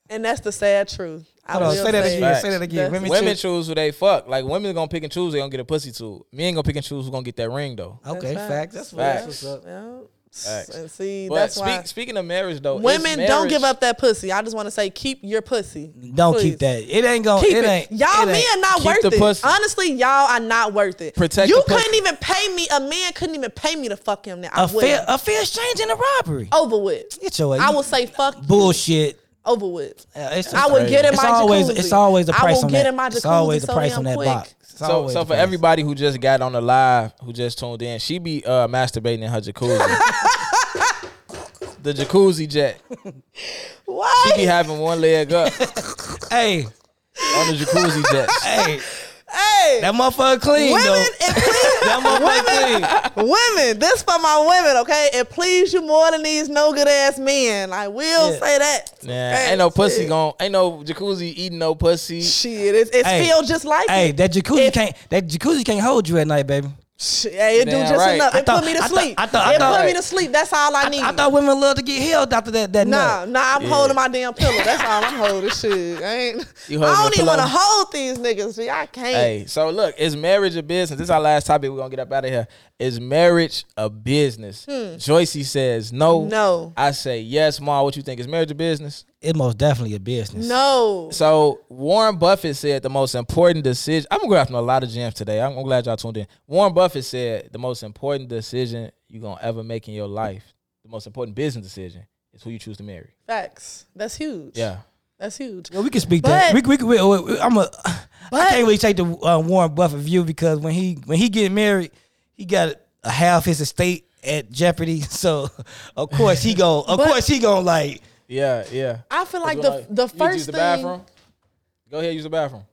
A: And that's the sad truth. I
B: Hold on,
A: will
B: say that
A: say
B: again.
A: it.
B: Say that again.
A: That's-
B: Women,
C: Women
B: choose-
C: choose who they fuck. Like women gonna pick and choose. They gonna get a pussy to. Men gonna pick and choose who gonna get that ring though.
A: Oh,
B: Okay,
A: That's
B: facts.
A: facts.
B: That's
C: Facts.
B: what's up.
A: Yeah.
C: Facts.
A: And see,
C: But
A: that's
C: speak,
A: why.
C: speaking of marriage though, it's
A: Women, don't
C: marriage-
A: give up that pussy. I just want to say, keep your pussy.
B: Don't
A: Please.
B: keep that. It ain't gonna.
A: Keep
B: it,
A: it.
B: ain't.
A: Y'all
B: it
A: men
B: ain't-
A: are not
C: Keep
A: worth
C: the
A: it.
C: pussy.
A: Honestly, y'all are not worth it.
C: Protect
A: You
C: the pussy.
A: couldn't even pay me. A man couldn't even pay me to fuck him. Now I
B: A
A: would
B: fair, a fair exchange and a robbery.
A: over with.
B: Get your.
A: Oh. I will say fuck you.
B: *laughs* bullshit.
A: over with.
B: Uh, it's
A: I would get in
B: it's
A: my
B: always,
A: jacuzzi.
B: It's always the
A: I
B: price
A: will
B: on
A: get
B: that.
A: in my
B: it's always
A: jacuzzi
B: the
A: so
B: price
A: damn
B: on that
A: quick.
B: box. It's
C: So,
B: always
C: so
B: the
C: for
B: price.
C: everybody who just got on the live, who just tuned in, she be uh, masturbating in
A: *laughs*
C: her jacuzzi. the jacuzzi jet. She be
A: Why?
C: having one leg up
B: Hey,
C: on the
A: *laughs*
C: jacuzzi jet.
B: hey,
A: Hey,
B: that motherfucker clean though.
A: women, it please,
B: that motherfucker clean.
A: women. This for my women, okay? It please you more than these no good ass men. I will
B: Yeah.
A: say that.
C: Nah,
A: Okay,
C: ain't no pussy
A: shit.
C: gon' ain't no jacuzzi eating no pussy.
A: Shit, it, it
B: Hey.
A: feel just like
B: Hey,
A: it.
B: that jacuzzi
A: If-
B: can't. That jacuzzi can't hold you at night, baby.
A: Shit, Hey, it do
C: Damn
A: just
C: right.
A: enough.
B: I
A: It
B: thought-
A: put me to
B: I thought-
A: sleep.
B: I thought- I
A: it
B: thought-
A: put me to sleep. That's all I need.
B: I thought women love to get held after that. That
A: nah,
B: nut.
A: nah, I'm
C: Yeah.
A: holding my damn pillow. That's all I'm holding. Shit, I ain't. I
C: You holding
A: don't
C: a
A: even want to
C: pillow?
A: hold these niggas. G. I can't.
C: Hey, so look, is marriage a business? This is our last topic. We're gonna get up out of here. Is marriage a business? Joycey says no.
A: Hmm. No.
C: I say yes, Ma. What you think? Is marriage a business?
B: It most definitely a business.
A: No.
C: So Warren Buffett said the most important decision. I'm gonna go after a lot of gems today. I'm I'm glad y'all tuned in. Warren Buffett said the most important decision you gonna ever make in your life. The most important business decision is who you choose to marry.
A: Facts. That's huge.
C: Yeah.
A: That's huge.
B: Well, we can speak that.
A: But-
B: We, we, we, we, we, I'm a. I
A: But-
B: can't really take the uh, Warren Buffett view because when he when he get married, he got a half his estate at jeopardy. *laughs* So of course he go. Of
A: But-
B: course he going like.
C: Yeah, yeah.
A: I feel like
C: You
A: the
C: wanna-
A: the
C: you
A: first
C: use the
A: thing
C: bathroom. Go ahead, use the bathroom.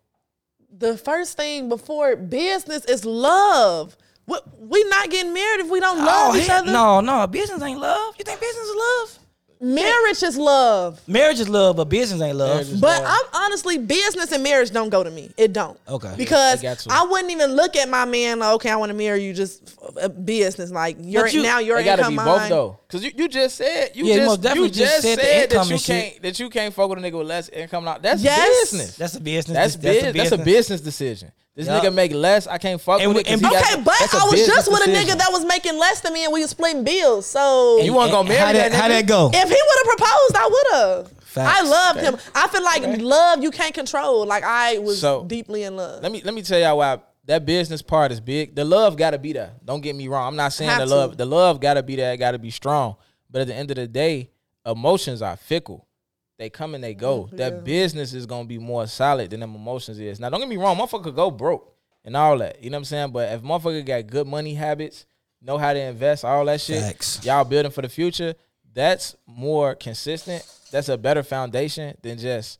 A: the first thing before business is love. We, we not getting married if we don't love
B: oh,
A: each
B: hell-
A: other.
B: No, no, business ain't love. You think business is love?
A: Marriage is love.
B: Marriage is love, but business ain't love.
C: Marriage is-
A: But
C: Yeah.
A: I'm honestly, business and marriage don't go to me. It don't.
B: Okay.
A: Because
C: Yeah, I got you.
A: I wouldn't even look at my man like, okay, I want to marry you. Just uh, business, like you're
B: But you-
A: now your
C: They gotta
A: income.
C: be
A: mine.
C: both though, cause you, you just said you
B: Yeah, you most
C: just you
B: definitely
C: just,
B: just
C: said,
B: said the
C: that
B: income
C: you
B: and shit.
C: can't that you can't fuck with a nigga with less income. Now that's
A: Yes.
C: business.
B: That's a business.
C: That's
B: a
C: business. That's a business decision. This
B: Yeah.
C: nigga make less. I can't fuck
B: And
C: with
B: we-
C: it. 'cause
B: and-
C: he got
A: Okay,
C: the-
A: but
C: that's a
A: I was
C: business
A: just with a
C: decision.
A: nigga that was making less than me, and we were splitting bills. So
C: You weren't gonna
B: And
C: marry
B: how
C: that.
B: How
C: nigga.
B: that go?
A: If he would have proposed, I would have.
B: Facts.
A: I loved him. I feel like love you can't control. Like I was
C: So,
A: deeply in love.
C: Let me let me tell y'all why that business part is big. The love gotta be there. Don't get me wrong. I'm not saying
A: Have
C: the
A: to.
C: love. The love gotta be there. It gotta be strong. But at the end of the day, emotions are fickle. They come and they go. That business is gonna be more solid than them emotions is. Now don't get me wrong, motherfucker could go broke and all that. You know what I'm saying? But if motherfucker got good money habits, know how to invest, all that shit,
B: Facts.
C: y'all building for the future, that's more consistent. That's a better foundation than just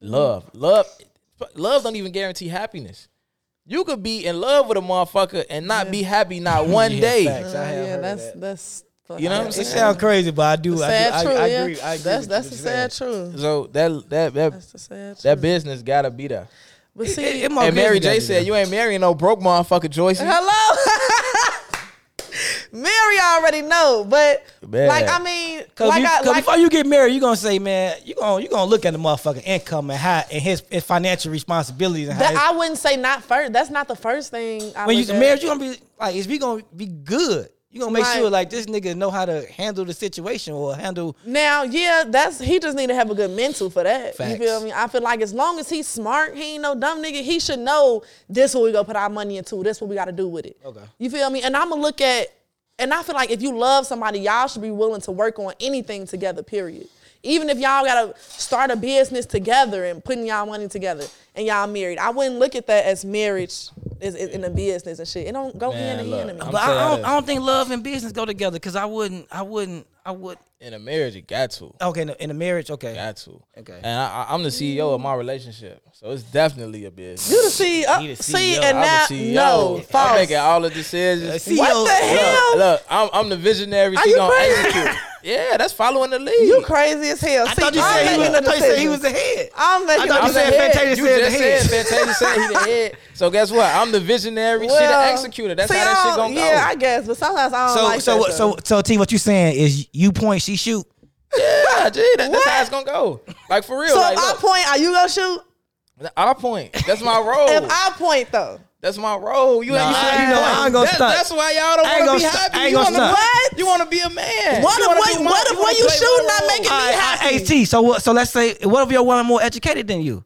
C: love. Love love don't even guarantee happiness. You could be in love with a motherfucker and not be happy not one
B: *laughs* Yeah,
C: day.
B: facts. I have
A: yeah,
B: heard
A: that's
B: that.
A: that's.
C: You know what I'm
B: It
C: saying?
B: sounds crazy, but I do. I, do,
A: Sad
B: I,
A: truth.
B: I
A: yeah.
B: agree. I agree
A: that's
B: with
A: that's
B: what
A: the
B: you're saying.
A: sad truth.
C: So that that that,
A: That's the sad truth.
C: that business gotta be there.
A: But
B: It-
A: see,
B: *laughs* it my
C: and Mary
B: business
C: J
B: gotta be
C: said,
B: there.
C: "You ain't marrying no broke motherfucker, Joyce."
A: hello. *laughs* Mary already know, but
C: Man.
A: like I mean,
B: Cause,
A: like
B: you-
A: I
B: 'cause
A: like
B: before you get married, you gonna say, man, you gonna you gonna look at the motherfucking income and how and his, his financial responsibilities and how
A: that,
B: it's-
A: I wouldn't say not first. That's not the first thing. I
B: when you
A: look at.
B: married, you gonna be like, is we gonna be good? You gonna make
A: Right.
B: sure like this nigga know how to handle the situation or handle.
A: Now, yeah, that's he just need to have a good mental for that. You
B: Facts.
A: feel me? I feel like as long as he's smart, he ain't no dumb nigga. He should know this what we gonna put our money into. This what we gotta do with it.
B: Okay.
A: You feel me? And I'm gonna look at, and I feel like if you love somebody, y'all should be willing to work on anything together. Period. Even if y'all gotta start a business together and putting y'all money together and y'all married, I wouldn't look at that as marriage is is in a business and shit. It don't go
C: Man,
A: hand in
C: look,
A: hand to me.
C: I'm-
B: But I,
C: saying
B: I, don't,
C: this.
B: I don't think love and business go together because I wouldn't I wouldn't I would
C: In a marriage, it got to,
B: okay no, in a marriage okay
C: got to.
B: Okay.
C: And I, I- I'm the CEO of my relationship, so it's definitely a business.
A: You the E CEO,
B: the
A: see,
B: CEO.
A: and
C: I'm
A: now
C: the E CEO.
A: no,
C: I'm
A: false.
C: making all the decisions.
B: CEO
A: What the hell?
C: Look, look, I'm, I'm the visionary.
A: Are
C: She
A: you
C: gonna
A: crazy?
C: execute. Yeah, that's following the lead.
A: You crazy as hell.
B: I
A: See,
B: thought you
A: I'm
B: said he was,
A: making
B: I
A: a
B: thought you said he
A: decision.
B: was the head.
A: I'm making
B: thought
A: a
B: you said
A: decision.
B: Fantasia
C: You
B: said
C: just
B: the
C: said
B: head.
C: Fantasia said he the head. So guess what? I'm the visionary. she the
A: Well,
C: executor. That's
A: see,
C: how that
A: I
C: shit
A: don't-
C: gonna
A: yeah, I
C: go.
A: guess, but sometimes I don't
B: So
A: like
B: so
A: that,
B: so
A: though.
B: so T, what you saying is you point, she shoot.
C: yeah, gee, that, that's how it's gonna go. Like for real.
A: So
C: like,
A: if I
C: look,
A: point, are you gonna shoot?
C: our point. That's my
B: Oh.
C: role.
A: If I point though,
C: that's my role. You
B: Nah,
C: ain't.
B: I- you know, I ain't gonna
C: That-
B: stunt.
C: That's why y'all don't
B: I ain't
C: wanna be
B: gonna stunt.
C: happy.
B: I ain't
C: You
B: gonna
C: wanna-
A: stunt.
C: You wanna be a man.
A: What
C: You
A: if
C: wanna
A: what-
C: be my-
A: what if
C: wanna
A: when you
C: play my
A: shooting, not
C: role.
A: making-
B: All right, all right,
A: happy.
B: hey T, so what? So let's say what if your woman more educated than you?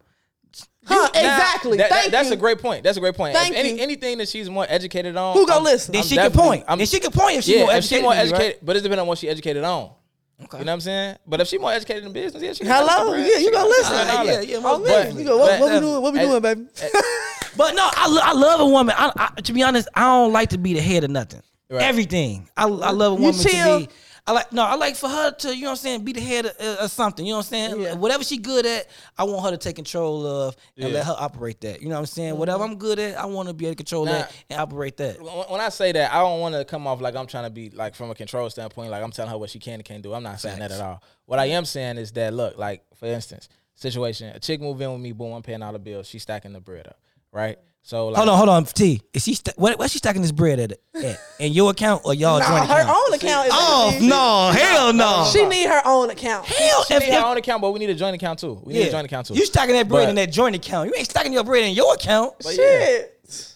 A: huh?
C: Now,
A: exactly.
C: that- that-
A: Thank
C: that's
A: you.
C: a great point. That's a great point. If
A: Thank
C: any,
A: you.
C: anything that she's more educated on,
A: Who gonna
C: I'm-
A: listen?
B: Then
C: I'm
B: she can
C: definitely-
B: point.
C: I'm-
B: then she can point if she
C: yeah,
B: more
C: if
B: educated.
C: she more
B: than you, right?
C: educated, but it depends on what she educated on. You know what I'm saying? But if she more educated in business, yeah, she can
A: Hello?
C: bread.
A: Yeah, you
C: She
A: gonna
C: can
A: listen.
C: understand all
B: Yeah,
C: that.
B: yeah,
A: Oh,
B: most
A: man,
C: But-
A: you go, what, what we
B: but-
A: doing? What we
C: at-
A: doing, baby?
B: But no, I, lo- I love a woman. I, I, to be honest, I don't like to be the head of nothing.
C: Right.
B: Everything. I, I love a woman
A: chill.
B: to be. I like no. I like for her to you know what I'm saying. Be the head of, uh, of something. You know what I'm saying.
A: Yeah.
B: Whatever she good at, I want her to take control of and
C: Yeah.
B: let her operate that. You know what I'm saying. Whatever I'm good at, I want to be able to control
C: Nah.
B: that and operate that.
C: When when I say that, I don't want to come off like I'm trying to be like from a control standpoint, like I'm telling her what she can and can't do. I'm not saying that at all. What I am saying is that look, like for instance, situation: a chick move in with me, boom, I'm paying all the bills. She's stacking the bread up, right? So like,
B: Hold on, hold on. T, is she st- what? Where's she stacking this bread at? at? In your account or y'all
A: Nah,
B: joint
A: her
B: account?
A: own account is
B: Oh
A: empty.
B: no, hell no.
A: She need her own account.
B: hell,
C: She
B: if,
C: need her
B: if-
C: own account, but we need a joint account too. We need
B: yeah.
C: a joint account too.
B: You stacking that bread
C: But-
B: in that joint account. You ain't stacking your bread in your account.
A: Shit.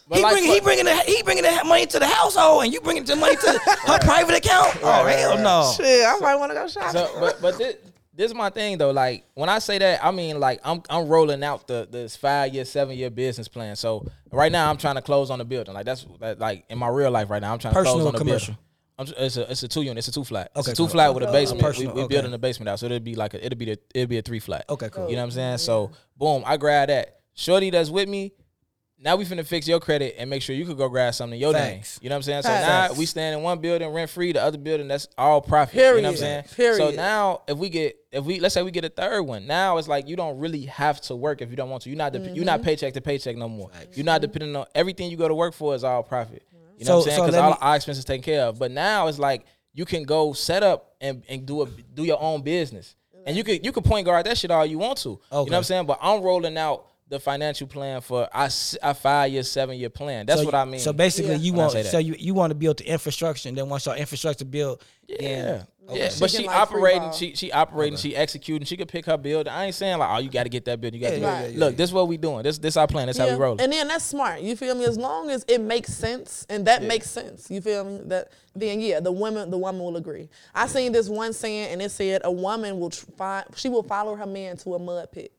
C: But
B: He,
C: like
B: bring,
C: what-
B: he bringing the, he bringing the money to the household, and you bringing the
C: *laughs*
B: money to her private account. oh hell no!
A: Shit, I might want to go shopping.
C: So, but but this, this is my thing though. Like when I say that, I mean like I'm I'm rolling out the this five year, seven year business plan. So right now I'm trying to close on the building. Like that's that, like in my real life right now I'm trying
B: Personal
C: to
B: or
C: close on the
B: commercial?
C: building. I'm, s- it's a it's a two unit. It's a two flat. It's
B: Okay,
C: a two
B: cool.
C: flat with a
A: Oh,
C: basement.
B: personal,
C: we we
B: okay.
C: building a basement out, so it'll be like a, it'll be the, it'll be a three flat.
B: Okay, cool.
C: You know what I'm saying? So boom, I grab that. Shorty that's with me. Now we finna fix your credit and make sure you could go grab something in your
B: Facts.
C: name. You know what I'm saying? So
A: Facts.
C: now we stand in one building rent free, the other building that's all profit. You know what I'm saying?
A: Period.
C: So
A: Period.
C: now if we get if we let's say we get a third one, now it's like you don't really have to work if you don't want to. You're not dep you're not paycheck to paycheck no more. You're not depending on everything you go to work for is all profit. You know
B: So-
C: what I'm saying?
B: so
C: Because
B: let
C: all
B: me-
C: our expenses taken care of. But now it's like you can go set up and, and do a do your own business. And you could you could point guard that shit all you want to. You know
B: Okay.
C: what I'm saying? But I'm rolling out the financial plan for I s- a five year, seven year plan. That's
B: So
C: what
B: you-
C: I mean.
B: So basically, you
C: When I
B: want
C: say that.
B: so you, you want to build the infrastructure, and then once your infrastructure built,
C: Yeah.
B: then
C: Yeah,
B: Okay.
C: but
A: She
C: she
A: can, like, free
C: operating,
A: ball.
C: she she operating, she executing. She could pick her build. I ain't saying like, oh, you got to get that build. You
B: Yeah,
C: got to
A: yeah,
C: Look,
B: yeah, yeah.
C: this what we doing. This this our plan. That's how
A: Yeah,
C: we roll.
A: And then that's smart. You feel me? As long as it makes sense, and that makes sense. You feel me? That then yeah, the women, the woman will agree. I seen this one saying, and it said a woman will tr- find she will follow her man to a mud pit,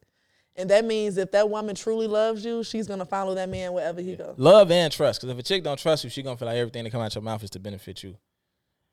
A: and that means if that woman truly loves you, she's gonna follow that man wherever he goes.
C: Love and trust. Because if a chick don't trust you, she gonna feel like everything that come out your mouth is to benefit you.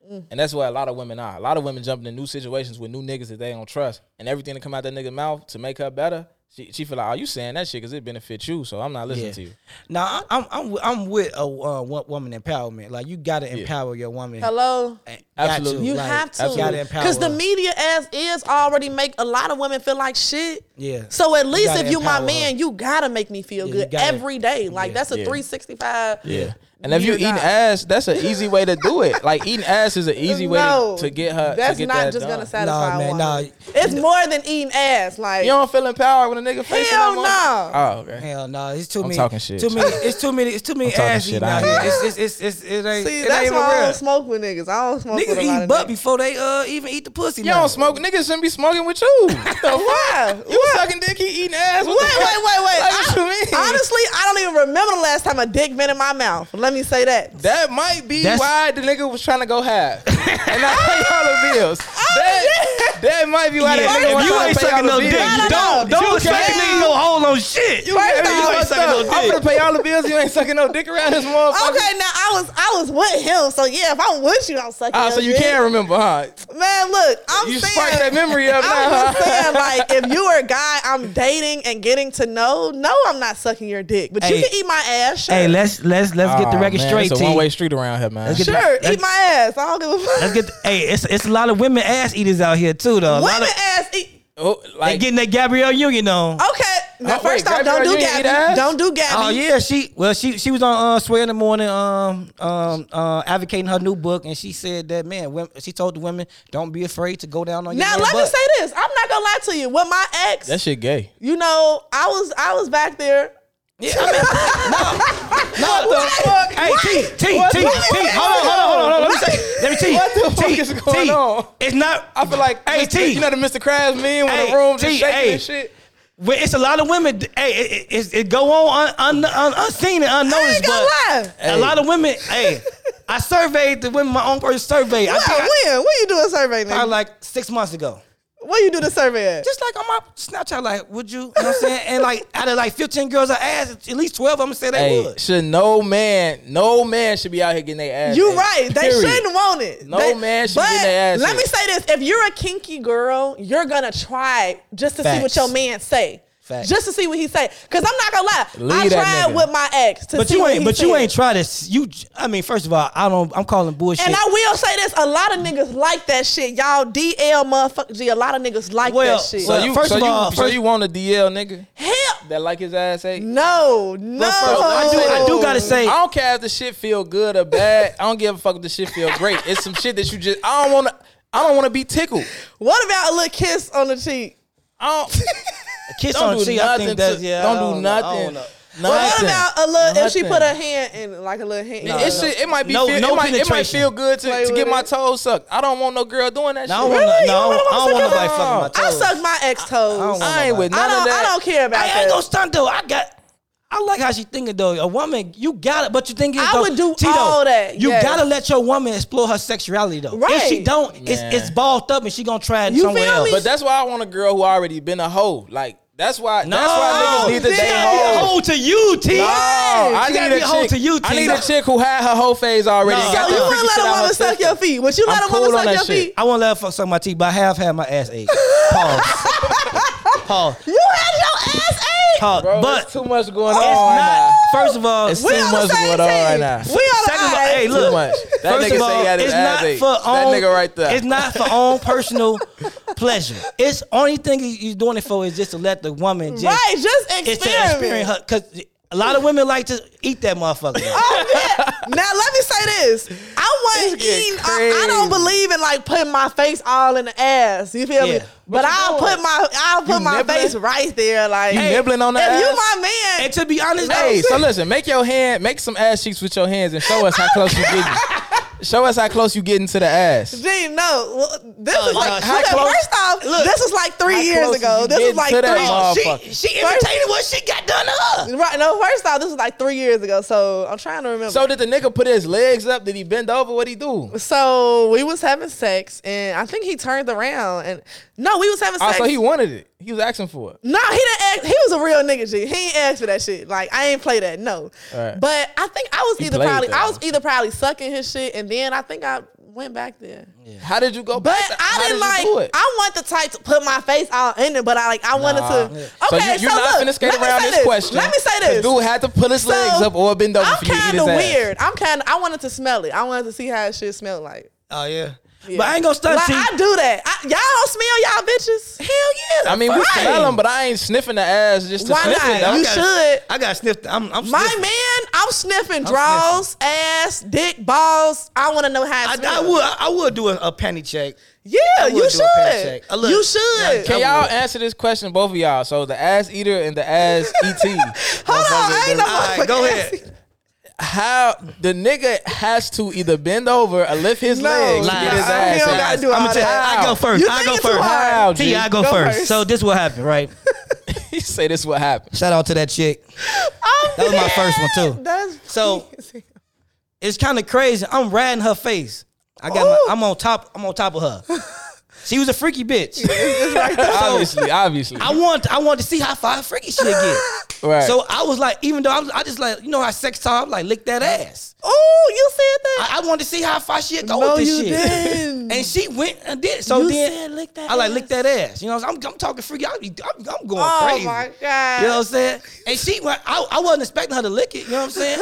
A: Mm.
C: And that's where a lot of women are. A lot of women jump into new situations with new niggas that they don't trust, and everything that come out that nigga's mouth to make her better, she she feel like, oh, you saying that shit because it benefits you, so I'm not listening
B: Yeah.
C: to you.
B: now I- I'm I'm wi- I'm with a uh, wo- woman empowerment. Like you got to empower your woman.
A: Hello.
B: Got
C: Absolutely.
A: You
B: like,
A: have to,
B: Gotta empower.
A: because the media as is already make a lot of women feel like shit.
B: Yeah.
A: So at least
B: gotta
A: if you my
B: empower her.
A: man, you gotta make me feel
B: Yeah, you
A: good
B: gotta-
A: every day. Like that's a
C: Yeah.
A: 365.
C: Yeah. And if you
A: You're
C: eating
A: not.
C: ass, that's an easy way to do it. Like eating
A: *laughs*
C: ass is an easy way
A: No,
C: to, to get her. to
A: That's
C: get
A: not
C: that
A: just
C: done.
A: gonna satisfy
B: Nah,
A: a
B: man,
A: woman.
B: nah.
A: It's more than eating ass. Like
C: You don't feel empowered when a nigga face
A: Hell
C: no.
A: no.
C: Oh, okay.
B: Hell no, it's too
C: I'm
B: many.
C: talking shit.
B: Too many. It's too many. It's too many
C: I'm talking
B: ass
C: shit,
B: eating
C: I
B: out
C: ain't-
B: here. It's, it's, it's, it's, it ain't.
A: see,
B: it ain't
A: that's
B: even
A: why I
B: real.
A: don't smoke with niggas. I don't smoke with
B: Niggas
A: a lot
B: eat
A: of
B: butt
A: niggas.
B: before they uh even eat the pussy.
C: You
B: now.
C: don't smoke. Niggas shouldn't be smoking
B: *laughs*
C: with you.
A: Why?
C: You sucking dick, he eating ass.
A: Wait,
C: What
A: wait, wait, wait.
C: the fuck?
B: *laughs*
A: I,
C: Like, what you mean?
A: honestly, I don't even remember the last time a dick been in my mouth. Let me say that.
C: That might be
B: That's-
C: why the nigga was trying to
B: *laughs*
C: go half. and I pay all the bills. That, that might be why
B: Oh, Yeah,
C: that nigga was
B: if you ain't
C: trying to pay all
B: sucking
C: the
B: no
C: bills.
B: dick,
A: No, no,
B: don't
A: no.
B: don't
A: You
B: suck a
A: can't.
B: nigga no hole on shit. You
A: First off-
B: ain't sucking no
C: I'm
B: dick.
C: gonna pay all the bills. You ain't sucking no dick around
B: *laughs*
C: this motherfucker.
A: Okay, now I was I was with him, so yeah. If I'm with you, I'm sucking.
C: Ah, so
A: your
C: you
A: dick.
C: can remember, huh?
A: Man, look, I'm
C: You
A: saying
C: sparked that memory up now,
A: I'm just
C: huh?
A: saying, like,
C: *laughs*
A: if you are a guy I'm dating and getting to know, no, I'm not sucking your dick, but
B: Hey.
A: you can eat my ass. Sure,
B: Hey, let's let's let's get the
C: Aw,
B: record
C: Ah, man,
B: straight.
C: It's
B: T.
C: a one way street around here, man.
B: Let's get the-
A: sure,
B: let's-
A: eat my ass. I don't give a fuck.
B: Let's get. the- hey, it's it's a lot of women ass eaters out here too, though. A lot
A: Women
B: of
A: ass eat.
C: Oh,
B: they
C: like
B: getting that Gabrielle Union on.
A: Okay, now
C: Oh, wait,
A: first off,
C: Gabby, are
A: don't do
C: you eating ass?
A: Gabby. Don't do Gabby.
B: Oh yeah, she well she she was on uh, Swear in the Morning um um uh, advocating her new book, and she said that man, women, she told the women don't be afraid to go down on your
A: Now
B: man's
A: let me
B: butt."
A: say this. I'm not gonna lie to you. With my ex,
C: that shit gay.
A: you know, I was I was back there.
B: Yeah, I mean, no, no,
A: What?
B: Hey, T, T, T,
C: What
B: T,
C: the fuck?
B: hold on, hold on, hold on, hold on. Let me say, let me T.
C: What the fuck
B: T,
C: is going
B: T,
C: on?
B: It's not.
C: I feel like
B: hey,
C: Mr.
B: T.
C: you know the Mr. Krabs meme when
B: Hey,
C: the room
B: T,
C: just shaking
B: hey.
C: and shit.
B: Well, it's a lot of women. Hey, it, it, it's- it go on un, un, un, unseen and
A: I
B: unnoticed,
A: ain't gonna
B: but
A: lie.
B: a lot of women. Hey, I surveyed the women. My own personal survey. I
A: Well,
B: think I-
A: when? When you do a survey,
B: probably
A: nigga?
B: like six months ago.
A: When you do the survey at?
B: Just like on my Snapchat, like, would you? You know what I'm saying? And like, out of like 15 girls I asked, at least 12 of them said they
C: Hey,
B: would.
C: should no man, no man should be out here getting their ass.
A: You
C: ate,
A: right. They
C: period.
A: shouldn't want it.
C: No
A: They-
C: man should
A: but
C: get their ass
A: Let me
C: hit.
A: say this: if you're a kinky girl, you're gonna try just to see what
B: Facts.
A: your man say.
B: Facts.
A: Just to see what he say. Cause I'm not gonna lie,
C: Leave
A: I
C: that
A: tried
C: nigga.
A: with my ex to
B: But
A: see
B: you
A: what
B: ain't.
A: he
B: But you
A: said.
B: ain't try this. You. I mean, first of all, I don't. I'm calling bullshit.
A: And I will say this: a lot of niggas like that shit, y'all. DL motherfucker, G. A lot of niggas like
B: Well,
A: that shit.
C: So
B: Well,
C: you,
B: first
C: so
B: of
C: you,
B: all,
C: so
B: first-
C: you want a DL nigga
A: Hell,
C: that like his ass ate?
A: no, no.
B: But first, I do. I do gotta
C: I
B: say.
C: don't care if the shit feel good or bad. I don't give a fuck if the shit feel great. It's some shit that you just. I don't want to. I don't want to be tickled.
A: What about a little kiss on the cheek?
C: I don't.
B: Kiss
C: Don't
B: on
C: do
B: cheek. I think
C: nothing
B: that's
C: to-
B: yeah.
C: don't
B: I
C: do
B: know, I don't
C: nothing.
B: know.
A: But what
C: Nothing.
A: about a little? If she
C: Nothing.
A: put her hand in, like a little hand,
B: Nah.
C: It, should, it might be
B: No-
C: feel,
B: no
C: it, might, it might
B: penetration.
C: feel good
A: Play
C: to, to
A: with
C: get my
A: it.
C: toes sucked. I don't want no girl doing that
B: No, I don't
C: shit.
B: want
A: Really?
B: to.
A: You
B: No,
A: don't
B: I don't want
A: wanna
B: nobody
A: suck
B: fucking my toes.
A: I suck my ex toes.
B: don't want
C: I ain't with
B: nobody.
C: none
A: I
C: of
A: don't,
C: that.
A: I don't care about
B: I ain't
A: that.
B: gonna stunt though. I got. I like how she thinking though. A woman, you got it, but you think
A: I would do all that,
B: You
A: yes.
B: gotta let your woman explore her sexuality though. If she
A: Right.
B: don't, it's
C: Man.
B: it's balled up and she gonna try it
A: You
B: somewhere
A: feel
B: else.
A: me?
C: But that's why I want a girl who already been a hoe. Like That's why. that's why niggas need to
F: she
C: date
F: gotta be a
C: hoes.
F: hoe to you, T.
C: No,
F: Yes.
C: I
F: She
C: need
F: gotta
C: a
F: be a hoe
C: chick.
F: to you, T.
C: I need a chick who had her whole phase already.
B: No.
C: and
A: So
C: got
A: Oh, you
C: that
A: wouldn't
C: freaky
A: let
C: shit
A: a
C: out
A: woman
C: her
A: suck
C: system.
A: your feet. Would you let
C: I'm
A: a woman
C: cool on
A: suck
C: that
A: your
C: shit.
A: feet?
B: I won't let her fuck suck my teeth, but I have had my ass ate. Pause. *laughs* Pause.
A: You had your ass ate.
B: Pause.
C: Bro,
B: but
C: it's too much going on
B: it's
C: right
B: not. First of all,
C: It's
B: we-
A: We
C: too
A: on
C: much
A: the same
C: going on right
A: team.
C: now.
A: We on the
B: Second of all,
A: eyes.
B: hey,
C: now. Too
B: look.
C: much. That
B: First of
C: nigga say
B: all,
C: he had his
B: it's
C: ass
B: not
C: ate.
B: for
C: That
B: own.
C: nigga right there.
B: It's not for
C: *laughs*
B: own personal pleasure. It's only thing you- you're doing it for is just to let the woman just
A: Right, just
B: it's to experience
A: experiment.
B: her because a lot of women like to eat that
C: *laughs*
B: motherfucker.
C: Oh.
A: Now let me say this: I wasn't
C: This get
A: eating. uh, I, I don't
C: crazy.
A: believe in like putting my face all in the ass. You feel
B: Yeah.
A: me? But I'll put my I'll put
C: You
A: my
C: nibbling?
A: face right there. Like
C: You nibbling on the
A: if you
C: ass?
A: my man,
B: and to be honest,
C: Hey,
B: hey,
C: so listen, make your hand, make some ass cheeks with your hands, and show us how close
A: *laughs*
C: you getting. Show us how close you getting to the ass.
A: Gee, no. Well, this is
B: no,
A: like
B: how
A: look, at
B: close-
A: first off,
B: look,
A: this was like
C: how
A: three years
C: close
A: ago.
C: you
A: This was
C: getting
A: like
C: to that
A: three.
C: motherfucker?
B: she imitated what she got done to her.
A: Right? No, first off, this was like three years ago. So I'm trying to remember.
C: So did the nigga put his legs up? Did he bend over? What would he do?
A: So we was having sex, and I think he turned around, and no, we was having
C: Oh,
A: sex.
C: so he wanted it. He was asking for it.
A: No, he didn't ask. He was a real nigga, G. He ain't asked for that shit. Like I ain't play that. No.
C: Alright.
A: But I think I was
C: He
A: either
C: played
A: probably I
C: that.
A: was either probably sucking his shit, and then I think I went back there.
C: How did you go?
A: But
C: back to-
A: I
C: how
A: didn't
C: did you do
A: like.
C: it?
A: I want the type to put my face all in it, but I like. I wanted to. Okay,
C: so you, you're not
A: look,
C: finna skate
A: let me
C: around
A: say
C: this, question.
A: Let me say
C: 'cause
A: this.
C: Dude had to put his
A: So,
C: legs up or bend over
A: I'm
C: for you to eat
A: kind
C: his
A: of
C: ass.
A: weird. I'm kind. of I wanted to smell it. I wanted to see how that shit smelled like.
B: Oh yeah.
A: Yeah.
B: but I ain't gonna stunt
A: Like
B: you.
A: I do that. I, y'all don't smell y'all bitches. Hell yeah.
C: I mean, we
A: Right.
C: smell him, but I ain't sniffing the ass just to
A: Why
C: sniff
A: not?
C: it. though.
A: You should.
B: I got sniffed. I'm, I'm
A: My
B: sniffing.
A: man, I'm sniffing draws, ass, dick, balls. I want to know how.
B: I,
A: It
B: I
A: smells.
B: would I would do a, a penny check.
A: Yeah,
B: I
A: you
B: would do a pen
A: should.
B: check. Uh, look,
A: you
B: yeah,
A: should.
C: Can
B: I
C: y'all
B: would.
C: answer this question, both of y'all? So the ass eater and the ass E et.
A: *laughs* Hold on, ain't no
B: All right, go
A: *laughs*
B: ahead.
C: How the nigga has to either bend over or lift his
A: No,
C: legs to
A: nah,
C: get his
A: I
C: ass.
A: don't
C: out.
A: gotta do
B: I'm
A: all
B: gonna tell
A: that.
B: I go first.
A: You
B: I
A: think
B: go
A: it's too
B: first.
A: hard.
C: How, G?
B: T, I go,
A: Go
B: first.
A: first.
B: So this what happened, right?
C: *laughs* he say this
B: *laughs*
C: what happened.
B: Shout out to that chick.
A: Oh,
B: That was my first one,
A: man,
B: too.
A: *laughs* That's
B: So-
A: crazy.
B: It's kind of crazy. I'm riding her face. I got
A: Ooh.
B: my, I'm on top. I'm on top of her. She was a freaky bitch.
C: obviously, obviously.
B: I want I want to see how far freaky she get.
C: right.
B: So I was like, even though I, was, I just like, you know how sex time, like lick that ass.
A: oh, you said that?
B: I, I wanted to see how far she'd go
A: no,
B: with this
A: you
B: shit. *laughs*
A: didn't.
B: And she went and did. it. So
A: You
B: then
A: said lick that
B: I like
A: ass.
B: lick that ass. You know, what I'm, saying? I'm, I'm talking freaky. I, be- I'm, I'm going
A: oh
B: crazy.
A: my god.
B: You know what I'm saying? And she went, I, I wasn't expecting her to lick it. You know what I'm
A: *laughs*
B: saying?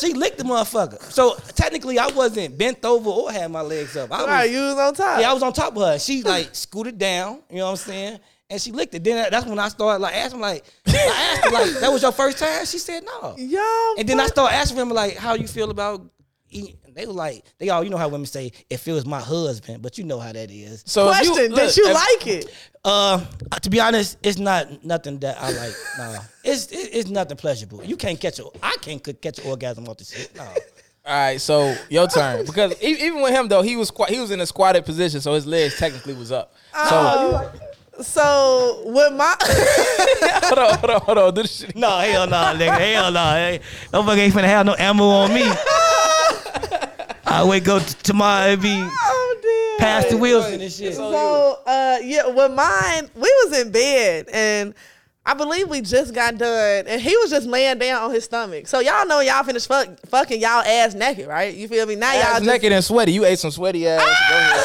B: she licked the motherfucker. So technically, I wasn't bent over or had my legs up. I was,
A: Right, you was on top.
B: yeah, I was on top of her.
A: *laughs*
B: She like scooted down. You know what I'm saying? And she licked it. Then that- that's when I started like asking, like, I asked her, like, that was your first time? She said no.
A: Y'all
B: And then I
A: fuck-
B: started asking them like, how you feel about eating? And They were like, they all, you know how women say, if it was my husband, but you know how that is.
C: so if
A: question.
C: look,
A: Did you
C: if-
A: like it?
B: Uh, to be honest, it's not nothing that I like. *laughs* No, it's it- it's nothing pleasurable. You can't catch a, I can't c- catch an orgasm off this shit. No,
C: All right, so your turn
A: *laughs*
C: because e- even with him though, he was qui- he was in a squatted position, so his legs technically was up. So
A: Oh. So with my *laughs*
C: hold on, hold on, hold on. Do the shit.
B: no, hell no, nigga, *laughs* hell no. Hey, no fucker ain't finna have no ammo on *laughs* me. I wake up t- tomorrow and be
A: oh dear.
B: past the wheels and this shit.
A: So uh yeah, with mine, we was in bed and I believe we just got done and he was just laying down on his stomach. So y'all know y'all finished fuck, fucking y'all ass naked, right? You feel me? Now y'all
C: Ass
A: just, Ah!
C: naked and sweaty. You ate some sweaty ass. Go ahead.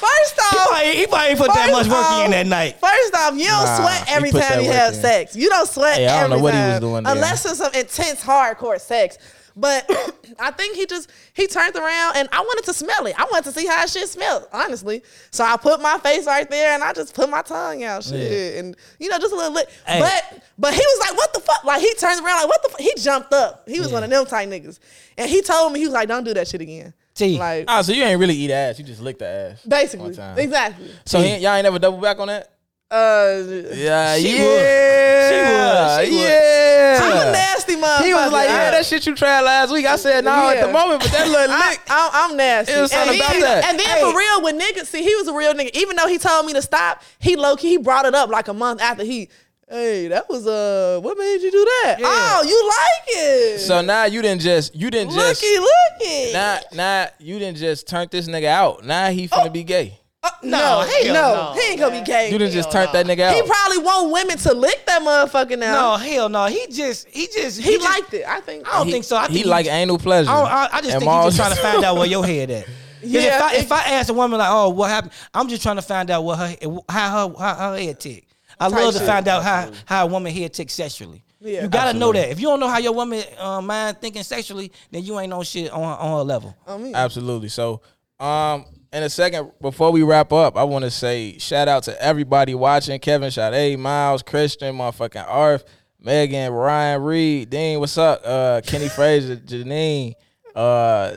A: First off,
B: He probably ain't put that much
A: first
B: work in
A: off-
B: that night.
A: First off, you don't
C: Nah,
A: sweat
C: he
A: every
C: put
A: time
C: that
A: you
C: work
A: have
C: in.
A: sex. You don't sweat
C: Hey,
A: every
C: I don't know what he was
A: time,
C: doing there.
A: Unless it's some intense hardcore sex. But *coughs* I think he just he turned around and I wanted to smell it. I wanted to see how shit smelled, honestly. So I put my face right there and I just put my tongue out, shit, and you know just a little lick.
B: Hey.
A: But but he was like, "What the fuck?" Like he turned around, like, "What the?" Fuck? He jumped up. He was one of them tight niggas, and he told me he was like, "Don't do that shit again."
B: T.
A: Like
C: Ah, so you ain't really eat ass. You just lick the ass.
A: basically,
C: time.
A: exactly.
C: So he, y'all ain't never double back on that.
A: Uh,
C: Yeah,
B: She
C: yeah,
B: would. She would. She would.
C: yeah.
A: *laughs* I'm a nasty motherfucker.
C: He was like, yeah,
A: I-
C: that shit you tried last week. I said no at
A: Yeah.
C: the moment, but that little
A: I,
C: lick.
A: I, am nasty.
C: It was
A: and,
C: something about
A: then,
C: that.
A: and then
C: Hey.
A: for real, when niggas see, he was a real nigga. Even though he told me to stop, he low key he brought it up like a month after he. Hey, that was uh, what made you do that? Oh, you like it?
C: So now you didn't just you didn't just
A: looky, looky.
C: Nah, nah, you didn't just turn this nigga out. Now he finna be gay.
A: Uh, no,
G: No,
A: hell
G: no.
A: no. He ain't gonna be gay.
C: You done just
G: Hell
C: turned that nigga out.
A: Oh. He probably want women to lick that motherfucker now.
B: No, hell no. He just, he just,
A: he,
B: just-
A: liked it. I think.
B: I don't
C: He-
B: think so. I
C: he
B: think he
C: like anal pleasure.
B: I, don't, I, I just
C: And
B: think you just
C: Mars-
B: trying to find out where your head at. 'Cause
A: Yeah,
B: if I,
A: it-
B: if I ask a woman like, oh, what happened? I'm just trying to find out what her how her how her head tick. I love to
A: shit.
B: find out
C: Mm.
B: how how a woman head tick sexually.
A: Yeah.
B: you gotta know that. If you don't know how your woman uh, mind thinking sexually, then you ain't on shit on on her level.
A: I mean,
C: Absolutely. So, um, in a second, before we wrap up, I want to say shout out to everybody watching: Kevin, Sade, Miles, Christian, motherfucking Arf, Megan, Ryan, Reed, Dean. What's up? Uh,
B: *laughs*
C: Kenny Fraser, Janine, uh,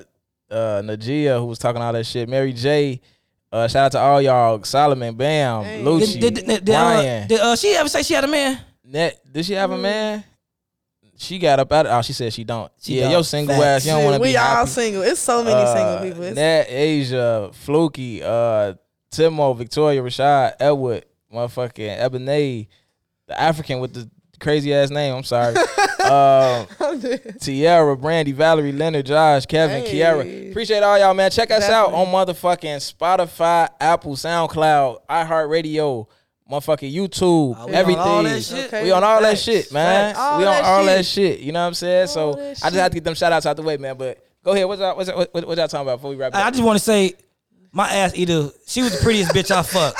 C: uh, Najia, who was talking all that shit. Mary J. Uh, shout out to all y'all. Solomon, Bam,
A: Hey.
C: Lucci,
B: Did, did, did, did, uh,
C: Brian.
B: did Mm. uh, she ever say she had a man?
C: Net, did she have a man? She got up out. of- Oh, she said she don't.
B: She
C: yeah,
B: don't.
C: your single
B: Facts.
C: ass. You don't want to
A: we
C: be
A: all
C: happy.
A: single. It's so many
C: Uh,
A: single people. It's, *laughs*
C: Nat, Asia, Fluky, uh, Timo, Victoria, Rashad, Edward, motherfucking Ebony, the African with the crazy ass name.
A: *laughs*
C: I'm sorry. um, Tiara, Brandy, Valerie, Leonard, Josh, Kevin,
A: Hey.
C: Kiara. Appreciate all y'all, man. Check us out on
A: Definitely.
C: motherfucking Spotify, Apple, SoundCloud, iHeartRadio, motherfucking YouTube,
B: Oh, we on
C: everything.
B: all that shit?
A: Okay.
C: We on all
B: Facts.
C: that shit, man.
B: Facts.
A: All
C: we on
A: that
C: all that
A: shit.
C: shit. You know what I'm saying?
A: All
C: so
A: that
C: I just
A: shit.
C: have to get them shout outs out the way, man. But go ahead. What's y'all, what's, y'all- what, what y'all talking about before we wrap it
B: I I
C: up?
B: just want to say, my ass either she was the prettiest bitch I
A: *laughs*
B: fucked.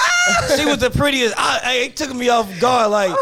B: she was the prettiest. I, I- it took me off guard. Like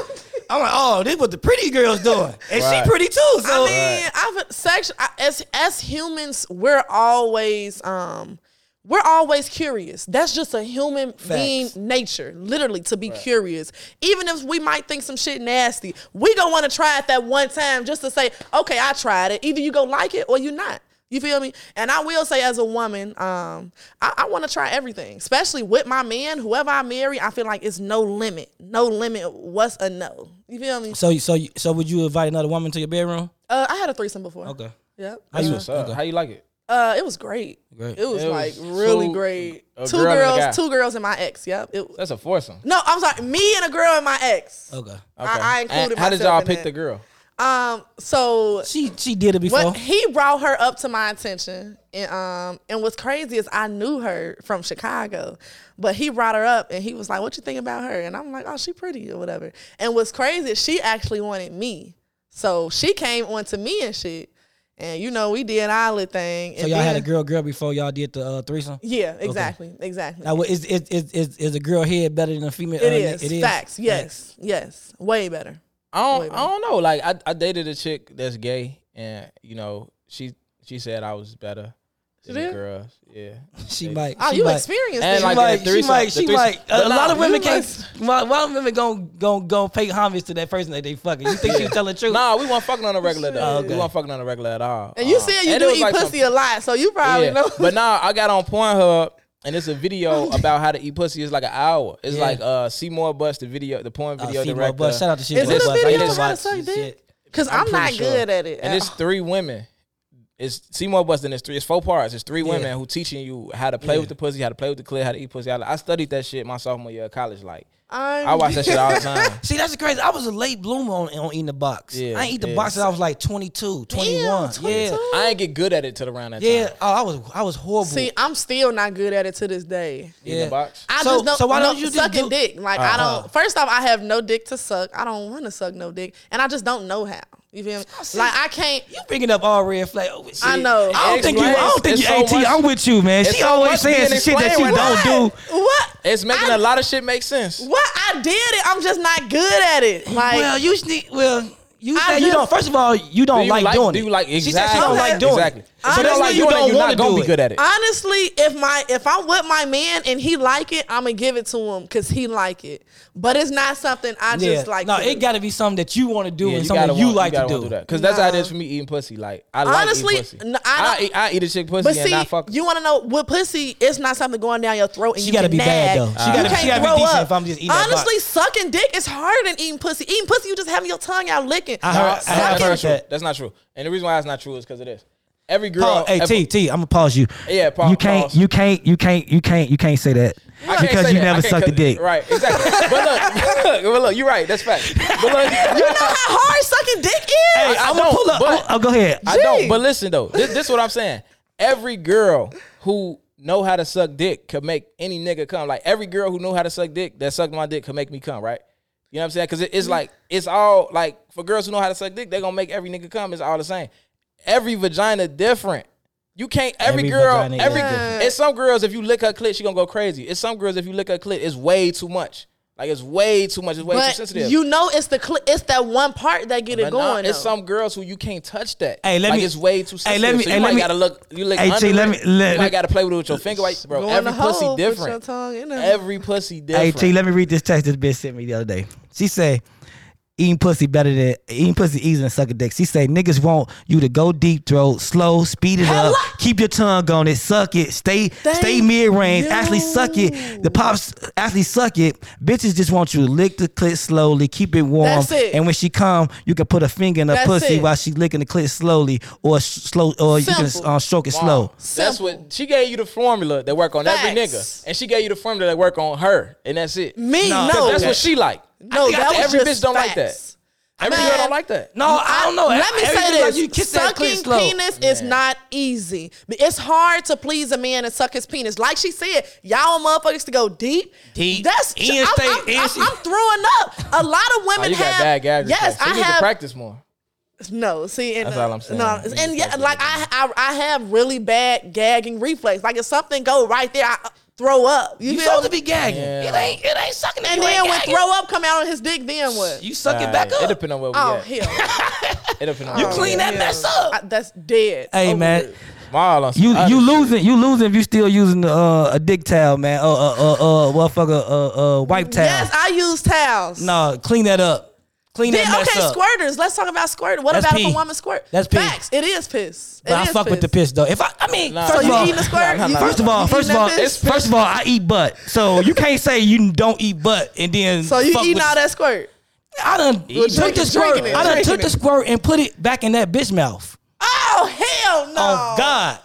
B: I'm like, oh, this what the pretty girls doing, and
C: Right.
B: she pretty too. So
A: I mean, I've sex I- as as humans, we're always um we're always curious. That's just a human being nature, literally to be curious. Even if we might think some shit nasty, we gonna want to try it that one time just to say, okay, I tried it. Either you go like it or you not. You feel me? And I will say, as a woman, um, I, I want to try everything, especially with my man, whoever I marry. I feel like it's no limit, no limit. What's a no? You feel me?
B: so so you- so would you invite another woman to your bedroom?
A: Uh, I had a threesome before.
B: Okay.
A: Yep.
B: How you-
C: What's up?
B: okay.
C: How you like it?
A: Uh, it was great.
B: Great.
A: It was
C: It
A: like
C: was
A: really
C: two-
A: great.
C: a
A: Two
C: girl and a guy.
A: girls, two girls, and my ex. Yep. It,
C: That's a foursome.
A: no, I'm sorry. Me and a girl and my ex.
B: Okay.
A: I, I included.
C: And how did
A: myself
C: y'all
A: in
C: pick
A: that.
C: the girl?
A: Um. So
B: She she did it before.
A: what he brought her up to my attention, and um, and what's crazy is I knew her from Chicago, but he brought her up, and he was like, "What you think about her?" And I'm like, "Oh, she pretty or whatever." And what's crazy is she actually wanted me, so she came on to me and shit, and you know we did our little thing.
B: so
A: and
B: y'all had a
A: then-
B: girl girl before y'all did the uh, threesome.
A: Yeah, exactly, exactly.
B: Now what- is is is is, is a girl head better than a female?
A: It
B: uh,
A: is. Facts. Yes. Yes. Way better.
C: I don't.
A: Wait a
C: I don't know. Like I, I dated a chick that's gay, and you know she she said I was better than the
A: did?
C: girls. Yeah.
B: She might.
A: Oh,
B: she
A: you
B: might.
A: experienced
C: And
A: it.
C: like-
B: She might,
C: the
B: she
C: threesome-
B: might,
C: the
B: she
C: threesome-
B: might. A,
C: But
B: lot
C: nah,
B: of women
A: you
B: can't. A lot of women gon' gon' gon' pay homage to that person that they fucking. You think she was telling the truth?
C: Nah, we weren't fucking on
A: *laughs*
C: a regular though.
B: Oh, okay.
C: We weren't fucking on a regular at all.
A: and you
C: Uh,
A: said you
C: and
A: do
C: it was
A: eat
C: like
A: pussy
C: some-
A: a lot, so you probably
C: yeah.
A: know. *laughs*
C: But now I got on Pornhub. And it's
B: *laughs*
C: a video about how to eat pussy. It's like an hour. It's
B: Yeah.
C: like uh Seymour Bus, the video, the porn
B: Uh,
C: video
B: Seymour
C: director.
B: Bus. Shout out to Seymour
A: Is it a
B: Bus. I
A: video
B: used
A: on how to
B: watch
A: suck
B: his
A: dick?
B: shit.
A: Because
C: I'm
A: I'm, not
C: pretty sure.
A: good at it.
C: and it's three women. It's Seymour Bus, and it's three. It's four parts. It's three women who teaching you how to play with the pussy, how to play with the clit, how to eat pussy. I, I studied that shit my sophomore year of college. Like
A: I'm,
C: I watch that shit
A: *laughs*
C: all the time.
B: *laughs* See, that's crazy. I was a late bloomer on, on eating the box.
C: Yeah,
B: I ain't eat the
C: yeah.
B: box till I was like 22, 21. Yeah.
A: 22?
C: I ain't get good at it till around that
B: Yeah.
C: time.
B: Oh, I was I was horrible.
A: See, I'm still not good at it to this day.
C: Eating
B: Yeah.
C: the box.
A: I
B: So-
A: just don't.
B: so why
A: no,
B: don't you just
A: sucking
B: do- Uh-huh.
A: dick? Like I don't. First off, I have no dick to suck. I don't want to suck no dick, and I just don't know how. You feel me? Like I can't.
B: you bringing up all red flag. Oh, shit.
A: I know.
B: I don't think you. I don't think
C: It's
B: you.
C: so
B: At
C: much-
B: I'm with you, man.
C: it's
B: She
C: so much
B: always saying some
C: being
B: shit that you
C: explained right
B: don't do.
A: What?
C: It's making
A: I-
C: a lot of shit make sense.
A: What I did it. I'm just not good at it. Like
B: well, you sne- well, you
A: I
B: say you
A: just-
B: don't. First of all, you don't
C: Do you
B: like,
C: like-
B: doing
C: do
B: it.
C: you like-
B: She said she
C: exactly.
B: don't like doing
C: Exactly.
B: it.
A: So
B: So
A: that's
B: that's
A: why
B: like
A: you
B: you don't
C: want
B: want
C: to
B: to do
C: be
B: it.
C: good at it.
A: Honestly, if my if I'm with my man and he like it, I'ma give it to him because he like it. But it's not something I just like.
B: no,
A: to
B: it
A: do.
B: got to be something that you want to do
C: Yeah,
B: and something you
C: want-
B: like to
C: gotta
B: do.
C: wanna that. Cause that's how it is
A: Nah.
C: for me eating pussy. Like I like
A: Honestly,
C: eating pussy.
A: n-
C: I,
A: I
C: eat, I eat a chick pussy
A: But
C: and
A: see,
C: not fuck.
A: you want to know with pussy, it's not something going down your throat. And
B: She
A: you
B: gotta
A: can
B: be
A: nag.
B: bad, though. She
A: you
B: gotta-
A: can't
B: she gotta be
A: grow
B: decent
A: up.
B: if I'm just eating that
A: Honestly, sucking dick is harder than eating pussy. Eating pussy, you just having your tongue out licking.
B: I heard- I
A: Sucking-
B: heard
C: that's, not true.
B: that.
C: that's not true. And the reason why it's not true is because of this. Every girl,
B: Paul, hey T
C: every-
B: T, I'm gonna pause you.
C: Yeah, pause-
B: You can't,
C: pause.
B: you can't, you can't, you can't, you can't say that
C: I can't
B: because
C: say
B: you
C: that. I
B: never
C: can't
B: sucked a
C: cut-
B: dick.
C: Right, exactly. but look, look, *laughs* but look, you're right. That's fact. But
B: *laughs*
C: look, *laughs*
A: You know how hard sucking dick is.
B: Hey,
C: I
B: I'm gonna
C: don't,
B: pull up.
C: but-
B: I'll, go ahead.
C: I don't.
A: Gee.
C: But listen though, this, this is what I'm saying. Every girl who know how to suck dick could make any nigga come. Like every girl who knew how to suck dick that sucked my dick could make me come, right? You know what I'm saying? Because it,
A: Mm-hmm.
C: it's like it's all like for girls who know how to suck dick, they're gonna make every nigga come. It's all the same. Every vagina different. You can't every,
B: Every
C: girl
B: vagina is
C: every
A: different.
C: it's some girls if you lick her clit she gonna go crazy. It's some girls if you lick her clit it's way too much. Like it's way too much. It's way too
A: But
C: sensitive.
A: you know it's the cl- it's that one part that get it
C: But nah,
A: going.
C: it's
A: though.
C: some girls who you can't touch that.
B: Hey, let
C: like
B: me-
C: it's way too
B: Hey,
C: sensitive.
B: let me-
C: so you
B: hey, let
C: might
B: me-
C: gotta look. You lick
B: Hey, T,
C: under
B: let
C: it.
B: me- let-
C: you might gotta play with it with your finger, like, bro.
A: Go in
C: every
A: the hole,
C: pussy
A: put your
C: different.
A: tongue in there.
C: Every pussy
B: Hey,
C: different.
B: T, let me read this text this bitch sent me the other day. She said, eating pussy better than eating pussy easier than sucking dick. She said, niggas want you to go deep throat, slow, speed it up, keep your tongue on it, suck it, stay stay
A: Thank
B: mid range, actually
A: you.
B: suck it. The pops actually suck it. Bitches just want you to lick the clit slowly, keep it warm,
A: That's it.
B: and when she come, you can put a finger in her
A: That's
B: pussy
A: it.
B: while she licking the clit slowly, or s- slow, or you
A: Simple.
B: can uh, stroke it
C: Wow.
B: slow.
C: That's what she gave you the formula that work on every
A: Facts.
C: nigga, and she gave you the formula that work on her, and that's it.
A: me no,
C: Cause that's what she like.
A: no
C: I think
A: that was
C: every
A: just
C: bitch don't like that.
A: facts.
C: Every
A: Man.
C: girl don't like that.
B: No, I don't know.
A: Let me
B: Everything
A: say
B: like
A: this:
B: you kiss that clit
A: sucking
B: slow.
A: penis is not easy. It's hard to please a man and suck his penis. Like she said, y'all motherfuckers to go deep.
B: Deep.
A: That's
B: And
A: I'm,
B: stay-
A: I'm-
B: and
A: I'm-
B: she-
A: I'm throwing up. A lot of
C: Oh,
A: women
C: you got
A: have
C: bad gags.
A: Yes,
C: she
A: I
C: need to
A: have
C: practice more.
A: No, see, and
C: That's
A: uh,
C: all I'm saying.
A: No,
C: You
A: and
C: just
A: yeah,
C: gotta
A: like I, I, I have really bad gagging reflex. Like if something go right there, I uh, throw up. You,
B: You
A: feel
B: supposed to
A: me?
B: be gagging.
C: Yeah.
B: It ain't. It ain't sucking.
A: And then when throw up come out on his dick, then what?
B: you suck it
C: Right.
B: back
C: It
B: up.
C: depend on where we
A: oh
C: at.
A: hell,
C: It depend on
A: You
C: where we
B: Clean
C: at.
B: that mess up.
A: I, that's dead.
B: Hey
A: Over
B: man,
A: with.
C: Smile on some
B: you
C: other
B: you
C: shit.
B: losing. You losing if you still using uh, a dick towel, man. Uh uh uh uh, motherfucker, uh uh, wipe towel.
A: Yes, I use towels.
B: no, clean that up. Clean
A: Then,
B: that mess
A: okay,
B: up.
A: squirters. Let's talk about squirters. What
B: That's
A: about if
B: pee.
A: a woman squirt?
B: That's pee.
A: Facts. It is piss.
B: but
A: It
B: I
A: is
B: fuck with the piss though. If I, I mean,
C: Nah.
B: first
A: So
B: of
A: you
B: all,
A: eating a squirt?
C: nah, nah,
A: You-
C: nah,
B: first of all,
A: you
B: first of
A: eating
B: all,
A: that piss?
B: first of all, I eat butt. So you can't say you don't eat butt and then.
A: so you
B: fuck
A: eating
B: with-
A: all that squirt?
B: I done took
A: drinking,
B: the squirt.
A: drinking it,
B: I done
A: drinking
B: took the
A: it.
B: squirt and put it back in that bitch mouth.
A: Oh hell no!
B: Oh God.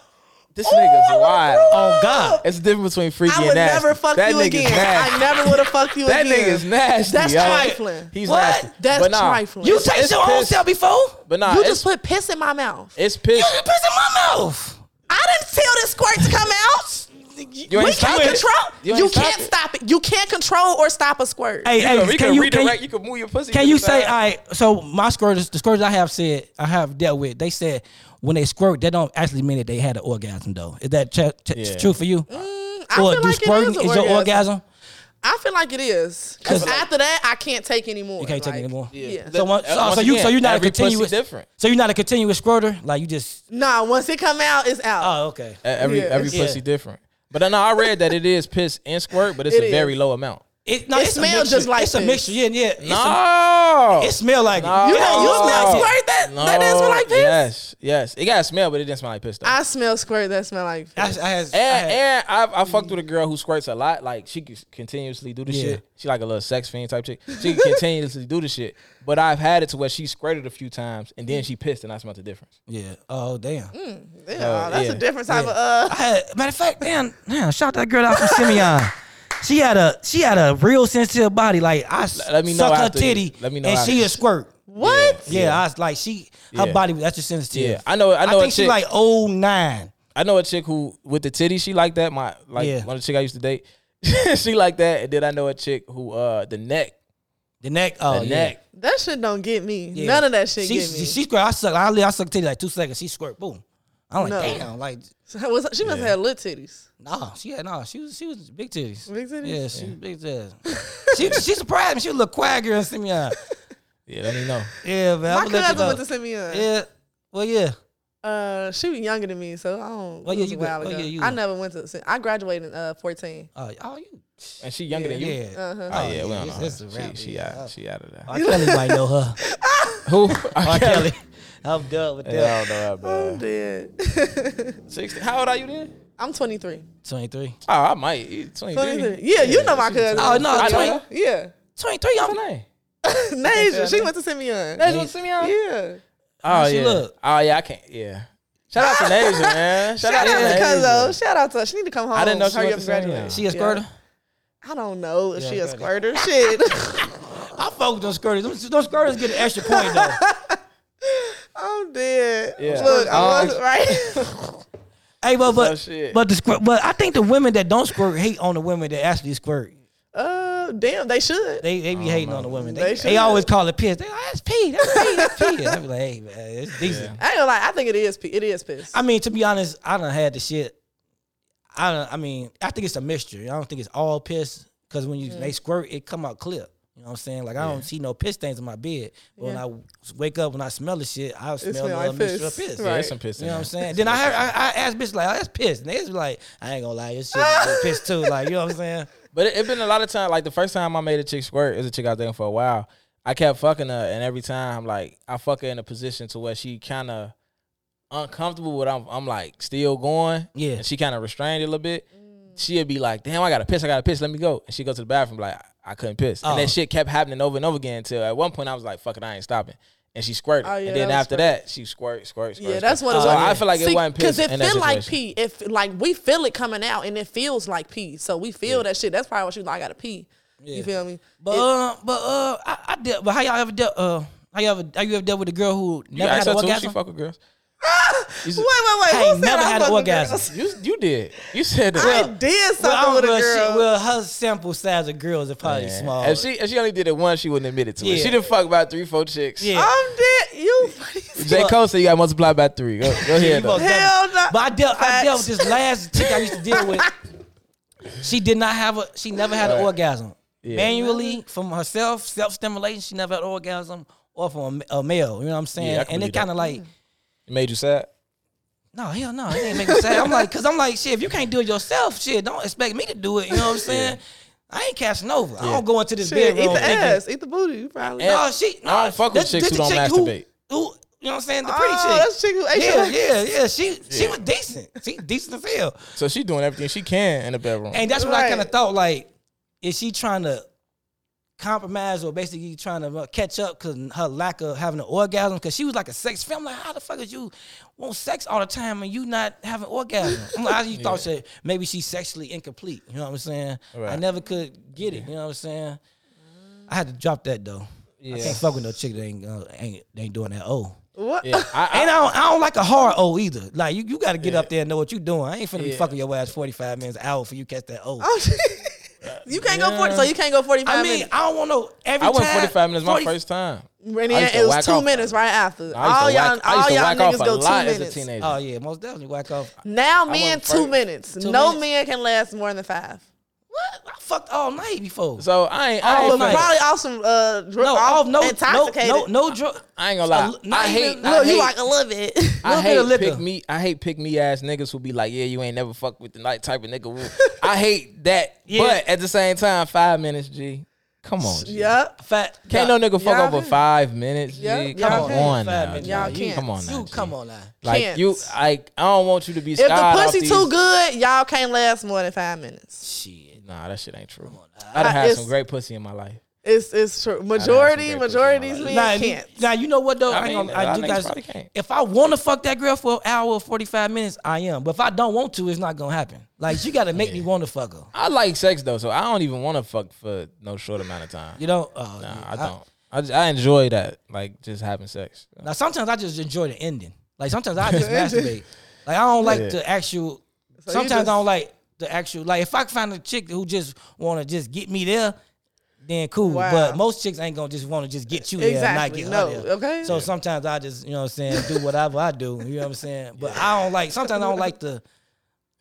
C: This nigga's wild.
B: Oh God.
C: It's the difference between freaky
A: I
C: and
A: would
C: nasty.
A: never fuck
C: that
A: you
C: nigga's
A: again.
C: Nasty.
A: I never would have fucked you
C: that
A: again.
C: nigga's nasty.
A: That's
C: yo.
A: trifling.
C: He's
B: What?
C: nasty.
A: That's
C: but nah,
A: trifling.
B: You taste
C: It's
B: your own
C: piss.
B: self before?
C: But nah,
A: you
C: it's,
A: just put piss in my mouth.
C: it's piss.
B: You piss in my mouth.
A: I didn't tell this squirt to come out.
C: You
A: we
C: ain't stop
A: can't
C: it.
A: control.
C: You
A: You,
C: ain't stop
A: can't
C: it.
A: stop it. You can't control or stop a squirt.
B: Hey,
C: You
B: hey,
C: can, you
B: can
C: can
B: you can,
C: redirect.
B: you,
C: You can move your pussy. E-,
B: can
C: to
B: you
C: the
B: say
C: side.
B: all right? So my squirters, the squirters I have said I have dealt with, they said when they squirt, they don't actually mean that they had an orgasm though. Is that ch- ch-
C: Yeah.
B: true for you?
A: Mm, I
B: or
A: feel
B: do
A: like it
B: squirting
A: is an
B: your
A: orgasm.
B: orgasm?
A: I feel like it is because
B: 'Cause-
A: after that, I can't take anymore.
B: You can't take
A: Like,
B: anymore.
A: Yeah.
B: So, one, so, so you so
C: again,
B: you're not
C: every
B: a continuous
C: pussy different.
B: So you're not a continuous squirter? Like you just
A: Nah, once it come out, it's out.
B: oh okay.
C: Uh, Every
A: Yeah.
C: every
B: Yeah.
C: pussy different. But I know I read that it is piss and squirt, but it's
A: It
C: a very
A: is.
C: low amount.
B: It, no,
A: it
B: it's a
A: smells
B: mixture.
A: just like
B: it's a
A: piss.
B: mixture. Yeah, yeah. It's a-
C: No,
B: it smell like
C: No.
B: it.
A: you
B: Yeah,
A: had- you
C: Oh.
A: smell
B: it.
A: squirt that
C: no.
A: that didn't smell like piss.
C: Yes, yes, it got a smell, but it didn't smell like piss. Though.
A: I smell squirt that smell like piss.
B: I, I had, I had-
C: and and I, I fucked with a girl who squirts a lot. Like she can continuously do this
B: Yeah.
C: shit. She like a little sex fiend type chick. She can continuously do this shit. But I've had it to where she squirted a few times and then she pissed and I smelled the difference.
B: yeah. Oh damn.
A: Yeah,
C: Oh,
A: that's
C: yeah.
A: a different type of uh.
B: I had, matter of fact, man, man, shout that girl out from
C: *laughs*
B: Simeon. She had a she had a real sensitive body. Like I
C: Let- let me know
B: suck her
C: after you-
B: titty,
C: let me know
B: and
C: after
B: she
C: you-
B: a squirt.
A: What?
B: Yeah, I was like she her
C: Yeah.
B: body was extra sensitive.
C: Yeah, I know- I know a
B: think she
C: chick-
B: like oh nine.
C: I know a chick who with the titty, she like that. My like
B: Yeah.
C: one of the chick I used to date. *laughs* she like that. And then I know a chick who uh the neck.
B: The neck,
C: The
B: oh yeah.
C: neck.
A: That shit don't get me.
B: Yeah.
A: None of that shit
B: She,
A: get me.
B: she, she squirt. I suck. I, li- I suck titty like two seconds. She squirt. Boom. I'm like
A: No.
B: damn. Like
A: Was- she must have had lit titties.
B: nah. She had nah. She was she was big titties.
A: Big titties?
B: Yeah, she was big titties. she she surprised me. She was a little quiet girl in
A: *laughs*
B: Simeon.
C: Yeah, let me know.
B: Yeah, man.
A: My
B: I'ma let you
A: cousin
B: know.
A: went to Simeon.
B: Yeah. Well, yeah.
A: Uh, she was younger than me, so I don't.
B: Well,
A: it
B: yeah,
A: was
B: you
A: a
B: good.
A: while
B: Well,
A: ago.
B: yeah, you
A: I
B: good.
A: never went to. I graduated in uh, fourteen.
B: Oh, oh, you.
C: And she younger than you.
B: Yeah.
A: Uh-huh.
C: Oh, yeah, we don't know.
B: it's-
C: her.
B: it's a wrap,
C: she she
B: yeah. Oh,
C: out she out of there.
B: R. Kelly might know
C: *laughs*
B: her.
C: Who?
B: R. Kelly. I'm done with
C: Yeah, I
B: that.
C: don't know that, bro.
A: I'm dead.
C: 60. How old are you then?
A: *laughs* I'm 23.
B: 23.
C: Oh, I might. You 23.
A: 23. Yeah, you know my cousin.
B: Oh, no.
C: I know
B: 20,
C: her.
A: Yeah, *laughs*
B: 23.
C: What's
B: I'm,
C: her name?
A: Nasia. She went to Simeon.
C: That's what Simeon.
A: Yeah.
C: Oh
B: she
C: yeah.
B: look?
C: Oh yeah. I can't. Yeah. Shout out to
B: *laughs*
C: Nasia, man. Shout,
A: Shout out to
C: Nasia.
A: Cuzzo. Shout out to her. She need to come home.
C: I didn't know she
A: Hurry
C: went
A: up
C: to
A: and
C: Simeon.
A: graduate.
B: she a
A: Yeah.
B: skirter?
A: I don't know if she a
B: Yeah,
A: squirter. Shit. *laughs*
B: I fuck with those skirters. Those, those skirters get an extra point,
C: *laughs* Oh,
B: though.
A: I'm dead.
C: Yeah.
A: Look, I
C: Um,
A: was *laughs* right.
B: Hey, but
C: No
B: but
C: shit.
B: but the squirt, but I think the women that don't squirt hate on the women that actually squirt.
A: Uh, damn, they should.
B: They they be hating on the women.
A: They
B: They, they,
A: should.
B: always call it piss. They like, that's pee. That's pee. That's pee. I be like, hey man, it's decent.
A: I ain't gonna lie. I think it is. p- It is piss.
B: I mean, to be honest, I done had the shit. I don't. I mean, I think it's a mixture. I don't think it's all piss because when you they squirt, it come out clear. You know what I'm saying? Like I don't see no piss stains in my bed. But when
A: Yeah.
B: I wake up, when I smell the shit, I smell
A: smell
B: a
A: like
B: little mixture of
A: piss.
B: piss.
C: Yeah,
A: Right.
C: it's some piss.
B: You
C: in
B: know what I'm
C: there.
B: saying? Then I heard I, I asked bitch like, oh, that's piss. And they was like, I ain't gonna lie, this shit is piss too. Like you know what I'm saying?
C: But it, it been a lot of time. Like the first time I made a chick squirt, it was a chick I was dating for a while. I kept fucking her, and every time, like, I fuck her in a position to where she kind of uncomfortable. With I'm, I'm like still going.
B: Yeah.
C: And she kind of restrained it a little bit.
A: Mm.
C: She'd be like, "Damn, I gotta piss. I gotta piss. Let me go." And she would go to the bathroom like, "I, I couldn't piss." And
B: Oh.
C: that shit kept happening over and over again until at one point I was like, "Fuck it, I ain't stopping." And she squirted.
A: Oh, yeah,
C: and then
A: that was
C: after that, she squirt, squirt, squirt.
A: yeah, that's
C: squirt.
A: what it was.
C: So I feel like it wasn't piss
A: because it
C: in that
A: feel like
C: situation.
A: pee. If like we feel it coming out, and it feels like pee. So we feel that shit. That's probably what she was like. I gotta pee. You feel me?
B: But
A: It-
B: uh, but uh, I, I dealt. But how y'all ever dealt? Uh, how you ever? How you ever dealt with a girl who
C: You
B: never
C: asked
B: had an
C: her too. She
B: orgasm?
C: fuck
A: *laughs*
C: with girls. You
A: wait,
C: s-
A: wait,
B: I
A: wait.
B: ain't
A: Who
B: never
A: said I
B: had an
A: fucking
B: orgasm.
A: girls?
C: You you did. You said that.
A: I did something
B: Well, I
A: with a
B: don't- well,
A: girl.
B: She, well, her sample size of girls are probably
C: Yeah.
B: small.
C: If she if she only did it once, she wouldn't admit it to it.
B: Yeah.
C: She didn't fuck about three, four chicks.
B: Yeah.
A: I'm dead. You.
C: J. Cole said you got to multiply by three. Go, go
B: Yeah,
C: ahead.
B: you most
C: though.
A: Hell
B: definitely-
A: no.
B: But I dealt. I
A: Facts.
B: dealt with this last chick I used to deal
A: *laughs*
B: with. She did not have a. She never had an
C: Right.
B: orgasm. Manually from herself, self stimulation. She never had an orgasm, or from a ma- a, male. You know what I'm saying?
C: Yeah, I can
B: and it
C: believe that.
B: kind of
A: Mm.
B: like.
C: It made you sad.
B: No, hell no, it ain't make me sad. I'm like, cause I'm like, shit, if you can't do it yourself, shit, don't expect me to do it. You know what I'm saying? I ain't catching over. I don't go into this
A: Shit, eat
B: bedroom
A: the
B: thinking,
A: ass, eat the booty. You probably.
C: And-
B: no, she, no,
C: I don't fuck with
B: this-
C: chicks
B: this
C: who
B: the
C: don't
B: chick
C: masturbate. Ah,
B: Who, you know what I'm saying? The pretty
A: oh,
B: chick.
A: that's chick who ate
B: yeah,
A: your
B: yeah, yeah. She she was decent. She decent as hell.
C: So she doing everything she can in the bedroom.
B: And that's what I kind
A: Right.
B: of thought. Like, is she trying to compromise or basically trying to uh, catch up because her lack of having an orgasm? Because she was like a sex film. Like, how the fuck is you want sex all the time and you not having orgasm? I'm like, I
C: *laughs*
B: just thought that maybe she's sexually incomplete. You know what I'm saying? I
C: Right.
B: never could get it. You know what I'm saying? I had to drop that though. I
C: Yeah.
B: can't fuck with no chick that ain't uh, ain't they ain't doing that. Oh.
A: What?
C: yeah, I,
B: And I don't, I don't like a hard O either. Like you, you got to get up there and know what you're doing. I ain't finna be
C: Yeah.
B: fucking your ass 45 minutes an hour for you catch that O.
A: Oh, *laughs* you can't go forty. So you can't go forty-five
B: I mean,
A: minutes.
B: I don't want no every
C: I, I went
B: time-
C: 45 minutes my
B: 40
C: first time.
A: And
C: I
A: then
C: used to
A: it
C: whack
A: was two
C: off.
A: minutes right after.
C: I used
A: All
C: to
A: y'all,
C: whack, I
A: all
C: used to
A: y'all
C: whack off
A: niggas
C: a
A: go
C: lot
A: two
C: as a
A: minutes.
C: teenager.
B: Oh yeah, most definitely whack off.
A: Now
C: wasn't
A: men
C: first.
A: two minutes.
B: Two
A: no
B: minutes?
A: men can last more than five.
B: What? I fucked all night before.
C: So I ain't, I
B: Oh,
A: But
C: ain't,
B: no.
C: finna-
A: probably off some uh, dr-
B: no,
A: off
B: off no, no,
A: intoxicated.
B: no, no drug.
C: I ain't gonna lie.
B: So, not
C: I hate,
B: even-
C: I
A: Look,
C: hate,
A: you like a little *laughs*
C: *laughs*
A: bit.
C: I
B: little bit of
C: hate
B: liquor.
C: pick me. I hate pick me ass niggas who be like, yeah, you ain't never fuck with the night type of nigga. Woo. I hate that.
B: Yeah.
C: But at the same time, five minutes, G. Come on, G.
A: yep.
B: Fat.
C: Can't no nigga fuck
A: y'all
C: over
A: can-
C: five minutes.
A: Yeah,
C: G.
A: y'all
C: Come
A: can.
B: Five
C: on, now,
B: minutes.
C: G.
A: Y'all
C: You
A: can't.
C: Come on, now,
B: You
C: G.
B: come on now.
C: Like
A: Can't.
C: you, I, I don't want you to be.
A: If the
C: scarred off
A: pussy
C: these-
A: too good, y'all can't last more than five minutes.
B: Shit.
C: Nah, that shit ain't true. I'd have had
A: it's-
C: some great pussy in my life.
A: It's it's true. Majority
C: great
A: majorities
C: pussy.
A: men
B: Now,
A: can't.
B: now you know what though?
C: I
B: I, ain't
C: mean,
B: gonna- I
C: a
B: do
C: lot of niggas probably
B: guys.
C: can't.
B: If I want to fuck that girl for an hour or forty five minutes, I am. But if I don't want to, it's not gonna happen. Like you got to make me want to fuck her.
C: I like sex though, so I don't even want to fuck for no short amount of time.
B: You know? Oh,
C: Nah,
B: yeah.
C: I don't. I, just, I enjoy that, like just having sex.
B: Now sometimes I just enjoy the ending. Like sometimes I
A: *laughs*
B: just masturbate. Like I don't like
C: Yeah.
B: the actual.
A: So you
B: sometimes
A: just-
B: I don't like the actual. Like if I find a chick who just want to just get me there, then cool.
A: Wow.
B: But most chicks ain't gonna just want to just get you there, and not
A: Exactly.
B: get
A: No.
B: her there.
A: Okay.
B: So sometimes I just you know what I'm saying do whatever I do. You know what I'm saying. But I don't like. Sometimes I don't like the.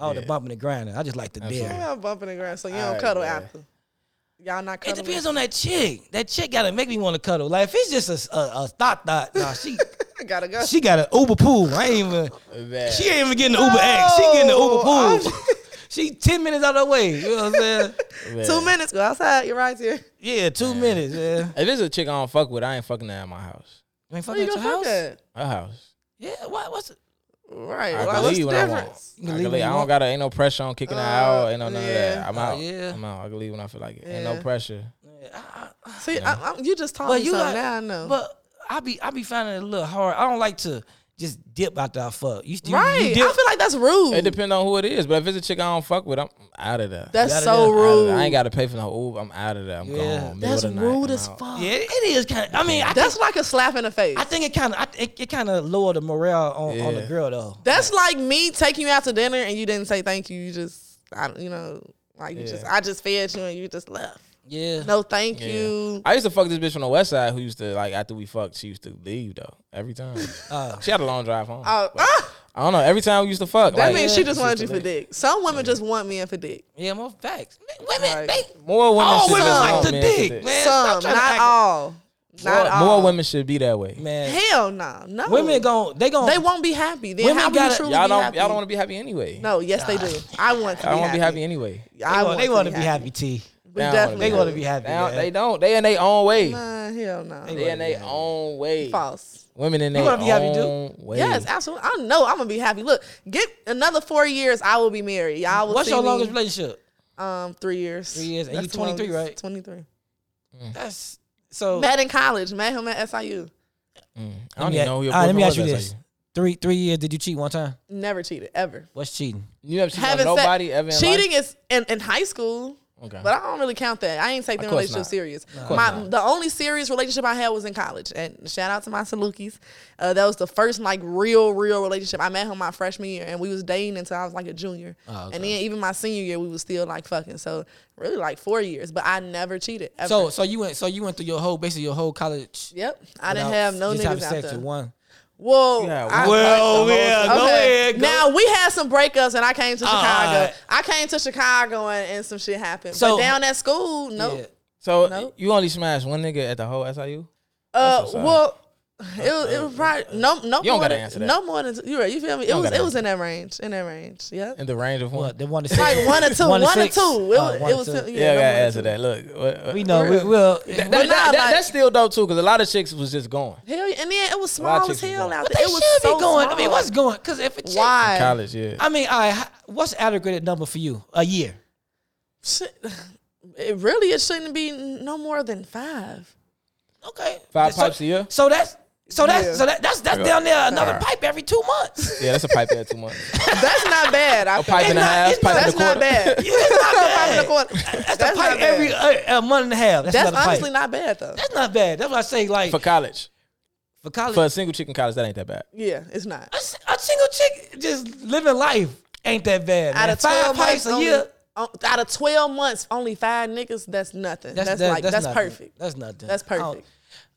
B: Oh, the bumping and grinding. I just like the
C: Absolutely.
B: dare.
A: I'm bumping the ground, so you don't
C: Alright,
A: cuddle
C: yeah.
A: after. Y'all not
B: It
A: cuddling.
B: depends on that chick. That chick gotta make me want to cuddle. Like if it's just a a, a thought thought, nah, she
A: I gotta go.
B: she got an Uber pool. I ain't even.
C: Bad.
B: She ain't even getting the Uber X. She getting the Uber
A: No,
B: pool. she ten minutes out of the way. You know what I'm saying?
C: Bad.
A: Two minutes. Go outside. You're right here.
B: *laughs* Yeah, two minutes. Yeah.
C: If it's a chick I don't fuck with, I ain't fucking that at my house.
B: You ain't
A: Where
B: fucking
A: you
B: at your
A: gonna fuck
B: house.
A: that?
C: Her house.
B: Yeah. What? What's? It?
A: Right.
C: I
A: Like,
C: can
A: what's the
C: leave when I want.
A: difference?
B: You can
C: I, can
B: leave
C: leave.
B: when
C: I
B: you
C: don't
B: want.
C: gotta. Ain't no pressure on kicking her out. Ain't no none of
A: yeah.
C: that. I'm
B: Oh,
C: out.
B: yeah.
C: I'm out. I can leave when I feel like it. Ain't
A: Yeah.
C: no pressure.
A: See, I, I, you just taught
B: But
A: me
B: you
A: something.
B: like.
A: now I know.
B: But I be I be finding it a little hard. I don't like to just dip after I fuck. You, you,
A: right.
B: you dip.
A: I feel like that's rude.
C: It depends on who it is, but if it's a chick I don't fuck with, I'm out of there.
A: that's
B: Outta
A: so
B: there,
C: Outta there.
A: rude.
C: I ain't got to pay for no Uber. I'm out of there. I'm
B: Yeah.
C: gone. Middle
A: that's
C: of the night,
A: rude
C: I'm
A: as
C: out.
A: fuck.
B: yeah, it is kind. of I mean, I think,
A: That's like a slap in the face.
B: I think it kind of it, it kind of lower the morale on, on the
C: Yeah.
B: girl though.
A: That's like me taking you out to dinner and you didn't say thank you. You just, I, don't- you know, like you
C: Yeah.
A: just, I just fed you and you just left.
B: Yeah,
A: No, thank
C: Yeah.
A: you.
C: I used to fuck this bitch on the west side who used to like after we fucked, she used to leave though.
B: *laughs*
C: Every time.
B: uh,
C: She had a long drive home.
A: Oh,
C: But I don't know. Every time we used to
A: *laughs*
C: fuck.
A: that
C: like,
A: means she just wanted you
C: used
A: for
C: to leave.
A: dick. Some women just want men for dick.
B: yeah, more facts. Man, Women,
A: Like-
B: they
C: More women
B: all
C: should
B: women
A: just
B: like
A: want
B: to
C: men to
B: dick.
C: dick.
B: Man,
A: Some,
B: stop trying to
A: not
B: act-
A: all. Not
C: more,
A: all.
C: more women should be that way.
B: Man,
A: Hell no, no.
B: women gon' they gon'
A: They won't be happy. Then
B: Women
A: how will you
B: gotta-
A: truly
C: Y'all
A: be
C: don't
A: happy?
C: y'all don't want to be happy anyway.
A: No, yes they do. I want to.
C: Y'all
A: be
C: want to
A: happy.
C: be happy anyway.
A: I want.
B: they want to be happy. T.
A: We
C: They don't wanna
A: definitely.
B: They want to be happy.
C: They don't,
B: man.
C: they don't. They in their own way.
A: Nah, hell no.
B: They
C: They in their own way.
A: False.
C: Women in
B: You
C: their
B: wanna be happy, dude?
C: own way.
A: Yes, absolutely. I know I'm gonna be happy. Look, get another four years. I will be married. Y'all will.
B: What's
A: see
B: your
A: me,
B: longest relationship?
A: Um, three years.
B: Three years. And you
A: That's the
B: 23,
A: longest.
B: right?
A: 23.
B: That's
C: Oh.
B: so
A: Met in college. Met him at SIU.
C: Mm. I
B: Let
C: don't
B: me
C: even
B: a-
C: know who your
B: all right, let
C: boyfriend
B: me ask
C: was.
B: you
C: that's
B: this.
C: like-
B: three three years. Did you cheat one time?
A: Never cheated ever.
B: What's cheating?
C: You never cheated on
A: Having sex-
C: nobody ever in life?
A: Cheating is in, in high school,
C: Okay.
A: but I don't really count that. I ain't take
C: Of
A: the
C: course
A: relationship
C: not.
A: serious.
C: course
A: My
C: not.
A: the only serious relationship I had was in college. And shout out to my Salukis. Uh, that was the first like real real relationship. I met him my freshman year, and we was dating until I was like a junior.
B: Oh,
A: And then even my senior year, we was still like fucking. So really like four years, but I never cheated. Ever.
B: So so you went so you went through your whole basically your whole college.
A: Yep, I didn't
B: without
A: have no
B: just having
A: niggas out
B: sex
A: there.
B: with one.
A: Well,
C: Yeah,
A: I-
B: Well, yeah, go
A: okay.
B: ahead. go-
A: Now we had some breakups, and I came to
B: All
A: Chicago.
B: right.
A: I came to Chicago, and, and some shit happened.
B: So-
A: but down at school, no.
B: Yeah.
C: So
A: Nope.
C: you only smashed one nigga at the whole SIU?
A: Uh,
C: That's what's
A: well, it was, it was probably no no
C: You don't
A: more
C: gotta
A: than
C: answer that.
A: no more than you right. You feel me? It
C: don't
A: was
C: gotta
A: it was in that range, in that range. Yep.
C: In the range of one?
B: What the one to
A: It's
B: six?
A: like one or two,
B: One
A: one,
B: to
A: or
B: six?
A: two. It
B: Oh,
A: was,
B: one
A: it
B: to
A: was
B: two.
A: yeah,
C: Yeah, I
A: no
C: gotta
A: more than
C: answer
A: two.
C: that. Look, what, what-
B: We know. We, will
C: That-
A: But
C: that- that-
A: nah, like-
C: that's still dope too, because a lot of chicks was just going.
A: Hell, yeah. and then it was
C: A lot of
A: small as
C: chicks
A: hell
C: was
A: out
B: But
A: there.
B: they
A: It was
B: should
A: so
B: be going. I mean,
A: small.
B: what's going? Because if it's
A: why?
C: College, yeah.
B: I mean, all right. how- What's adequate number for you? A year.
A: Shit. It really it shouldn't be no more than five.
B: Okay.
C: Five
B: so,
C: pipes a year?
B: So that's so that's
A: Yeah.
B: so that, that's that's
C: Yeah.
B: down there another
C: Alright.
B: pipe every two
A: *laughs*
B: months.
C: Yeah, that's a pipe at two months.
A: That's not bad. I
C: A
A: think.
C: pipe and a
B: not-
C: half,
B: it's
C: pipe
B: not-
C: and a
A: That's not
C: quarter.
A: bad.
B: It's not
A: Five and a
B: bad.
A: quarter.
B: That's,
A: That's
B: a pipe
A: not bad.
B: every uh, a month and a half. That's,
A: That's
B: another pipe.
A: honestly not bad though.
B: That's not bad. That's what I say. Like
C: For
B: for,
C: college.
B: college,
C: For a single chick in college, that ain't that bad.
A: Yeah, it's not.
B: a, s- a single chick just living life ain't that bad.
A: Out
B: man.
A: of
B: five
A: twelve
B: pipes
A: months,
B: a
A: only,
B: year,
A: on- out of twelve months, only five niggas. That's nothing. That's,
B: that-
A: like that's,
B: nothing.
A: perfect.
B: That's nothing.
A: That's
B: I don't-
A: perfect.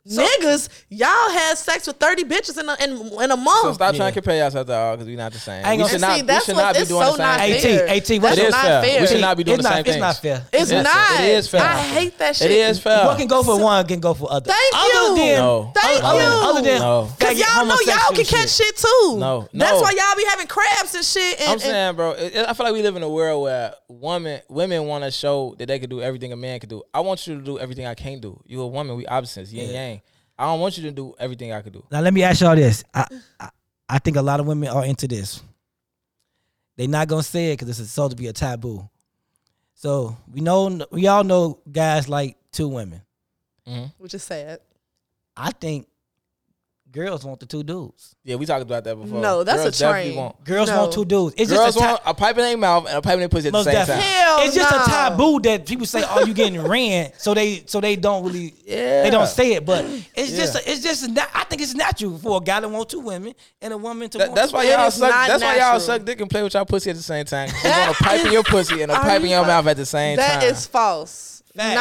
A: niggas, y'all had sex with thirty bitches in a, in, in a
C: So
A: month.
C: stop
B: Yeah.
C: trying to compare yourself to all because we're not the same.
B: I ain't
C: we
B: gonna-
C: should
A: and
C: not,
A: see,
C: we
A: that's
C: should
A: what
C: not be
A: it's
C: doing
A: so
C: the
A: not
C: same.
B: AT,
A: fair.
B: AT, what's
A: that's
C: It is
A: not
C: fair.
A: fair.
C: We should not be doing
B: it's
C: the
B: not,
C: same
B: It's not
C: things.
B: fair.
A: it's
C: It is fair.
A: not.
C: It is fair.
A: I hate that shit.
C: It is fair.
B: What can go for one can go for other.
A: Thank
B: other
A: you.
B: Than,
C: No.
A: Thank
B: other,
A: you.
B: Other than
C: No.
A: Cause
B: faggot
A: y'all know y'all
B: homosexual
A: can catch shit too.
C: No,
A: that's
C: no.
A: why y'all be having crabs and shit. And,
C: I'm saying, bro, it, it- I feel like we live in a world where women women want to show that they can do everything a man can do. I want you to do everything I can't do. You a woman, we opposites, yin yang. I don't want you to do everything I could do.
B: Now let me ask y'all this. I, I I think a lot of women are into this. They not gonna say it because it's supposed to be a taboo. So we know we all know guys like two women.
A: Which is sad.
B: I think girls want the two dudes.
C: Yeah, we talked about that before.
A: No, that's a
C: Girls definitely
A: train.
C: Want.
B: Girls
A: No.
B: want two dudes. It's
C: Girls
B: just a ta-
C: want a pipe in their mouth and a pipe in their pussy at the
B: most
C: same
B: definitely.
C: time.
A: Hell
B: it's just a
A: no.
B: taboo that people say, "Oh, you
A: *laughs*
B: getting ran?" So they so they don't really
C: Yeah.
B: they don't say it, but it's just
C: Yeah.
B: a, it's just a na- I think it's natural for a guy to want two women and a woman to
C: That-
B: want
C: that's
B: two
C: why
A: It
C: y'all
A: is
C: suck.
A: not
C: That's why y'all
A: natural.
C: suck dick and play with y'all pussy at the same time. 'Cause You want
A: *laughs*
C: a pipe in your pussy and a
A: Are
C: pipe in
A: you
C: your
A: fu-
C: mouth at the same
A: That
C: time.
A: is false.
B: Facts.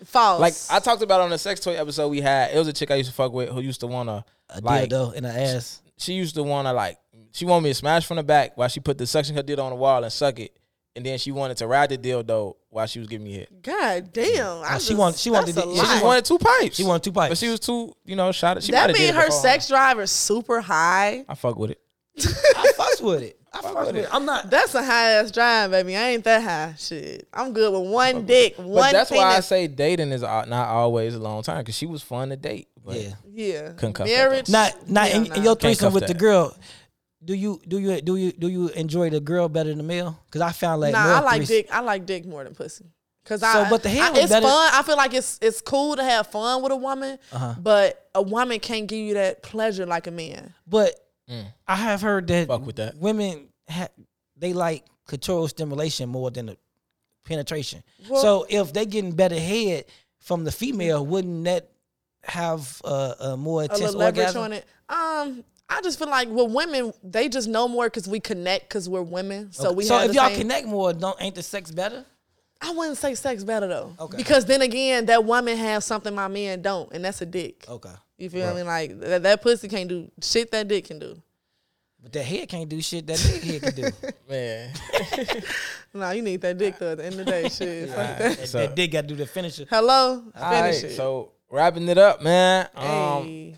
A: Not false.
C: like I talked about on the sex toy episode we had. It was a chick I used to fuck with who used to wanna
B: a
C: like
B: dildo in her ass.
C: she used to want to like she wanted me to smash from the back while she put the suction her dildo on the wall and suck it, and then she wanted to ride the dildo while she was giving me hit.
A: God damn. I
B: she
A: just-
B: want- she wanted
A: that's a
B: to- she
C: She
A: lot.
C: just wanted two pipes.
B: She wanted two pipes.
C: but she was too you know shot. She
A: that
C: might've did
A: mean
C: it
A: her
C: before.
A: sex drive is super high.
C: I fuck with it.
B: I fucks with it. I fucks with it. I'm not.
A: That's a high ass drive, baby. I ain't that high. Shit, I'm good with one dick,
C: But
A: one
C: that's why I
A: penis.
C: say dating is al- not always a long time because she was fun to date. But
B: yeah.
A: yeah,
C: Couldn't cuff that, though.
A: marriage.
B: Not not
A: yeah,
B: in,
A: nah.
B: in your threesome
C: cuff
B: with the
C: that.
B: girl. Do you do you do you do you enjoy the girl better than the male? Because I found like
A: nah,
B: male
A: I like
B: threes-
A: dick. I like dick more than pussy. Cause
B: So,
A: I,
B: but the hand
A: I,
B: was
A: it's
B: better-
A: fun. I feel like it's it's cool to
B: Uh-huh.
A: Mm. have fun with a woman, but a woman can't give you that pleasure like a man.
B: But
C: Mm.
B: I have heard that
C: Fuck with that.
B: women ha- they like clitoral stimulation more than the penetration.
A: Well-
B: so if they getting better head from the female, wouldn't that have uh, a more
A: a
B: intense
A: little leverage
B: orgasm?
A: on it. Um, I just feel like well, women they just know more because we connect because we're women. So we
B: so
A: have
B: if
A: the
B: y'all
A: same-
B: connect more, don't ain't the sex better?
A: I wouldn't say sex better though,
B: Okay.
A: because then again, that woman has something my man don't, and that's a dick.
B: Okay,
A: You feel me? Like that, that pussy can't do shit that dick can do.
B: but that head can't do shit that dick head can do.
C: Man.
A: Nah, you need that dick though. At the end of the day, shit. Fuck that.
B: That-
C: *laughs* So-
B: that dick got to do the finisher.
A: Hello, finish
C: All right,
A: it.
C: so wrapping it up, man. Um,
A: Hey.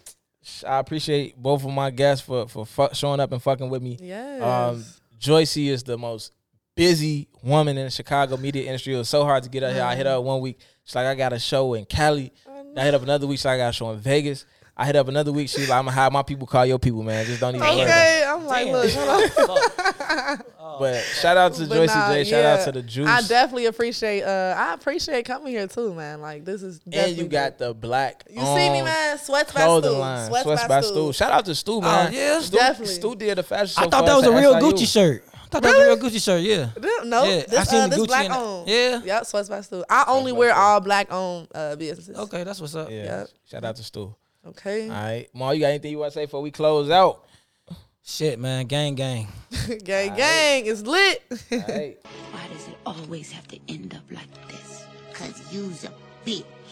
C: I appreciate both of my guests for for fu- showing up and fucking with me.
A: yes.
C: Um, Joycey is the most busy woman in the Chicago media industry. It was so hard to get out here. I hit her up one week. She's like, I got a show in Cali. I hit up another week. She's like, I got a show in Vegas. I hit up another week. She's like, I'm gonna have my people call your people, man. Just don't even worry. About it.
A: okay, I'm like,
B: *laughs*
A: look, hold on.
C: But *laughs* shout out to
A: But
C: Joycey
A: nah,
C: J. Shout
A: yeah.
C: out to the Juice.
A: I definitely appreciate. Uh, I appreciate coming here too, man. Like this is.
C: and you
A: definitely
C: got the black.
A: You see me,
C: um,
A: man. Sweats by
C: Clothing
A: Stu.
C: line,
A: Sweats,
C: Sweats by Stu. Shout out to Stu,
A: Oh,
C: man.
B: Oh, yeah,
C: Stu,
A: definitely.
C: Stu did the fashion show.
B: I thought
C: for
B: that
C: us
B: was a
C: at
B: real
C: SIU.
B: Gucci shirt. I thought that was a real Gucci shirt. Yeah.
A: Th- No,
B: Yeah, I
A: this,
B: seen
A: uh,
B: the
A: this
B: Gucci
A: black
B: in it.
A: owned.
B: Yeah.
A: Yep, Sweats by Stu. I only
C: by
A: wear
C: Stu.
A: all black owned uh, businesses.
B: Okay, that's what's up.
C: Yeah.
A: Yep.
C: Shout out to Stu.
A: Okay.
B: Mm.
C: All right, Ma, you got anything you want to say before we close out?
B: Shit, man, gang, gang.
A: *laughs* gang, gang. It's lit. *laughs*
C: All right.
G: Why does it always have to end up like this? Cause you's a bitch.